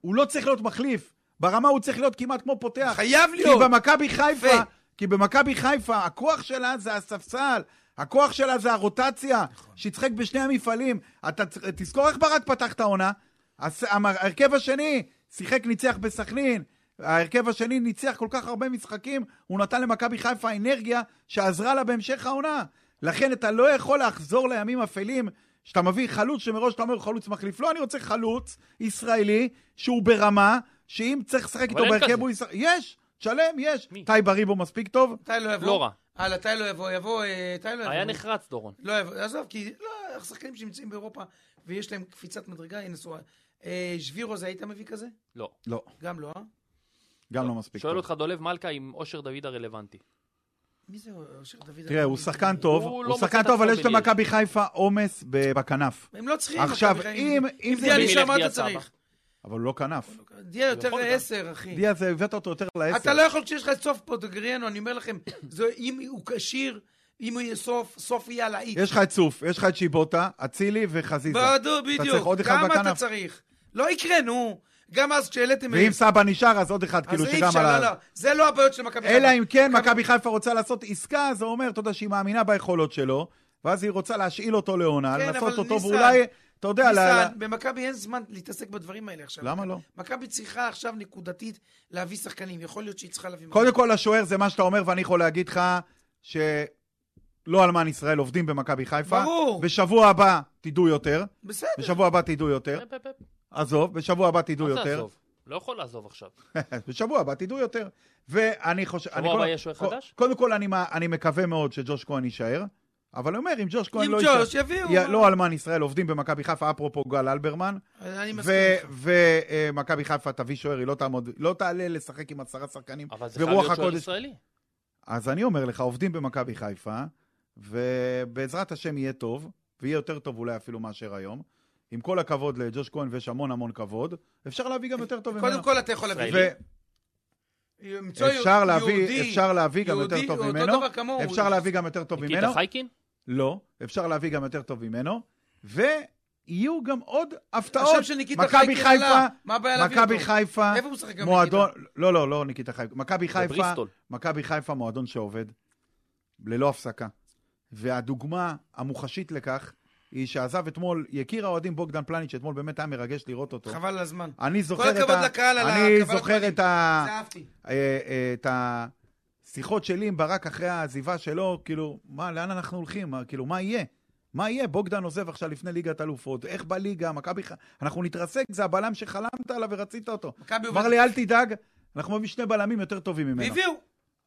[SPEAKER 4] הוא לא צריך להיות מחליף. ברמה הוא צריך להיות כמעט כמו פותח.
[SPEAKER 3] חייב
[SPEAKER 4] כי
[SPEAKER 3] להיות.
[SPEAKER 4] במכבי חיפה,
[SPEAKER 3] יפה.
[SPEAKER 4] כי במכבי חיפה, הכוח שלה זה הספסל. הכוח שלה זה הרוטציה,
[SPEAKER 3] נכון.
[SPEAKER 4] שיצחק בשני המפעלים. אתה צ- תזכור איך ברק פתח את העונה. הס- המ- ההרכב השני שיחק, ניצח בסכנין. ההרכב השני ניצח כל כך הרבה משחקים, הוא נתן למכבי חיפה אנרגיה שעזרה לה בהמשך העונה. לכן אתה לא יכול לחזור לימים אפלים שאתה מביא חלוץ שמראש אתה אומר הוא חלוץ מחליף. לא, אני רוצה חלוץ ישראלי שהוא ברמה, שאם צריך לשחק איתו
[SPEAKER 2] אין
[SPEAKER 4] בהרכב
[SPEAKER 2] כזה.
[SPEAKER 4] הוא ישחק. יש, שלם, יש.
[SPEAKER 2] מי?
[SPEAKER 4] טייב הריבו מספיק טוב.
[SPEAKER 3] טי לא יבוא.
[SPEAKER 2] לא רע.
[SPEAKER 3] הלאה, טי לא יבוא, יבוא, אה, טי לא יבוא.
[SPEAKER 2] היה נחרץ, דורון.
[SPEAKER 3] לא יבוא, עזוב, כי לא, השחקנים שנמצאים באירופה ויש להם קפיצת מדרגה, הנה סורה. אה, שבירו זה היית מביא כזה?
[SPEAKER 2] לא.
[SPEAKER 4] לא,
[SPEAKER 3] גם לא, אה?
[SPEAKER 4] גם לא מספיק
[SPEAKER 2] שואל
[SPEAKER 4] טוב.
[SPEAKER 2] אותך דולב מלכה עם אושר דוד הרלוונטי.
[SPEAKER 3] מי זה אושר דוד?
[SPEAKER 4] תראה, הוא שחקן טוב,
[SPEAKER 2] הוא לא
[SPEAKER 4] הוא
[SPEAKER 2] מוצא
[SPEAKER 4] שחקן
[SPEAKER 2] את
[SPEAKER 4] טוב, אבל
[SPEAKER 2] עצמו
[SPEAKER 4] יש למכבי חיפה עומס ב- בכנף.
[SPEAKER 3] הם לא צריכים...
[SPEAKER 4] עכשיו,
[SPEAKER 3] מכבי
[SPEAKER 4] אם
[SPEAKER 3] חיפה.
[SPEAKER 4] אם זה...
[SPEAKER 3] דיה
[SPEAKER 2] מי
[SPEAKER 3] נשאר,
[SPEAKER 2] ילך
[SPEAKER 3] מה
[SPEAKER 2] דיה
[SPEAKER 3] אתה צריך?
[SPEAKER 4] אבל הוא לא כנף.
[SPEAKER 3] דיה יותר
[SPEAKER 2] יכול גם.
[SPEAKER 3] עשר, אחי.
[SPEAKER 4] דיה, זה הבאת אותו יותר לעשר.
[SPEAKER 3] אתה לא יכול כשיש לך את סוף פוטגריאנו, אני אומר לכם, זה- אם הוא כשיר, אם הוא יהיה סוף, סוף יהיה על האי.
[SPEAKER 4] יש לך את צוף, יש לך את שיבוטה, אצילי וחזיזה.
[SPEAKER 3] ברדו,
[SPEAKER 4] צריך עוד
[SPEAKER 3] בדיוק.
[SPEAKER 4] אחד
[SPEAKER 3] כמה אתה
[SPEAKER 4] בכנף.
[SPEAKER 3] צריך? לא יקרה, נו. גם אז כשהעליתם...
[SPEAKER 4] ואם סבא נשאר, אז עוד אחד, כאילו,
[SPEAKER 3] אז אי
[SPEAKER 4] שגם
[SPEAKER 3] אפשר, לא,
[SPEAKER 4] עליו.
[SPEAKER 3] לא. זה לא הבעיות של מכבי
[SPEAKER 4] אלא אם כן מכבי חיפה רוצה לעשות עסקה, זה אומר, אתה יודע, שהיא מאמינה ביכולות שלו, ואז היא רוצה להשאיל אותו לעונה,
[SPEAKER 3] כן,
[SPEAKER 4] לנסות
[SPEAKER 3] אבל
[SPEAKER 4] אותו,
[SPEAKER 3] ניסן,
[SPEAKER 4] ואולי, אתה יודע, ל- ל-
[SPEAKER 3] ניסן, במכבי אין זמן להתעסק בדברים האלה עכשיו.
[SPEAKER 4] למה לא?
[SPEAKER 3] מכבי צריכה עכשיו נקודתית להביא שחקנים. יכול להיות שהיא צריכה להביא...
[SPEAKER 4] קודם כל, השוער זה מה שאתה אומר, ואני יכול להגיד לך שלא אלמן ישראל עובדים במכבי חיפה.
[SPEAKER 3] ברור.
[SPEAKER 4] בשבוע הבא תדעו יותר.
[SPEAKER 3] בסדר.
[SPEAKER 4] בשבוע הבא תדעו יותר.
[SPEAKER 2] פפ, פפ, פפ.
[SPEAKER 4] עזוב, בשבוע הבא תדעו
[SPEAKER 2] מה זה
[SPEAKER 4] יותר.
[SPEAKER 2] עזוב? לא יכול לעזוב עכשיו.
[SPEAKER 4] (laughs) בשבוע הבא תדעו יותר. ואני חושב...
[SPEAKER 2] שבוע
[SPEAKER 4] אני
[SPEAKER 2] הבא
[SPEAKER 4] כל-
[SPEAKER 2] יש שוער
[SPEAKER 4] כל-
[SPEAKER 2] חדש?
[SPEAKER 4] קודם כל, אני מה- אני מקווה מאוד שג'וש כהן יישאר, אבל אני אומר, אם ג'וש כהן
[SPEAKER 3] אם
[SPEAKER 4] לא יישאר...
[SPEAKER 3] ג'וש, יביאו.
[SPEAKER 4] יא-
[SPEAKER 3] מה?
[SPEAKER 4] לא אלמן ישראל עובדים במכבי חיפה, אפרופו גל אלברמן,
[SPEAKER 3] אני מסכים איתך.
[SPEAKER 4] ומכבי חיפה תביא שוער, היא לא תעמוד, לא תעלה לשחק עם עשרה שחקנים,
[SPEAKER 2] אבל זה חייב
[SPEAKER 4] ורוח
[SPEAKER 2] להיות שוער
[SPEAKER 4] הקודש
[SPEAKER 2] ישראלי.
[SPEAKER 4] אז אני אומר לך, עובדים במכבי חיפה, ובעזרת השם יהיה טוב, ויהיה יותר טוב אולי אפילו מאשר היום. עם כל הכבוד לג'וש כהן, ויש המון המון כבוד, אפשר להביא גם יותר טוב ממנו.
[SPEAKER 3] קודם כל אתה יכול להביא.
[SPEAKER 2] ישראלי.
[SPEAKER 3] למצוא
[SPEAKER 4] ואפשר
[SPEAKER 3] יהודי-
[SPEAKER 4] להביא, אפשר להביא גם
[SPEAKER 3] יהודי,
[SPEAKER 4] יותר טוב
[SPEAKER 3] הוא אותו
[SPEAKER 4] ממנו.
[SPEAKER 3] דבר כמוהו.
[SPEAKER 4] אפשר להביא גם יותר טוב
[SPEAKER 2] ניקיטה
[SPEAKER 4] ממנו.
[SPEAKER 2] חייקין?
[SPEAKER 4] לא, אפשר להביא גם יותר טוב ממנו. ויהיו גם עוד
[SPEAKER 3] עכשיו
[SPEAKER 4] הפתעות.
[SPEAKER 3] שניקיטה
[SPEAKER 4] מכבי
[SPEAKER 3] חייקין
[SPEAKER 4] חיפה,
[SPEAKER 3] עלה, מה הבעיה להביא
[SPEAKER 4] מכבי
[SPEAKER 3] אותו?
[SPEAKER 4] חיפה,
[SPEAKER 3] איפה הוא משחק היום,
[SPEAKER 4] מועדון, לא, לא, לא ניקיטה חייקין, מכבי חיפה,
[SPEAKER 2] בבריסטול.
[SPEAKER 4] מכבי חיפה מועדון שעובד, ללא הפסקה. והדוגמה המוחשית לכך היא שעזב אתמול, יקיר האוהדים בוגדן פלניץ', אתמול באמת היה מרגש לראות אותו.
[SPEAKER 3] חבל על הזמן.
[SPEAKER 4] אני זוכר
[SPEAKER 3] כל
[SPEAKER 4] את
[SPEAKER 3] הכבוד
[SPEAKER 4] ה...
[SPEAKER 3] לקהל על
[SPEAKER 4] אני
[SPEAKER 3] הקבלת
[SPEAKER 4] זוכר את
[SPEAKER 3] פנים.
[SPEAKER 4] ה...
[SPEAKER 3] זה אהבתי.
[SPEAKER 4] אה, אה, את השיחות שלי עם ברק אחרי העזיבה שלו, כאילו, מה, לאן אנחנו הולכים? מה, כאילו, מה יהיה? מה יהיה? בוגדן עוזב עכשיו לפני ליגת אלופות, איך בליגה, מכבי... ח- אנחנו נתרסק, זה הבלם שחלמת עליו ורצית אותו.
[SPEAKER 3] מכבי
[SPEAKER 4] אמר
[SPEAKER 3] עובדת-
[SPEAKER 4] לי, אל תדאג, אנחנו מביאים שני בלמים יותר טובים ממנו.
[SPEAKER 3] והביאו.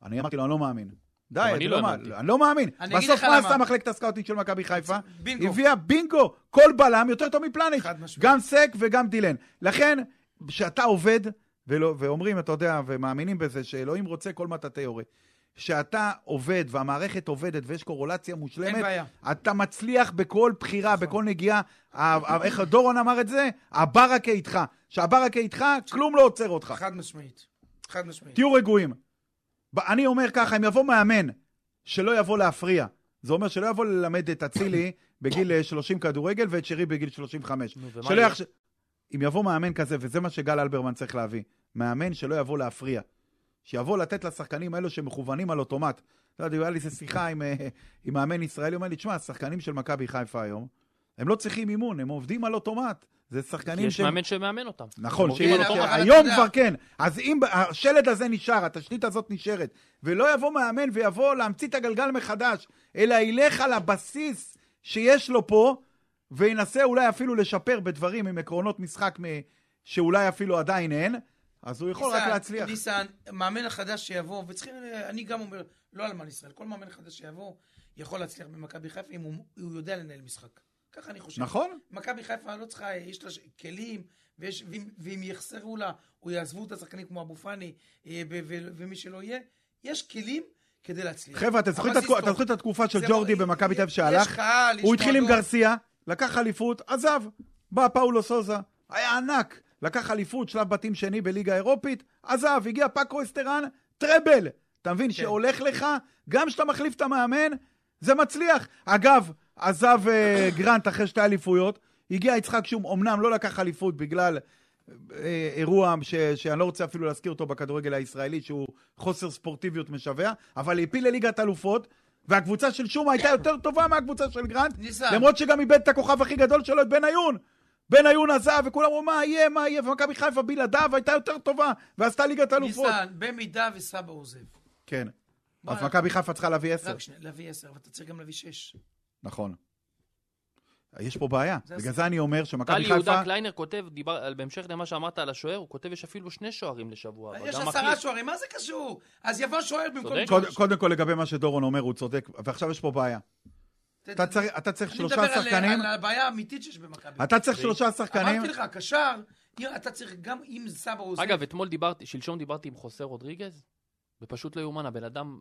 [SPEAKER 4] אני אמרתי לו, אני לא מאמין. די,
[SPEAKER 2] אני
[SPEAKER 4] אני
[SPEAKER 2] לא
[SPEAKER 4] לא מאמין.
[SPEAKER 2] האמנתי.
[SPEAKER 4] אני לא מאמין.
[SPEAKER 3] אני אגיד
[SPEAKER 4] בסוף
[SPEAKER 3] לך
[SPEAKER 4] מה
[SPEAKER 3] למה.
[SPEAKER 4] עשתה מחלקת הסקאוטינג של מכבי חיפה?
[SPEAKER 3] בינגו.
[SPEAKER 4] הביאה בינגו, כל בלם יותר טוב מפלניץ'.
[SPEAKER 3] חד משמעית.
[SPEAKER 4] גם סק וגם דילן. לכן, כשאתה עובד, ולא, ואומרים, אתה יודע, ומאמינים בזה, שאלוהים רוצה כל מטאטי יורה. כשאתה עובד והמערכת עובדת ויש קורולציה מושלמת,
[SPEAKER 3] אין בעיה. נכון.
[SPEAKER 4] אתה מצליח בכל בחירה, בכל נגיעה. ה- ה- איך דורון אמר את זה? הברקה איתך. כשהברקה איתך, כלום לא עוצר אותך.
[SPEAKER 3] חד משמעית. חד משמעית.
[SPEAKER 4] תהיו רגועים. ב- אני אומר ככה, אם יבוא מאמן שלא יבוא להפריע, זה אומר שלא יבוא ללמד
[SPEAKER 2] (coughs)
[SPEAKER 4] את אצילי בגיל אה, 30 כדורגל ואת שרי בגיל 35.
[SPEAKER 2] נו, ומה
[SPEAKER 4] שלא
[SPEAKER 2] יהיה?
[SPEAKER 4] יחש... אם יבוא מאמן כזה, וזה מה שגל אלברמן צריך להביא, מאמן שלא יבוא להפריע. שיבוא לתת לשחקנים האלו שמכוונים על אוטומט. לא יודע, היה לי איזו שיחה עם, אה, עם מאמן ישראלי, הוא אומר לי, תשמע, השחקנים של מכבי חיפה היום, הם לא צריכים אימון, הם עובדים על אוטומט. זה
[SPEAKER 2] כי
[SPEAKER 4] שחקנים
[SPEAKER 2] יש מאמן שמאמן אותם.
[SPEAKER 4] נכון,
[SPEAKER 2] עובדים
[SPEAKER 4] שאם-
[SPEAKER 2] על אותו
[SPEAKER 3] אבל אתה
[SPEAKER 4] היום
[SPEAKER 3] יודע.
[SPEAKER 4] כבר כן. אז אם השלד הזה נשאר, התשתית הזאת נשארת, ולא יבוא מאמן ויבוא להמציא את הגלגל מחדש, אלא ילך על הבסיס שיש לו פה, וינסה אולי אפילו לשפר בדברים עם עקרונות משחק מ- שאולי אפילו עדיין אין, אז הוא יכול רק
[SPEAKER 3] ניסן,
[SPEAKER 4] להצליח.
[SPEAKER 3] ניסן, מאמן החדש שיבוא, וצריכים, אני גם אומר, לא אלמן ישראל, כל מאמן חדש שיבוא, יכול להצליח במכבי חיפה אם הוא הוא יודע לנהל משחק. ככה אני חושב.
[SPEAKER 4] נכון?
[SPEAKER 3] מכבי חיפה לא צריכה, יש לה ש- כלים, ויש, ואם, ואם יחסרו לה, או יעזבו את השחקנים כמו אבו פאני, אה, ו- ו- ומי שלא יהיה, יש כלים כדי להצליח.
[SPEAKER 4] חבר'ה, אתם זוכרים את
[SPEAKER 3] הבסיס
[SPEAKER 4] התקו- אתם
[SPEAKER 3] טוב.
[SPEAKER 4] זוכרים את התקופה של
[SPEAKER 3] זה
[SPEAKER 4] ג'ורדי
[SPEAKER 3] לא-
[SPEAKER 4] במכבי תל אביב
[SPEAKER 3] יש
[SPEAKER 4] שהלך?
[SPEAKER 3] קהל, יש
[SPEAKER 4] הוא התחיל עם
[SPEAKER 3] מועדון.
[SPEAKER 4] גרסיה, לקח אליפות, עזב. בא פאולו סוזה, היה ענק, לקח אליפות, שלב בתים שני בליגה האירופית, עזב, הגיע פאקו אסטרן, טראבל. אתה מבין, שהולך לך, גם כשאתה מחליף את המאמן, זה מצליח. אגב, עזב אה, גרנט אחרי שתי אליפויות, הגיע יצחק שום, אמנם לא לקח אליפות בגלל אה, אירוע ש, שאני לא רוצה אפילו להזכיר אותו בכדורגל הישראלי, שהוא חוסר ספורטיביות משווע, אבל העפיל לליגת אלופות, והקבוצה של שום הייתה יותר טובה מהקבוצה של גרנט,
[SPEAKER 3] ניסן.
[SPEAKER 4] למרות שגם איבד את הכוכב הכי גדול שלו, את בניון. בניון עזב, וכולם אמרו, מה יהיה, מה יהיה, ומכבי חיפה בלעדיו הייתה יותר טובה, ועשתה ליגת אלופות.
[SPEAKER 3] ניסן, במידה וסבא עוזב.
[SPEAKER 4] כן.
[SPEAKER 3] בוא,
[SPEAKER 4] אז מכבי חיפה צריכה להביא עשר.
[SPEAKER 3] רק שנייה, להביא עשר, אבל אתה צריך גם להביא שש.
[SPEAKER 4] נכון. יש פה בעיה.
[SPEAKER 3] זה
[SPEAKER 4] בגלל
[SPEAKER 3] הס-
[SPEAKER 4] זה אני אומר שמכבי
[SPEAKER 2] טלי
[SPEAKER 4] חיפה...
[SPEAKER 2] יהודה קליינר כותב, דיבר, על- בהמשך למה שאמרת על השוער, הוא כותב יש אפילו שני שוערים לשבוע. הבא,
[SPEAKER 3] יש
[SPEAKER 2] גם
[SPEAKER 3] עשרה
[SPEAKER 2] מחליף.
[SPEAKER 3] שוערים, מה זה קשור? אז יבוא שוער במקום...
[SPEAKER 2] צודק.
[SPEAKER 4] קוד- קודם כל לגבי מה שדורון אומר, הוא צודק, ועכשיו יש פה בעיה. אתה צריך- אתה צריך
[SPEAKER 3] אני
[SPEAKER 4] שלושה
[SPEAKER 3] מדבר על-
[SPEAKER 4] שחקנים,
[SPEAKER 3] על הבעיה האמיתית שיש במכבי.
[SPEAKER 4] אתה צריך שלושה שחקנים,
[SPEAKER 3] אמרתי לך, קשר, אם- אתה צריך גם אם סבא עוזב...
[SPEAKER 2] אגב, אתמול דיברתי, שלשום דיברתי עם חוסה רודריגז, ופשוט לא יאומן, הבן אדם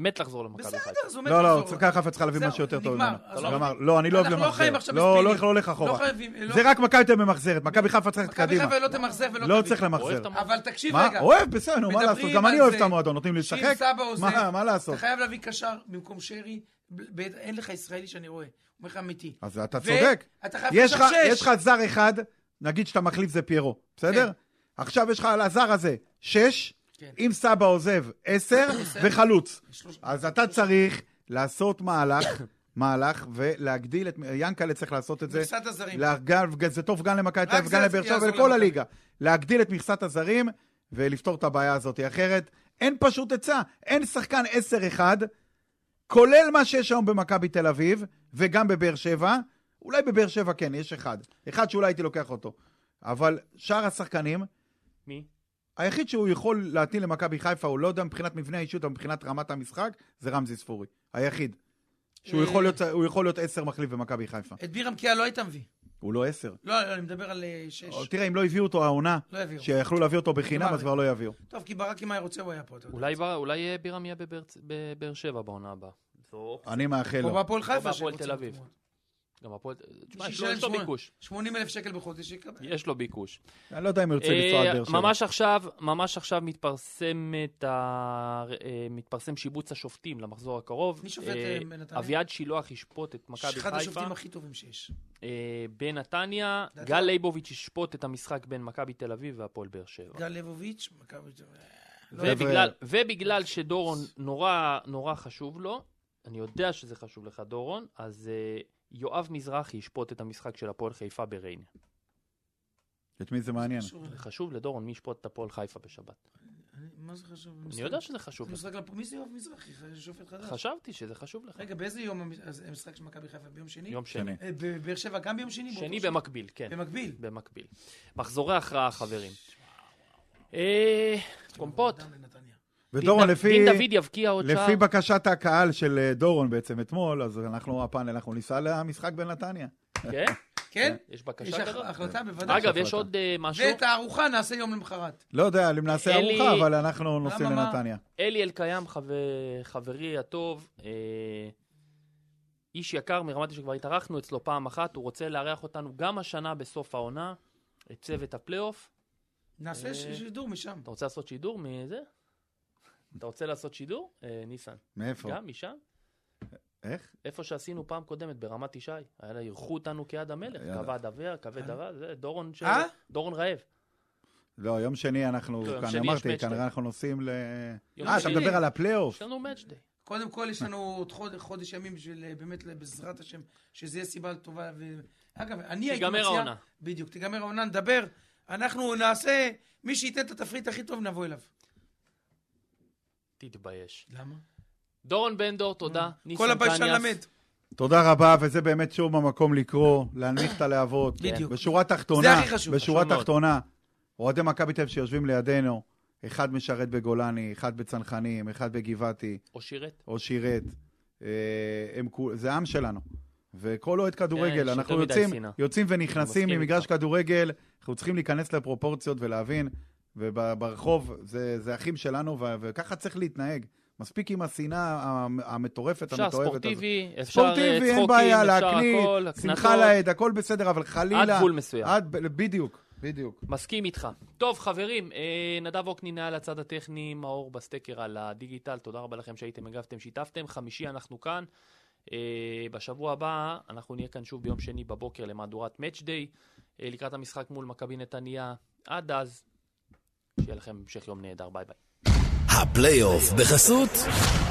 [SPEAKER 2] מת לחזור למכבי חיפה.
[SPEAKER 3] בסדר, זה עומד
[SPEAKER 4] לא, לא,
[SPEAKER 3] לחזור.
[SPEAKER 4] מכבי חיפה צריכה להביא
[SPEAKER 3] זהו,
[SPEAKER 4] משהו יותר טוב
[SPEAKER 3] נגמר,
[SPEAKER 4] ממנו.
[SPEAKER 3] אז
[SPEAKER 4] גמר.
[SPEAKER 3] לא-
[SPEAKER 4] לא, אני לא אוהב
[SPEAKER 3] אנחנו לא חיים
[SPEAKER 4] למחזר.
[SPEAKER 3] עכשיו
[SPEAKER 4] לא, לא
[SPEAKER 3] בספינים.
[SPEAKER 4] הולך- לא הולך אחורה.
[SPEAKER 3] לא חייבים, לא-
[SPEAKER 4] זה רק מכבי תל אביב ממחזרת, מכבי חיפה צריכה ללכת
[SPEAKER 3] מכבי
[SPEAKER 4] קדימה.
[SPEAKER 3] חיפה לא תמחזר ולא
[SPEAKER 4] לא
[SPEAKER 3] תביא.
[SPEAKER 4] צריך למחזר.
[SPEAKER 2] אוהב את המ-
[SPEAKER 3] אבל תקשיב
[SPEAKER 4] מה?
[SPEAKER 3] רגע.
[SPEAKER 4] אוהב, בסדר, נו, מה
[SPEAKER 3] מדברים
[SPEAKER 4] לעשות? גם
[SPEAKER 3] על
[SPEAKER 4] אני אוהב
[SPEAKER 3] זה
[SPEAKER 4] את המועדון, נותנים לי לשחק.
[SPEAKER 3] שאם סבא עוזב,
[SPEAKER 4] מה- מה לעשות?
[SPEAKER 3] אתה חייב להביא קשר במקום שרי, ב- ב- אין לך ישראלי שאני רואה. אומר לך אמיתי.
[SPEAKER 4] אז אתה
[SPEAKER 3] ו-
[SPEAKER 4] צודק.
[SPEAKER 3] אתה חייב
[SPEAKER 4] יש
[SPEAKER 3] קשר
[SPEAKER 4] לך,
[SPEAKER 3] שש.
[SPEAKER 4] יש לך זר אחד, נגיד שאתה מחליף זה פיירו, בסדר?
[SPEAKER 3] כן.
[SPEAKER 4] עכשיו יש לך על הזר הזה שש,
[SPEAKER 3] כן.
[SPEAKER 4] אם סבא עוזב עשר וחלוץ.
[SPEAKER 3] שלוש-
[SPEAKER 4] אז אתה צריך לעשות מהלך, (coughs) מהלך, ולהגדיל את... ינקלה צריך לעשות את זה.
[SPEAKER 3] מכסת הזרים.
[SPEAKER 4] לארגן- זה טוב גם למכבי תל
[SPEAKER 3] רק
[SPEAKER 4] אביב,
[SPEAKER 3] זה
[SPEAKER 4] גם לבאר שבע
[SPEAKER 3] יעזור
[SPEAKER 4] ולכל
[SPEAKER 3] למכבי.
[SPEAKER 4] הליגה. להגדיל את מכסת הזרים ולפתור את הבעיה הזאת. אחרת, אין פשוט היצע. אין שחקן עשר אחד, כולל מה שיש היום במכבי תל אביב, וגם בבאר שבע. אולי בבאר שבע כן, יש אחד. אחד שאולי הייתי לוקח אותו. אבל שאר השחקנים,
[SPEAKER 2] מי?
[SPEAKER 4] היחיד שהוא יכול להטיל למכבי חיפה, הוא לא יודע מבחינת מבנה האישיות או מבחינת רמת המשחק, זה רמזי ספורי. היחיד. שהוא יכול להיות, הוא יכול להיות עשר מחליף במכבי חיפה.
[SPEAKER 3] את בירם קיאה לא היית מביא.
[SPEAKER 4] הוא לא עשר.
[SPEAKER 3] לא, לא, אני מדבר על אה, שש.
[SPEAKER 4] או, תראה, אם לא הביאו אותו העונה,
[SPEAKER 3] לא הביאו.
[SPEAKER 4] שיכלו להביא אותו בחינם,
[SPEAKER 3] נגמר
[SPEAKER 4] אז
[SPEAKER 3] לי.
[SPEAKER 4] כבר לא יביאו.
[SPEAKER 3] טוב, כי ברק אם היה רוצה הוא היה פה, אתה יודע.
[SPEAKER 2] אולי בר- אולי אה, בירם יהיה בבאר- בבאר שבע בעונה הבאה. זו-
[SPEAKER 4] אני מאחל
[SPEAKER 3] או
[SPEAKER 4] לו.
[SPEAKER 3] בהפועל חיפה.
[SPEAKER 2] בהפועל
[SPEAKER 3] שרוצה
[SPEAKER 2] תל אביב.
[SPEAKER 3] אותו.
[SPEAKER 2] גם הפועל... תשמע, יש לו-
[SPEAKER 3] שישלם
[SPEAKER 2] יש לו
[SPEAKER 3] שמונה-
[SPEAKER 2] ביקוש.
[SPEAKER 3] 80 אלף שקל בחודש יקבל.
[SPEAKER 2] יש לו ביקוש.
[SPEAKER 4] אני לא יודע אם הוא ירצה לנסוע
[SPEAKER 2] אה,
[SPEAKER 4] עד באר שבע.
[SPEAKER 2] ממש עכשיו, ממש עכשיו מתפרסמת ה- אה, מתפרסם שיבוץ השופטים למחזור הקרוב.
[SPEAKER 3] מי שופט,
[SPEAKER 2] אה,
[SPEAKER 3] אה, בנתניה?
[SPEAKER 2] אביעד שילוח ישפוט את מכבי
[SPEAKER 3] אחד השופטים
[SPEAKER 2] חיפה
[SPEAKER 3] הכי טובים שיש.
[SPEAKER 2] אה, בנתניה.
[SPEAKER 3] לדעתי-
[SPEAKER 2] גל לייבוביץ' ישפוט את המשחק בין מכבי תל אביב והפועל באר שבע.
[SPEAKER 3] גל לבוביץ', מכבי... תל אביב.
[SPEAKER 2] לא, ובגלל- ובגלל שדורון נורא נורא חשוב לו, אני יודע שזה חשוב לך דורון, אז אה, יואב מזרחי ישפוט את המשחק של הפועל חיפה בריינה.
[SPEAKER 4] את מי זה מעניין?
[SPEAKER 3] קשור אליי.
[SPEAKER 2] חשוב לדורון מי ישפוט את הפועל חיפה בשבת.
[SPEAKER 3] אני- מה זה חשוב?
[SPEAKER 2] אני יודע שזה חשוב.
[SPEAKER 3] זה
[SPEAKER 2] לך.
[SPEAKER 3] משחק לפ- מי זה יואב מזרחי? שופט חדש.
[SPEAKER 2] חשבתי שזה חשוב לך.
[SPEAKER 3] רגע, באיזה יום המש- אז המשחק של מכבי חיפה? ביום שני?
[SPEAKER 2] יום שני.
[SPEAKER 3] אה, בבאר שבע גם ביום שני?
[SPEAKER 2] שני
[SPEAKER 3] באותו-
[SPEAKER 2] במקביל, כן.
[SPEAKER 3] במקביל.
[SPEAKER 2] במקביל. מחזורי הכרעה, חברים. אה, קומפוט.
[SPEAKER 3] אדם לנתניה.
[SPEAKER 4] ודורון,
[SPEAKER 2] דין-
[SPEAKER 4] לפי...
[SPEAKER 2] דין דוד יבקיע עוד שער.
[SPEAKER 4] לפי בקשת הקהל של אה, דורון בעצם אתמול, אז אנחנו, הפאנל, אנחנו ניסע למשחק בנתניה.
[SPEAKER 2] כן?
[SPEAKER 3] כן?
[SPEAKER 2] יש
[SPEAKER 3] יש
[SPEAKER 2] בקשה
[SPEAKER 3] הח-
[SPEAKER 2] כזאת?
[SPEAKER 3] החלטה בוודאי.
[SPEAKER 2] אגב, יש
[SPEAKER 4] החלטה.
[SPEAKER 2] עוד אה, משהו.
[SPEAKER 3] ואת הארוחה נעשה יום למחרת.
[SPEAKER 4] לא יודע אם נעשה
[SPEAKER 2] אלי-
[SPEAKER 4] ארוחה, אבל אנחנו נוסעים
[SPEAKER 3] מה?
[SPEAKER 4] לנתניה.
[SPEAKER 2] אלי אלקיים, חבר- חברי הטוב, אה, איש יקר מרמת שכבר התארחנו אצלו פעם אחת, הוא רוצה לארח אותנו גם השנה בסוף העונה, את צוות הפלייאוף.
[SPEAKER 3] נעשה ש-
[SPEAKER 2] אה.
[SPEAKER 3] שידור משם.
[SPEAKER 2] אתה רוצה לעשות שידור מזה? אתה רוצה לעשות שידור? אה, ניסן,
[SPEAKER 4] מאיפה?
[SPEAKER 2] גם משם?
[SPEAKER 4] איך?
[SPEAKER 2] איפה שעשינו פעם קודמת, ברמת ישי. היה לה, אירחו אותנו כיד המלך,
[SPEAKER 4] יאללה.
[SPEAKER 2] כבד עבר, כבד הרע, זה דורון ש...
[SPEAKER 3] אה?
[SPEAKER 2] דורון רעב.
[SPEAKER 4] לא, יום שני אנחנו,
[SPEAKER 2] לא, יום
[SPEAKER 4] כאן
[SPEAKER 2] שני יש
[SPEAKER 4] אמרתי,
[SPEAKER 2] match
[SPEAKER 4] כנראה
[SPEAKER 2] day.
[SPEAKER 4] אנחנו נוסעים ל...
[SPEAKER 2] יום
[SPEAKER 4] אה, אתה
[SPEAKER 2] שני.
[SPEAKER 4] מדבר על
[SPEAKER 2] יש
[SPEAKER 4] הפלייאוף.
[SPEAKER 2] לנו מאצ'דיי.
[SPEAKER 3] קודם כל, יש לנו עוד חודש, חודש ימים בשביל, אה, באמת, בעזרת השם, שזה יהיה סיבה טובה. ו... אגב, אני הייתי
[SPEAKER 2] תיגמר
[SPEAKER 3] מציע...
[SPEAKER 2] העונה.
[SPEAKER 3] בדיוק, תיגמר העונה, נדבר. אנחנו נעשה, מי שייתן את התפריט הכי טוב, נבוא אליו.
[SPEAKER 2] תתבייש.
[SPEAKER 3] למה?
[SPEAKER 2] דורון בן דור, תודה. ניסן
[SPEAKER 3] אה. כל הביישן
[SPEAKER 2] קניאס.
[SPEAKER 3] למד.
[SPEAKER 4] תודה רבה, וזה באמת שוב המקום לקרוא, להנמיך את הלהבות.
[SPEAKER 3] בדיוק.
[SPEAKER 4] בשורה תחתונה,
[SPEAKER 3] זה הכי חשוב.
[SPEAKER 4] בשורה
[SPEAKER 2] חשוב מאוד.
[SPEAKER 4] תחתונה, אוהדי מכבי תל אביב שיושבים לידינו, אחד משרת בגולני, אחד בצנחנים, אחד בגבעתי,
[SPEAKER 2] או שירת.
[SPEAKER 4] או שירת. אה, הם, כו- זה עם שלנו. וכל אוהד
[SPEAKER 2] כן, יש
[SPEAKER 4] כדורגל, אנחנו
[SPEAKER 2] יותר מדי
[SPEAKER 4] יוצאים,
[SPEAKER 2] שנאה.
[SPEAKER 4] יוצאים
[SPEAKER 2] אני
[SPEAKER 4] ונכנסים
[SPEAKER 2] מסכים
[SPEAKER 4] ממגרש
[SPEAKER 2] איתך.
[SPEAKER 4] כדורגל, אנחנו צריכים להיכנס לפרופורציות ולהבין, וברחוב זה, זה אחים שלנו, ו- וככה צריך להתנהג. מספיק עם השנאה המ- המטורפת,
[SPEAKER 2] אפשר
[SPEAKER 4] המתועבת הזאת.
[SPEAKER 2] ספורטיבי, אפשר אה, צחוקים,
[SPEAKER 4] ספורטיבי, אין בעיה,
[SPEAKER 2] אפשר
[SPEAKER 4] להקליט,
[SPEAKER 2] הכל,
[SPEAKER 4] שמחה
[SPEAKER 2] הקנטות.
[SPEAKER 4] לאיד, הכל בסדר, אבל חלילה...
[SPEAKER 2] עד גבול מסוים.
[SPEAKER 4] עד, ב- בדיוק, בדיוק.
[SPEAKER 2] מסכים איתך. טוב, חברים, אה, נדב הוקנין היה לצד הטכני, מאור בסטקר על הדיגיטל, תודה רבה לכם שהייתם, הגבתם, שיתפתם. חמישי אנחנו כאן. אה, בשבוע הבא אנחנו נהיה כאן שוב ביום שני בבוקר למהדורת Match Day, אה, לקראת המשחק מול מכבי נתניה. עד אז, שיהיה לכם המשך יום נהדר, ביי ביי.
[SPEAKER 5] הפלייאוף בחסות?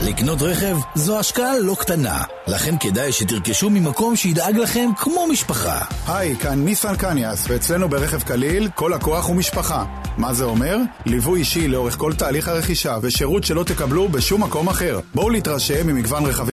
[SPEAKER 5] לקנות רכב זו השקעה לא קטנה, לכן כדאי שתרכשו ממקום שידאג לכם כמו משפחה.
[SPEAKER 6] היי, כאן ניסן קניאס, ואצלנו ברכב קליל כל לקוח הוא משפחה. מה זה אומר? ליווי אישי לאורך כל תהליך הרכישה, ושירות שלא תקבלו בשום מקום אחר. בואו להתרשם ממגוון רכבים.